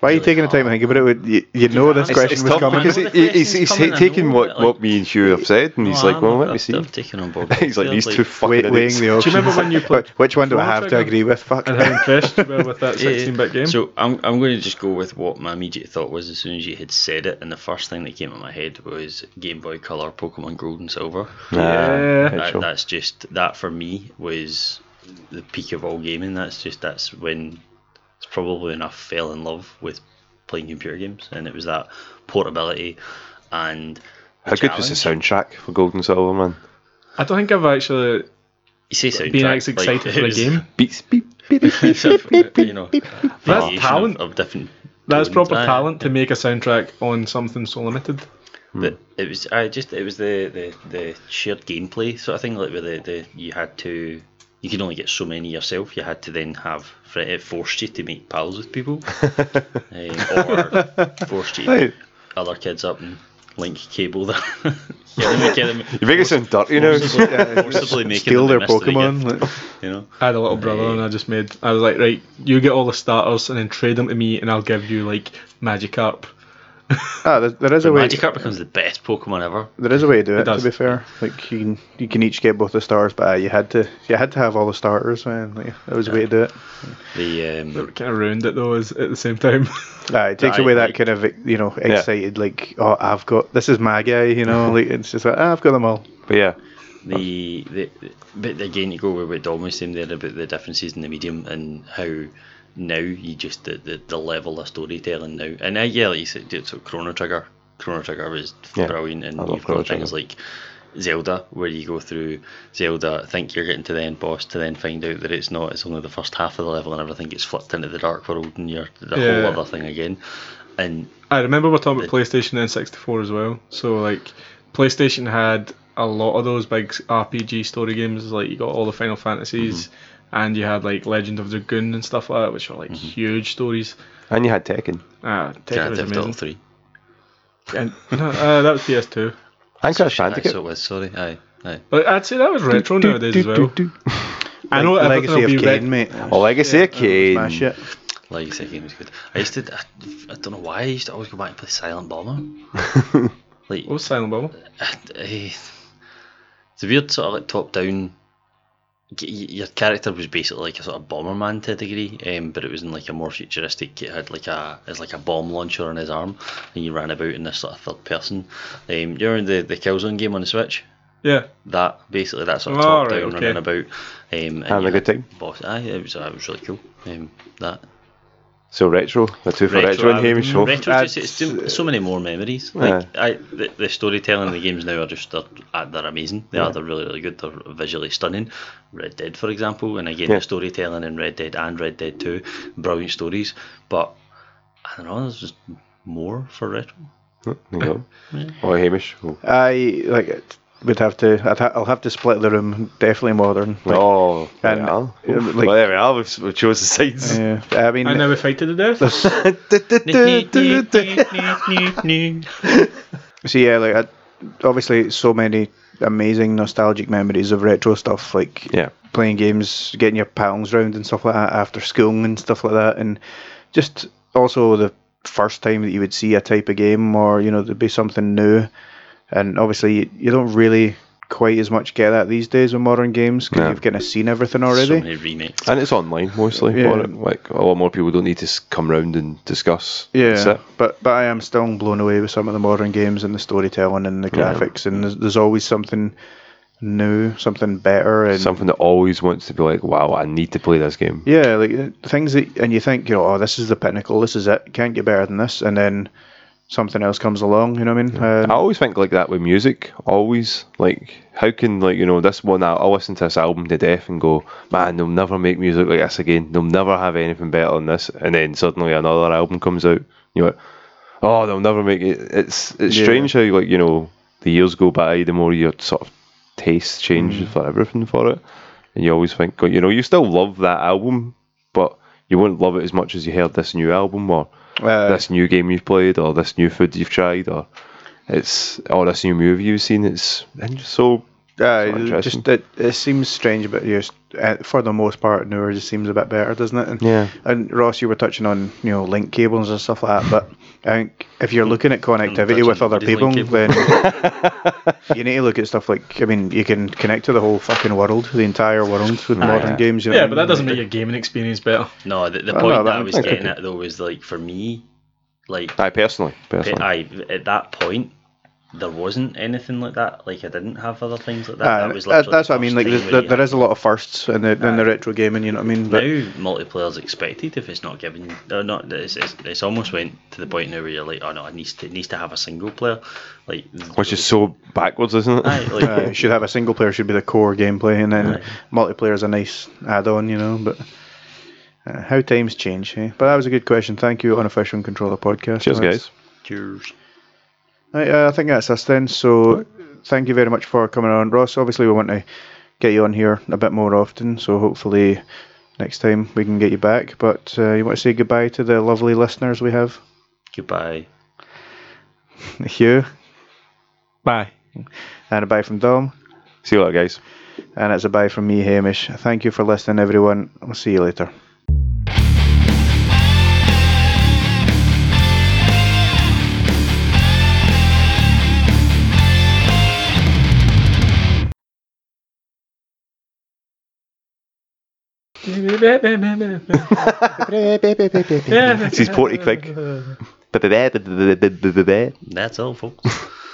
Why are you taking the time to think about it? Would- You, you know this It's- question it's was tough, coming. man. Because he, he- he's, he's, It's coming ta- taking and what, all that, what me and Hugh have said, and he's No, like, I'm well, not- let me I've- see. I've taken on board. He's like, these Like, two fucking Wait, weighing idiots. the Do options. you remember when you played? Wh- Which one do I Chrono have to Trigger? agree with? Fuck. And how impressed you were with that Yeah, yeah. 16-bit game? So I'm, I'm going to just go with what my immediate thought was as soon as you had said it, and the first thing that came to my head was Game Boy Color, Pokemon Gold and Silver. Yeah. head That, show. that's just that for me was the peak of all gaming. That's just that's when it's probably when I fell in love with playing computer games, and it was that portability and. the How good was the challenge. soundtrack for Golden Silver, man? I don't think I've actually You say soundtrack, been as excited like, for the it's- game. Beats, beep, beep, beep. it's a, you know, variation of- talent. Of, different That's tones. proper Aye. talent to make a soundtrack on something so limited. But it was I just it was the, the, the shared gameplay sort of thing like where the, the you had to you could only get so many yourself. You had to then have fr- it forced you to make pals with people, um, or forced you to Hey. pick other kids up and link cable them. get them, get them You make it sound dirty now. forcibly, forcibly making Steal them their a mystery Pokemon. gift, like- you know. I had a little brother and I just made. I was like, right, you get all the starters and then trade them to me, and I'll give you like Magikarp. Ah, there, there is a way. Magikarp becomes the best Pokemon ever. There is a way to do it. to does. be fair, like you can, you can each get both the stars, but uh, you had to you had to have all the starters, man. Like, that was a way to do it. The um, Kind of ruined it though, is at the same time. Aye, Ah, it takes Aye, away like- that kind of you know excited like oh I've got this is my guy you know like it's just like ah, I've got them all. But yeah, the, the but again you go with what Dom was saying there about the differences in the medium and how now you just the, the, the level of storytelling now and uh, yeah like you said dude, so Chrono Trigger Chrono Trigger was Yeah, brilliant and I love you've Chrono got things like Zelda where you go through Zelda think you're getting to the end boss to then find out that it's not it's only the first half of the level and everything gets flipped into the dark world and you're the Yeah. whole other thing again and I remember we're talking about PlayStation and 64 as well. So like, PlayStation had a lot of those big RPG story games. Like you got all the Final Fantasies, Mm-hmm. and you had like Legend of Dragoon and stuff like that, which are like huge stories. and you had Tekken Ah, Tekken Grand was Theft Auto amazing. 3 And, no, uh, that was PS2. and Crash Aye, so Bandicoot. it was sorry aye aye But I'd say that was retro nowadays as well. I know Like, everything Legacy will of be Kain, ret- mate. Or Oh, Legacy of Kain. uh, Smash it. Like you said, game was good. I used to. I, I don't know why I used to always go back and play Silent Bomber. like What was Silent Bubble? eh, it's a weird sort of like top down. Your character was basically like a sort of bomberman to a degree, um, but it was in like a more futuristic. It had like a it's like a bomb launcher on his arm, and you ran about in this sort of third person. Um, you remember the the Killzone game on the Switch? Yeah. That basically that sort of Oh, top right, down okay. running about. Um, and Having you a good had time. Boss, aye, it was uh, it was really cool. Um, that So retro, the two for retro, in Hamish. Oh, retro, Show. just, it's doing so many more memories. Like I, the, the storytelling in the games now are just they're, uh, they're amazing. They are they're really really good. They're visually stunning. Red Dead, for example, and again Yeah. the storytelling in Red Dead and Red Dead Two, brilliant stories. But I don't know, there's just more for retro. There you go. Oh, Hamish. Oh, I like it would have to I'd ha- I'll have to split the room definitely modern. Like, oh there we and- are. yeah, Oof. like- well, there we are. We've, we've chose the sides. Yeah, I mean I never fight to the death. So yeah, like I, obviously so many amazing nostalgic memories of retro stuff, like Yeah. playing games, getting your pals round and stuff like that after school and stuff like that, and just also the first time that you would see a type of game or you know there'd be something new, and obviously you, you don't really quite as much get that these days with modern games because No. you've kind of seen everything So already. many remakes. And it's online mostly. Yeah. For it. Like a lot more people don't need to s- come round and discuss. That's Yeah, it. but but I am still blown away with some of the modern games and the storytelling and the graphics, and there's, there's always something new, something better, and Something that always wants to be like, wow, I need to play this game. yeah, like uh, things that and you think you know, oh, this is the pinnacle, this is it, can't get better than this, and then something else comes along. You know what I mean? Uh, I always think like that with music. Always like, how can like you know this one? I I listen to this album to death and go, man, they'll never make music like this again. They'll never have anything better than this. And then suddenly another album comes out. You're like, oh, they'll never make it. It's it's Yeah. strange how like you know the years go by, the more your sort of taste changes for everything for it. And you always think, you know, you still love that album, but you wouldn't love it as much as you heard this new album or uh, this new game you've played or this new food you've tried or it's or this new movie you've seen it's and just so not Uh, interesting. just it, it seems strange, but yes, uh, for the most part, newer just seems a bit better, doesn't it? And, Yeah. And Ross, you were touching on you know link cables and stuff like that, but I think if you're looking at connectivity with touching other anybody's people, link then you need to look at stuff like I mean, you can connect to the whole fucking world, the entire world with modern Ah, yeah. games. You know Yeah, what but I mean? that doesn't make your gaming experience better. No, the, the Well, point no, that I that- was that could getting be- at though is like for me, like I personally, personally. I at that point there wasn't anything like that. Like I didn't have other things like that. Aye, that was Ah, that- literally Ah. that's the what I mean. first Like, time there's, where there, you there had- is a lot of firsts in the in the retro gaming. You know what I mean? But now multiplayer's expected if it's not given. They're not. It's, it's, it's almost went to the point now where you're like, oh no, it needs to, it needs to have a single player, like Which is so backwards, isn't it? Aye, like, uh, you should have a single player should be the core gameplay, and then multiplayer is a nice add-on, you know. But uh, how times change, eh? But that was a good question. Thank you, unofficial controller podcast. Cheers, That's- guys. Cheers. Right, uh, I think that's us then. So thank you very much for coming on, Ross. Obviously, we want to get you on here a bit more often. So hopefully next time we can get you back. But uh, you want to say goodbye to the lovely listeners we have, Goodbye. Hugh, Bye. and a bye from Dom, See you later, guys. and it's a bye from me, Hamish. Thank you for listening, everyone. We'll see you later. This is Porty Quick. That's all, folks.